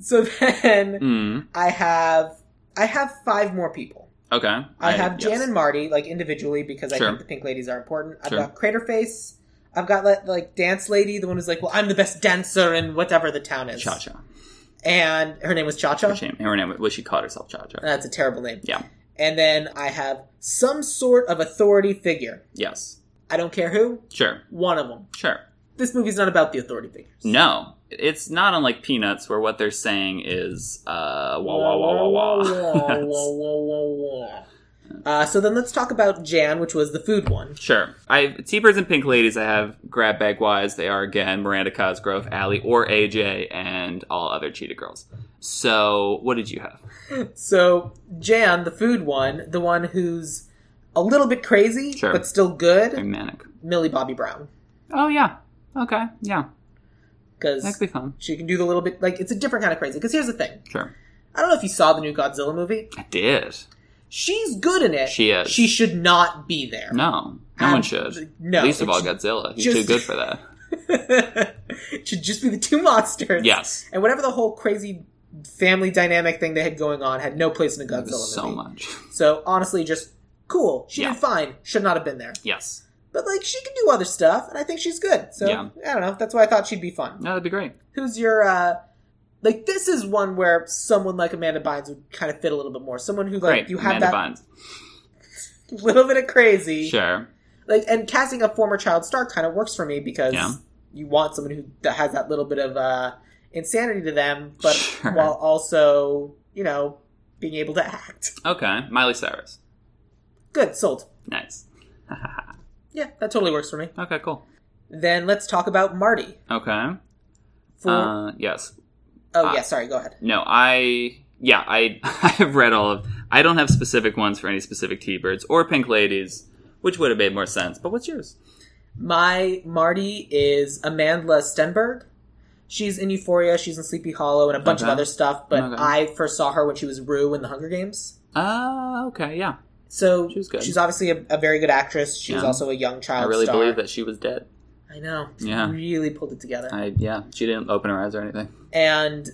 Speaker 1: So then
Speaker 2: [laughs] Mm.
Speaker 1: I have I have five more people.
Speaker 2: Okay.
Speaker 1: I have Jan
Speaker 2: yes.
Speaker 1: and Marty like individually because I
Speaker 2: Sure.
Speaker 1: think the Pink Ladies are important. I've
Speaker 2: Sure.
Speaker 1: got Craterface. I've got like, like Dance Lady, the one who's like, well, I'm the best dancer in whatever the town is.
Speaker 2: Cha Cha.
Speaker 1: And her name was Cha Cha.
Speaker 2: Shame. Her name. Well, she called herself Cha Cha.
Speaker 1: That's a terrible name.
Speaker 2: Yeah.
Speaker 1: And then I have some sort of authority figure.
Speaker 2: Yes.
Speaker 1: I don't care who.
Speaker 2: Sure.
Speaker 1: One of them.
Speaker 2: Sure.
Speaker 1: This movie's not about the authority figures.
Speaker 2: No, it's not unlike Peanuts, where what they're saying is uh, wah wah wah wah wah.
Speaker 1: Wah,
Speaker 2: [laughs]
Speaker 1: wah,
Speaker 2: That's-
Speaker 1: wah, wah, wah. Uh, so then let's talk about Jan, which was the food one.
Speaker 2: Sure. I T-Birds and Pink Ladies I have grab bag wise. They are again Miranda Cosgrove, Allie or AJ, and all other Cheetah Girls. So what did you have?
Speaker 1: So Jan, the food one, the one who's a little bit crazy
Speaker 2: Sure.
Speaker 1: but still good,
Speaker 2: I'm manic.
Speaker 1: Millie Bobby Brown,
Speaker 2: Oh yeah. Okay. Yeah. That
Speaker 1: because
Speaker 2: could be fun.
Speaker 1: she can do the little bit like it's a different kind of crazy. Because here's the thing,
Speaker 2: Sure.
Speaker 1: I don't know if you saw the new Godzilla movie.
Speaker 2: I did.
Speaker 1: She's good in it.
Speaker 2: She is.
Speaker 1: She should not be there.
Speaker 2: No. No
Speaker 1: Um,
Speaker 2: one should.
Speaker 1: no,
Speaker 2: Least of
Speaker 1: it
Speaker 2: all
Speaker 1: should-
Speaker 2: Godzilla. He's
Speaker 1: just-
Speaker 2: too good for
Speaker 1: [laughs]
Speaker 2: that.
Speaker 1: it [laughs] should just be the two monsters.
Speaker 2: Yes.
Speaker 1: And whatever the whole crazy family dynamic thing they had going on had no place in a Godzilla
Speaker 2: So
Speaker 1: movie.
Speaker 2: much. [laughs]
Speaker 1: So honestly, just cool. She
Speaker 2: Yeah.
Speaker 1: did fine. Should not have been there.
Speaker 2: Yes.
Speaker 1: But like she can do other stuff, and I think she's good. So
Speaker 2: Yeah.
Speaker 1: I don't know. That's why I thought she'd be fun.
Speaker 2: No, that'd be great.
Speaker 1: Who's your uh like this is one where someone like Amanda Bynes would kind of fit a little bit more. Someone who like
Speaker 2: great.
Speaker 1: you have
Speaker 2: Amanda
Speaker 1: that
Speaker 2: Bynes.
Speaker 1: little bit of crazy.
Speaker 2: Sure.
Speaker 1: Like and casting a former child star kind of works for me because
Speaker 2: Yeah.
Speaker 1: you want someone who that has that little bit of uh insanity to them, but
Speaker 2: Sure.
Speaker 1: while also, you know, being able to act.
Speaker 2: Okay. Miley Cyrus.
Speaker 1: Good, sold.
Speaker 2: Nice.
Speaker 1: Yeah, that totally works for me.
Speaker 2: Okay. Cool.
Speaker 1: Then let's talk about Marty.
Speaker 2: Okay.
Speaker 1: For
Speaker 2: Uh, yes.
Speaker 1: oh
Speaker 2: uh,
Speaker 1: yeah, sorry, go ahead.
Speaker 2: No, I yeah, [laughs] I I have read all of. I don't have specific ones for any specific T-birds or Pink Ladies, which would have made more sense. But what's yours?
Speaker 1: My Marty is Amanda Stenberg. She's in Euphoria, she's in Sleepy Hollow, and a bunch
Speaker 2: Okay.
Speaker 1: of other stuff. But
Speaker 2: Okay.
Speaker 1: I first saw her when she was Rue in The Hunger Games.
Speaker 2: Ah, okay, yeah.
Speaker 1: So
Speaker 2: She was good.
Speaker 1: she's obviously a, a very good actress. She was
Speaker 2: Yeah.
Speaker 1: also a young
Speaker 2: I
Speaker 1: child.
Speaker 2: really
Speaker 1: star.
Speaker 2: believe that she was dead.
Speaker 1: I know.
Speaker 2: Yeah.
Speaker 1: Really pulled it together.
Speaker 2: I yeah, she didn't open her eyes or anything.
Speaker 1: and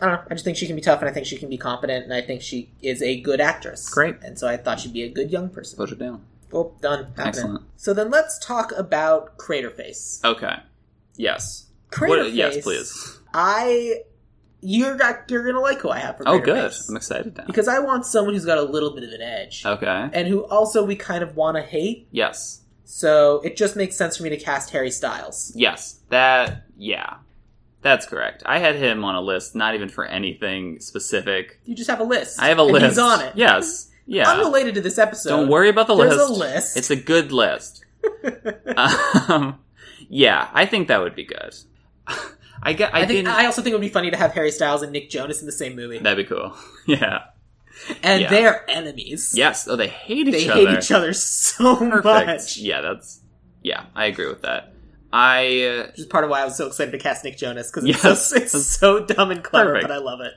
Speaker 1: I don't know. I just think she can be tough, and I think she can be competent, and I think she is a good actress.
Speaker 2: Great.
Speaker 1: And so I thought she'd be a good young person.
Speaker 2: Put her down.
Speaker 1: Oh, done. Happening.
Speaker 2: Excellent.
Speaker 1: So then let's talk about Craterface.
Speaker 2: Okay. Yes.
Speaker 1: Craterface.
Speaker 2: What- yes, please.
Speaker 1: I, you're got, you're gonna like who I have for
Speaker 2: Oh,
Speaker 1: Craterface.
Speaker 2: good. I'm excited now.
Speaker 1: Because I want someone who's got a little bit of an edge,
Speaker 2: Okay.
Speaker 1: and who also we kind of want to hate.
Speaker 2: Yes.
Speaker 1: So it just makes sense for me to cast Harry Styles.
Speaker 2: Yes. That. Yeah. That's correct. I had him on a list, not even for anything specific.
Speaker 1: You just have a list.
Speaker 2: I have a
Speaker 1: and
Speaker 2: list.
Speaker 1: He's on it.
Speaker 2: Yes. Yeah.
Speaker 1: Unrelated to this episode.
Speaker 2: Don't worry about the
Speaker 1: There's
Speaker 2: list.
Speaker 1: a list.
Speaker 2: It's a good
Speaker 1: [laughs]
Speaker 2: list. um, yeah, I think that would be good. [laughs] I get. I,
Speaker 1: I think
Speaker 2: didn't.
Speaker 1: I also think it would be funny to have Harry Styles and Nick Jonas in the same movie,
Speaker 2: That'd be cool. [laughs] yeah.
Speaker 1: and
Speaker 2: yeah.
Speaker 1: they're enemies.
Speaker 2: Yes. Oh, they hate
Speaker 1: they
Speaker 2: each
Speaker 1: hate
Speaker 2: other.
Speaker 1: each other so
Speaker 2: Perfect.
Speaker 1: much.
Speaker 2: Yeah. That's. Yeah, I agree with that. I. Uh,
Speaker 1: Which is part of why I was so excited to cast Nick Jonas because it's,
Speaker 2: Yes.
Speaker 1: so, it's so dumb and clever,
Speaker 2: Perfect.
Speaker 1: but I love it.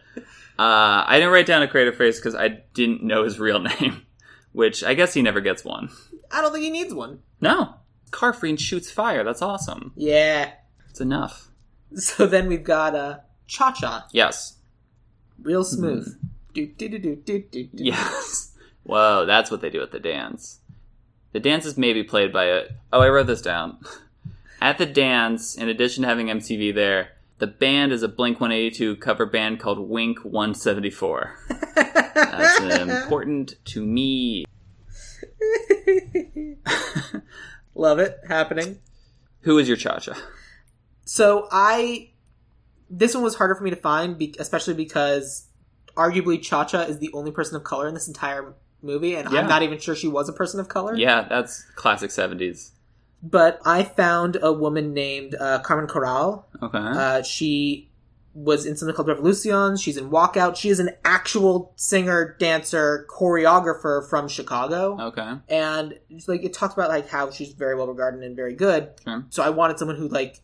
Speaker 2: Uh, I didn't write down a creator phrase because I didn't know his real [laughs] name, which I guess he never gets one.
Speaker 1: I don't think he needs one.
Speaker 2: No, Carfreen shoots fire. That's awesome.
Speaker 1: Yeah.
Speaker 2: It's enough.
Speaker 1: [laughs] So then we've got uh, Cha Cha,
Speaker 2: Yes.
Speaker 1: real
Speaker 2: Mm-hmm.
Speaker 1: smooth. Do do do do do do. do.
Speaker 2: Yes. [laughs] Whoa, that's what they do at the dance. The dance is maybe played by a. Oh, I wrote this down. [laughs] At the dance, in addition to having MTV there, the band is a Blink 182 cover band called Wink
Speaker 1: [laughs]
Speaker 2: 174. That's important to me.
Speaker 1: love it happening.
Speaker 2: Who is your cha cha?
Speaker 1: So I this one was harder for me to find, be, especially because arguably Cha Cha is the only person of color in this entire movie, and
Speaker 2: Yeah.
Speaker 1: I'm not even sure she was a person of color.
Speaker 2: Yeah, that's classic 70s.
Speaker 1: But I found a woman named uh, Carmen Corral.
Speaker 2: Okay.
Speaker 1: Uh, she was in something called Revolution. She's in Walkout. She is an actual singer, dancer, choreographer from Chicago.
Speaker 2: okay.
Speaker 1: and it's like it talks about like how she's very well regarded and very good.
Speaker 2: Sure.
Speaker 1: So I wanted someone who like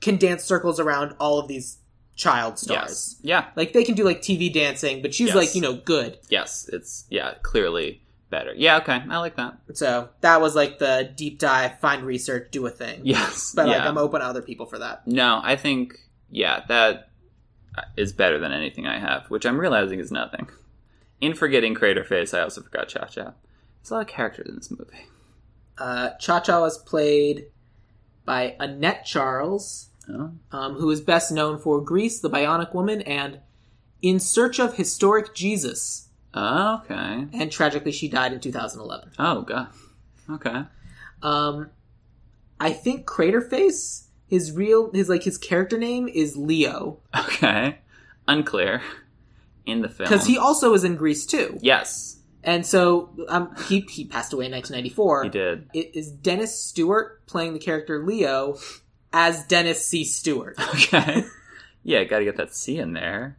Speaker 1: can dance circles around all of these child stars.
Speaker 2: Yes. Yeah.
Speaker 1: Like they can do like TV dancing, but she's
Speaker 2: Yes.
Speaker 1: like you know good.
Speaker 2: Yes. It's yeah, clearly better. Yeah, okay. I like that.
Speaker 1: So that was like the deep dive, find research, do a thing.
Speaker 2: Yes.
Speaker 1: But
Speaker 2: yeah.
Speaker 1: like I'm open to other people for that.
Speaker 2: no, I think yeah, that is better than anything I have, which I'm realizing is nothing. In forgetting Crater Face, I also forgot Cha Cha. There's a lot of characters in this movie.
Speaker 1: Uh, Cha Cha was played by Annette Charles,
Speaker 2: Oh.
Speaker 1: um, who is best known for Grease, The Bionic Woman, and In Search of Historic Jesus.
Speaker 2: Oh, Okay.
Speaker 1: And tragically, she died in 2011.
Speaker 2: Oh god. Okay. [laughs]
Speaker 1: Um, I think Craterface. His real, his like his character name is Leo
Speaker 2: Okay. Unclear. In the film.
Speaker 1: because he also is in Greece too,
Speaker 2: Yes,
Speaker 1: and so um, he he passed away in 1994.
Speaker 2: he did. [laughs]
Speaker 1: It is Dennis Stewart playing the character Leo as Dennis C. Stewart,
Speaker 2: Okay. yeah, gotta get that C in there.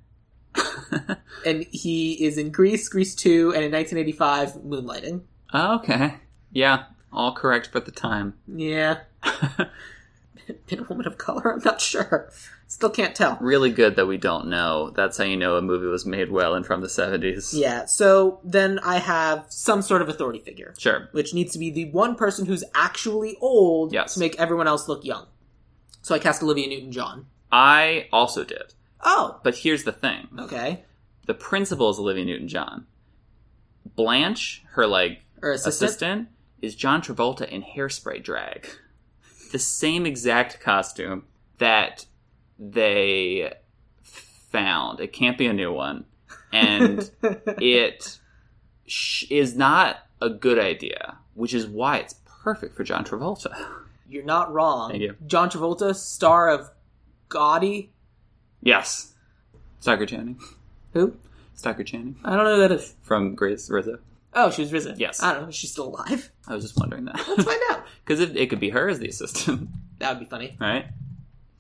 Speaker 1: and he is in Greece, Greece Two, and in 1985 Moonlighting.
Speaker 2: Oh, okay. Yeah, all correct but the time.
Speaker 1: Yeah, [laughs] been a woman of color. I'm not sure. Still can't tell.
Speaker 2: really good that we don't know. That's how you know a movie was made well and from the 70s.
Speaker 1: Yeah. So then I have some sort of authority figure.
Speaker 2: Sure.
Speaker 1: which needs to be the one person who's actually old
Speaker 2: Yes.
Speaker 1: to make everyone else look young. So I cast Olivia Newton John.
Speaker 2: I also did.
Speaker 1: Oh,
Speaker 2: But here's the thing.
Speaker 1: okay.
Speaker 2: The principal is Olivia Newton-John. Blanche, her like
Speaker 1: Or
Speaker 2: assistant,
Speaker 1: assistant.
Speaker 2: is John Travolta in hairspray drag. The same exact costume that they found. It can't be a new one. And it sh- is not a good idea, which is why it's perfect for John Travolta. [laughs]
Speaker 1: You're not wrong.
Speaker 2: Thank you.
Speaker 1: John Travolta, star of Gaudy.
Speaker 2: Yes. Stalker Channing.
Speaker 1: Who?
Speaker 2: Stalker Channing
Speaker 1: I don't know who that is.
Speaker 2: from Grace Rizzo.
Speaker 1: Oh, she was risen.
Speaker 2: Yes.
Speaker 1: I don't know. if She's still alive.
Speaker 2: I was just wondering
Speaker 1: Let's
Speaker 2: that. [laughs]
Speaker 1: find out.
Speaker 2: Because it, it could be her as the assistant, [laughs]
Speaker 1: That would be funny.
Speaker 2: right?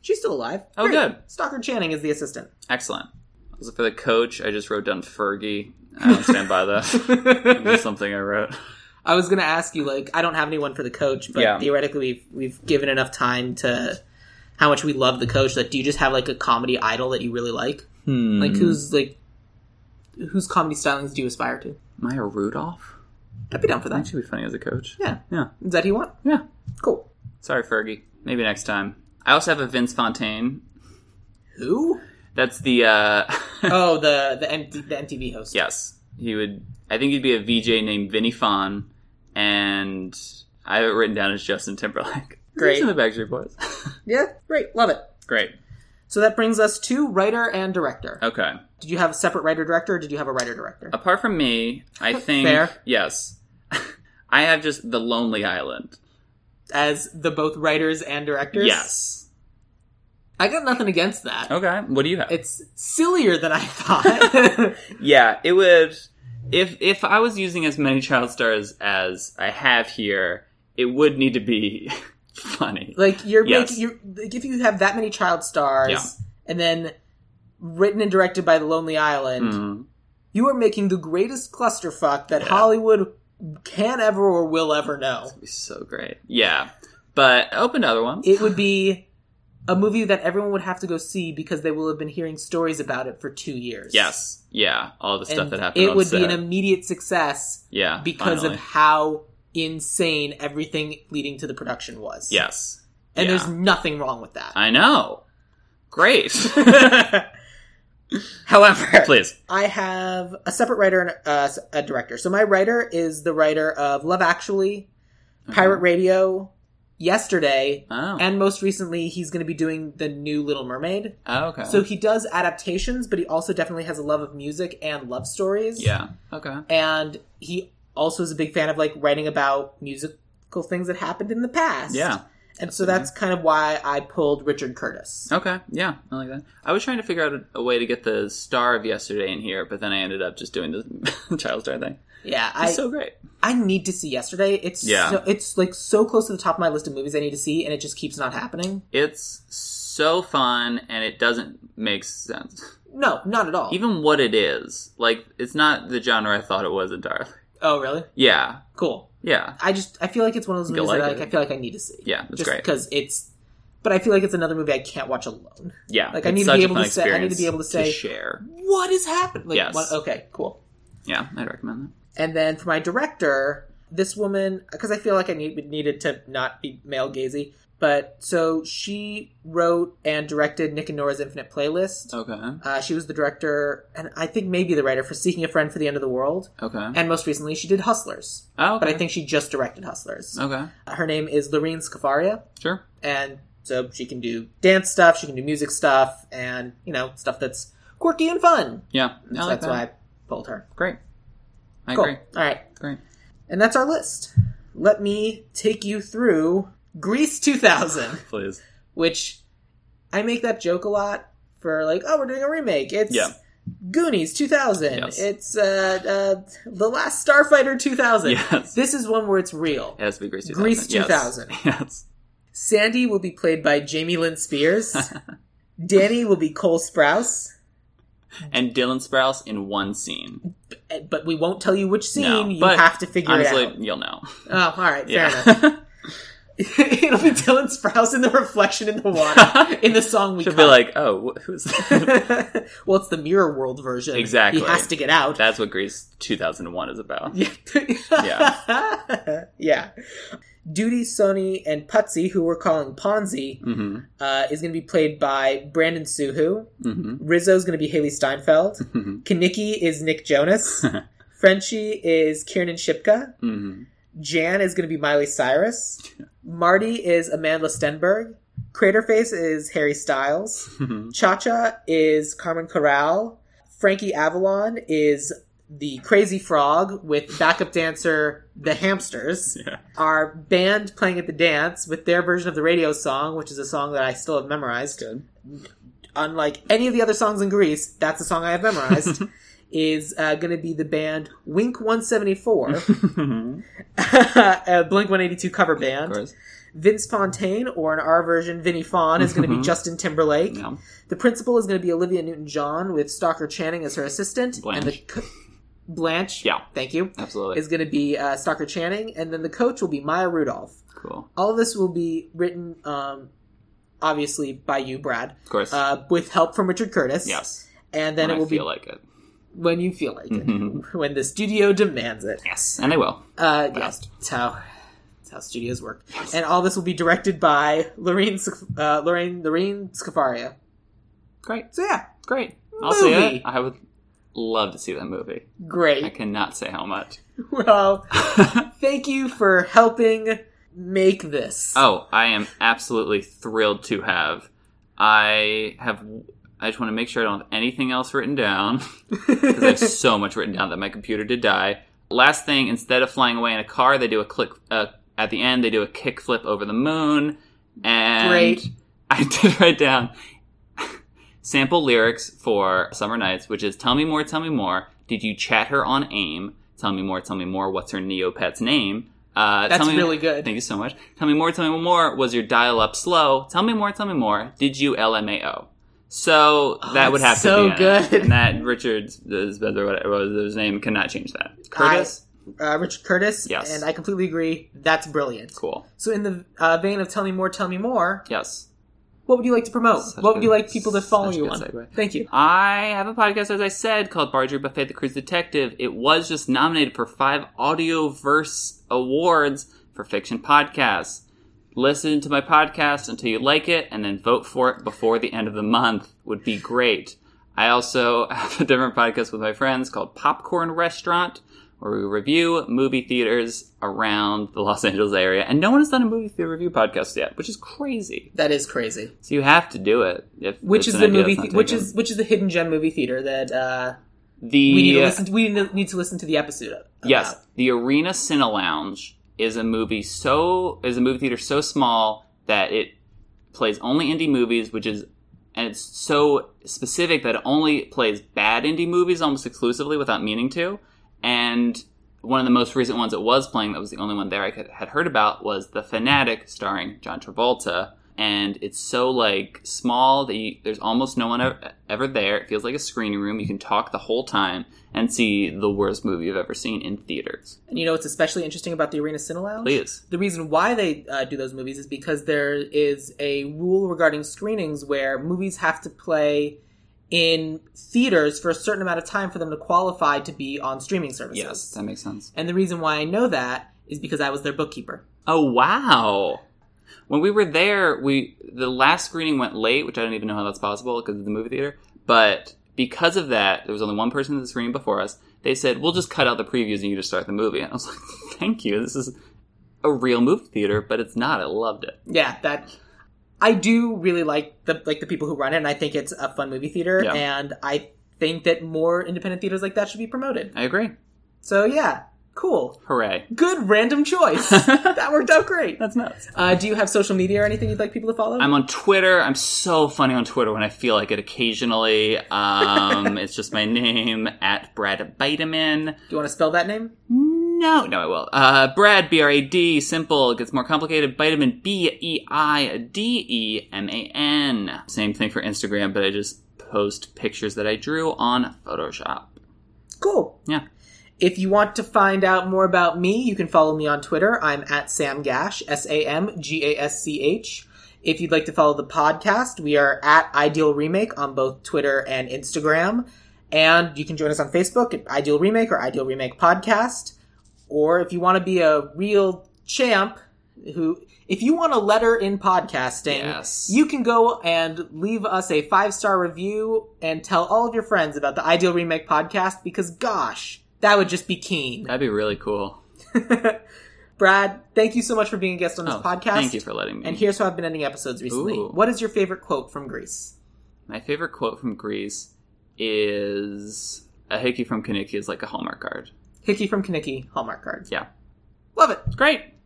Speaker 1: She's still alive.
Speaker 2: Oh, good. [laughs]
Speaker 1: Stalker Channing is the assistant.
Speaker 2: Excellent. Also for the coach, I just wrote down Fergie. I don't stand by [laughs] that. That's something I wrote.
Speaker 1: I was gonna ask you, like, I don't have anyone for the coach, but
Speaker 2: Yeah.
Speaker 1: theoretically, we've we've given enough time to how much we love the coach. That do you just have like a comedy idol that you really like?
Speaker 2: Hmm.
Speaker 1: Like, who's like whose comedy stylings do you aspire to?
Speaker 2: Maya Rudolph?
Speaker 1: I'd be down for
Speaker 2: That
Speaker 1: that.
Speaker 2: should be funny as a coach.
Speaker 1: Yeah,
Speaker 2: Yeah.
Speaker 1: is that who you want?
Speaker 2: Yeah.
Speaker 1: Cool.
Speaker 2: Sorry, Fergie. Maybe next time. I also have a Vince Fontaine.
Speaker 1: Who?
Speaker 2: That's the uh [laughs]
Speaker 1: oh, the the, M- the MTV host.
Speaker 2: Yes. He would I think he'd be a VJ named Vinny Fon and I have it written down as Justin Timberlake.
Speaker 1: Great.
Speaker 2: He's in the Backstreet Boys.
Speaker 1: yeah, great, love it.
Speaker 2: Great.
Speaker 1: So that brings us to writer and director.
Speaker 2: Okay.
Speaker 1: Did you have a separate writer director? or Did you have a writer director?
Speaker 2: Apart from me, [laughs] I think
Speaker 1: Fair.
Speaker 2: yes. [laughs] I have just The Lonely Island.
Speaker 1: As the both writers and directors.
Speaker 2: Yes.
Speaker 1: I got nothing against that.
Speaker 2: Okay. What do you have?
Speaker 1: It's sillier than I [laughs] thought.
Speaker 2: Yeah, it would. If if I was using as many child stars as I have here, it would need to be [laughs] funny.
Speaker 1: like you're
Speaker 2: Yes.
Speaker 1: making you like if you have that many child stars
Speaker 2: Yeah.
Speaker 1: and then written and directed by The Lonely Island,
Speaker 2: Mhm.
Speaker 1: you are making the greatest clusterfuck that
Speaker 2: Yeah.
Speaker 1: Hollywood can ever or will ever know.
Speaker 2: It'd be so great. Yeah, but open to other ones.
Speaker 1: It would be a movie that everyone would have to go see because they will have been hearing stories about it for two years.
Speaker 2: yes, yeah, all the
Speaker 1: And
Speaker 2: stuff that happened.
Speaker 1: it
Speaker 2: on
Speaker 1: would be
Speaker 2: set.
Speaker 1: an immediate success
Speaker 2: yeah
Speaker 1: because
Speaker 2: finally.
Speaker 1: of how insane everything leading to the production was.
Speaker 2: yes,
Speaker 1: And
Speaker 2: Yeah.
Speaker 1: there's nothing wrong with that.
Speaker 2: I know. Great. [laughs]
Speaker 1: However,
Speaker 2: Please.
Speaker 1: I have a separate writer and uh, a director. So my writer is the writer of Love Actually,
Speaker 2: Uh-huh.
Speaker 1: Pirate Radio, Yesterday,
Speaker 2: Oh.
Speaker 1: and most recently he's going to be doing the new Little Mermaid.
Speaker 2: oh, okay.
Speaker 1: So he does adaptations, but he also definitely has a love of music and love stories.
Speaker 2: yeah. Okay.
Speaker 1: And he also is a big fan of like writing about musical things that happened in the past.
Speaker 2: Yeah.
Speaker 1: And so that's kind of why I pulled Richard Curtis.
Speaker 2: Okay, yeah, I like that. I was trying to figure out a, a way to get the star of yesterday in here, but then I ended up just doing the [laughs] child star thing.
Speaker 1: Yeah, I
Speaker 2: It's so great.
Speaker 1: I need to see yesterday. It's
Speaker 2: Yeah.
Speaker 1: so, it's like so close to the top of my list of movies I need to see and it just keeps not happening.
Speaker 2: It's so fun, and it doesn't make sense.
Speaker 1: No, not at all.
Speaker 2: Even what it is, like, it's not the genre I thought it was entirely.
Speaker 1: Oh, really?
Speaker 2: Yeah,
Speaker 1: Cool.
Speaker 2: yeah,
Speaker 1: I just I feel like it's one of those
Speaker 2: You'll
Speaker 1: movies that
Speaker 2: like
Speaker 1: I,
Speaker 2: it.
Speaker 1: I feel like I need to see.
Speaker 2: yeah. That's
Speaker 1: just
Speaker 2: great.
Speaker 1: because it's but I feel like it's another movie I can't watch alone.
Speaker 2: yeah,
Speaker 1: like, I
Speaker 2: it's
Speaker 1: need to
Speaker 2: such
Speaker 1: be
Speaker 2: a
Speaker 1: able
Speaker 2: fun
Speaker 1: to say- I need to
Speaker 2: experience
Speaker 1: be able to say-
Speaker 2: share.
Speaker 1: What is happening? Like,
Speaker 2: Yes.
Speaker 1: what- okay, cool.
Speaker 2: Yeah, I'd recommend
Speaker 1: And then for my director, this woman, because I feel like I need, needed to not be male gazy, but so she wrote and directed Nick and Nora's Infinite Playlist.
Speaker 2: that. Okay,
Speaker 1: Uh, she was the director, and I think maybe the writer for Seeking a Friend for the End of the World.
Speaker 2: okay.
Speaker 1: And most recently, she did Hustlers,
Speaker 2: Oh, Uh-huh. okay. Uh-huh.
Speaker 1: but I think she just directed Hustlers. Uh,
Speaker 2: okay,
Speaker 1: Her name is Lorene Scafaria,
Speaker 2: sure.
Speaker 1: and so she can do dance stuff, she can do music stuff, and you know stuff that's quirky and fun.
Speaker 2: Yeah, I
Speaker 1: So
Speaker 2: like
Speaker 1: that's
Speaker 2: that.
Speaker 1: why I pulled her.
Speaker 2: Great. I
Speaker 1: Cool.
Speaker 2: agree.
Speaker 1: All right.
Speaker 2: Great.
Speaker 1: And that's our list. Let me take you through Grease 2000,
Speaker 2: Please.
Speaker 1: which I make that joke a lot for like, oh, we're doing a remake. It's
Speaker 2: Yeah.
Speaker 1: Goonies 2000.
Speaker 2: Yes.
Speaker 1: It's uh, uh, The Last Starfighter 2000.
Speaker 2: Yes.
Speaker 1: This is one where it's real.
Speaker 2: It has to be Grease 2000.
Speaker 1: Grease
Speaker 2: Yes.
Speaker 1: 2000.
Speaker 2: [laughs] yes.
Speaker 1: Sandy will be played by Jamie Lynn
Speaker 2: [laughs]
Speaker 1: Spears. Danny will be Cole Sprouse.
Speaker 2: and Dylan Sprouse in one scene.
Speaker 1: Uh, But we won't tell you which scene.
Speaker 2: No,
Speaker 1: you
Speaker 2: but
Speaker 1: have to figure
Speaker 2: Honestly,
Speaker 1: it out.
Speaker 2: you'll know.
Speaker 1: Oh, all right. Fair enough. [laughs]
Speaker 2: [laughs] Yeah,
Speaker 1: It'll be Dylan Sprouse in the reflection in the
Speaker 2: [laughs]
Speaker 1: water in the song we
Speaker 2: should
Speaker 1: cut.
Speaker 2: be like, oh, wh- who's [laughs] that?
Speaker 1: [laughs] well, it's the Mirror World version.
Speaker 2: Exactly.
Speaker 1: He has to get out.
Speaker 2: That's what Grease 2001 is about.
Speaker 1: yeah. Yeah. [laughs] Duty, Sony, and Putsy, who we're calling Ponzi,
Speaker 2: hmm
Speaker 1: uh, is going to be played by Brandon Suhu.
Speaker 2: hmm
Speaker 1: Rizzo's going to be Haley Steinfeld.
Speaker 2: hmm
Speaker 1: Kaniki is Nick Jonas. Frenchie is Kiernan Shipka.
Speaker 2: hmm
Speaker 1: Jan is going to be Miley Cyrus. Marty is Amanda Stenberg. Craterface is Harry Styles.
Speaker 2: Mm-hmm.
Speaker 1: Cha Cha is Carmen Corral. Frankie Avalon is the Crazy Frog with backup dancer The Hamsters. [laughs]
Speaker 2: Yeah.
Speaker 1: Our band playing at the dance with their version of the radio song, which is a song that I still have memorized. Unlike any of the other songs in Greece, that's a song I have memorized. is uh, going to be the band Wink 174,
Speaker 2: of
Speaker 1: [laughs] a Blink 182 cover band.
Speaker 2: course.
Speaker 1: Vince Fontaine, or in our version, Vinnie Fawn, is going to be Justin Timberlake.
Speaker 2: No.
Speaker 1: The principal is going to be Olivia Newton John with Stalker Channing as her assistant. And the
Speaker 2: Blanche.
Speaker 1: co- Blanche.
Speaker 2: Yeah.
Speaker 1: Thank you.
Speaker 2: Absolutely.
Speaker 1: Is going to be uh, Stalker Channing. And then the coach will be Maya Rudolph.
Speaker 2: cool.
Speaker 1: All of this will be written, um, obviously, by you, Brad,
Speaker 2: Of course.
Speaker 1: uh, with help from Richard Curtis.
Speaker 2: yes.
Speaker 1: And then
Speaker 2: And
Speaker 1: it
Speaker 2: I
Speaker 1: will
Speaker 2: feel
Speaker 1: be
Speaker 2: like it.
Speaker 1: when you feel like
Speaker 2: Mhm.
Speaker 1: it, [laughs] when the studio demands it.
Speaker 2: Yes. And I will.
Speaker 1: Uh, yeah,
Speaker 2: Best.
Speaker 1: It's how it's how studios work. And all this will be directed by Lorraine Sc- uh, Lorraine Lorraine Scafaria.
Speaker 2: Great.
Speaker 1: So yeah,
Speaker 2: Great. I'll see
Speaker 1: Movie.
Speaker 2: it. I would love to see that movie. I
Speaker 1: great.
Speaker 2: cannot say
Speaker 1: [laughs]
Speaker 2: how much.
Speaker 1: Well, thank you for helping make this. [laughs]
Speaker 2: Oh, I am absolutely thrilled to have. I have. I just want to make sure I don't have anything else written down because I have so much written down that my computer did die. Last thing, instead of flying away in a car, they do a click uh, at the end. They do a kickflip over the moon, and
Speaker 1: Great.
Speaker 2: I [laughs] did write down sample lyrics for Summer Nights, which is "Tell me more, tell me more." Did you chat her on AIM? Tell me more, tell me more. What's her Neopet's name? Uh,
Speaker 1: That's
Speaker 2: tell me-
Speaker 1: really good.
Speaker 2: Thank you so much. Tell me more, tell me more. Was your dial up slow? Tell me more, tell me more. Did you LMAO? So
Speaker 1: Oh,
Speaker 2: that would
Speaker 1: that's
Speaker 2: have to
Speaker 1: so
Speaker 2: be in it.
Speaker 1: good.
Speaker 2: And that Richard is better whatever was his name cannot change that. Curtis?
Speaker 1: Uh, Richard Curtis.
Speaker 2: Yes.
Speaker 1: And I completely agree. That's brilliant.
Speaker 2: cool.
Speaker 1: So in the uh, vein of tell me more, tell me more.
Speaker 2: Yes.
Speaker 1: What would you like to promote?
Speaker 2: Such
Speaker 1: what would you
Speaker 2: good-
Speaker 1: like people to follow
Speaker 2: such
Speaker 1: you
Speaker 2: good
Speaker 1: on?
Speaker 2: segue.
Speaker 1: Thank you.
Speaker 2: I have a podcast, as I said, called Barger Buffet the Cruise Detective. It was just nominated for five Audioverse Awards for Fiction Podcasts. Listen to my podcast until you like it, and then vote for it before the end of the month would be great. I also [laughs] have a different podcast with my friends called Popcorn Restaurant, where we review movie theaters around the Los Angeles area. And no one has done a movie theater review podcast yet, which is crazy.
Speaker 1: That is crazy.
Speaker 2: So you have to do it. If
Speaker 1: Which is
Speaker 2: it's an
Speaker 1: the
Speaker 2: idea
Speaker 1: movie?
Speaker 2: that's not
Speaker 1: The- which
Speaker 2: taken.
Speaker 1: is which is the hidden gem movie theater that uh,
Speaker 2: the
Speaker 1: we need to listen. To, we need to- need to listen to the episode. About.
Speaker 2: Yes, the Arena Cine Lounge is a movie so is a movie theater so small that it plays only indie movies, which is and it's so specific that it only plays bad indie movies almost exclusively without meaning to. And one of the most recent ones it was playing that was the only one there I could, had heard about was The Fanatic starring John Travolta. And it's so like small that you, there's almost no one ever, ever there. It feels like a screening room. You can talk the whole time and see the worst movie you've ever seen in theaters.
Speaker 1: And you know what's especially interesting about the Arena Cine Lounge?
Speaker 2: Please.
Speaker 1: The reason why they uh, do those movies is because there is a rule regarding screenings where movies have to play in theaters for a certain amount of time for them to qualify to be on streaming services.
Speaker 2: Yes, that makes sense.
Speaker 1: And the reason why I know that is because I was their bookkeeper.
Speaker 2: Oh wow! When we were there, we the last screening went late, which I don't even know how that's possible because of the movie theater. But because of that, there was only one person in the screening before us. They said, "We'll just cut out the previews and you just start the movie." And I was [laughs] like, "Thank you. This is a real movie theater, but it's not. I loved it.
Speaker 1: Yeah, that I do really like the like the people who run it and I think it's a fun movie theater
Speaker 2: Yeah.
Speaker 1: and I think that more independent theaters like that should be promoted.
Speaker 2: I agree.
Speaker 1: So yeah, cool.
Speaker 2: Hooray!
Speaker 1: Good random
Speaker 2: [laughs]
Speaker 1: choice. that worked out great.
Speaker 2: That's nuts."
Speaker 1: Uh, do you have social media or anything you'd like people to follow?
Speaker 2: I'm on Twitter. I'm so funny on Twitter when I feel like it occasionally. Um, [laughs] it's just my name at Brad Vitamin.
Speaker 1: do you want to spell that name?
Speaker 2: No, no, I will. Uh, Brad, B R A D, simple, gets more complicated. Vitamin B E I D E M A N. Same thing for Instagram, but I just post pictures that I drew on Photoshop.
Speaker 1: Cool.
Speaker 2: Yeah.
Speaker 1: If you want to find out more about me, you can follow me on Twitter. I'm at Sam Gash, S A M G A S C H. If you'd like to follow the podcast, we are at Ideal Remake on both Twitter and Instagram. And you can join us on Facebook at Ideal Remake or Ideal Remake Podcast. Or if you want to be a real champ, who, if you want a letter in podcasting,
Speaker 2: Yes.
Speaker 1: you can go and leave us a five star review and tell all of your friends about the Ideal Remake podcast because, gosh, that would just be keen.
Speaker 2: That'd be really cool.
Speaker 1: [laughs] Brad, thank you so much for being a guest on this
Speaker 2: Oh,
Speaker 1: podcast.
Speaker 2: Thank you for letting me.
Speaker 1: And here's how I've been ending episodes recently.
Speaker 2: Ooh.
Speaker 1: What is your favorite quote from Greece?
Speaker 2: My favorite quote from Greece is A hickey from Kaniki is like a Hallmark card.
Speaker 1: Hickey from Kaneki, Hallmark card.
Speaker 2: Yeah.
Speaker 1: Love it.
Speaker 2: Great.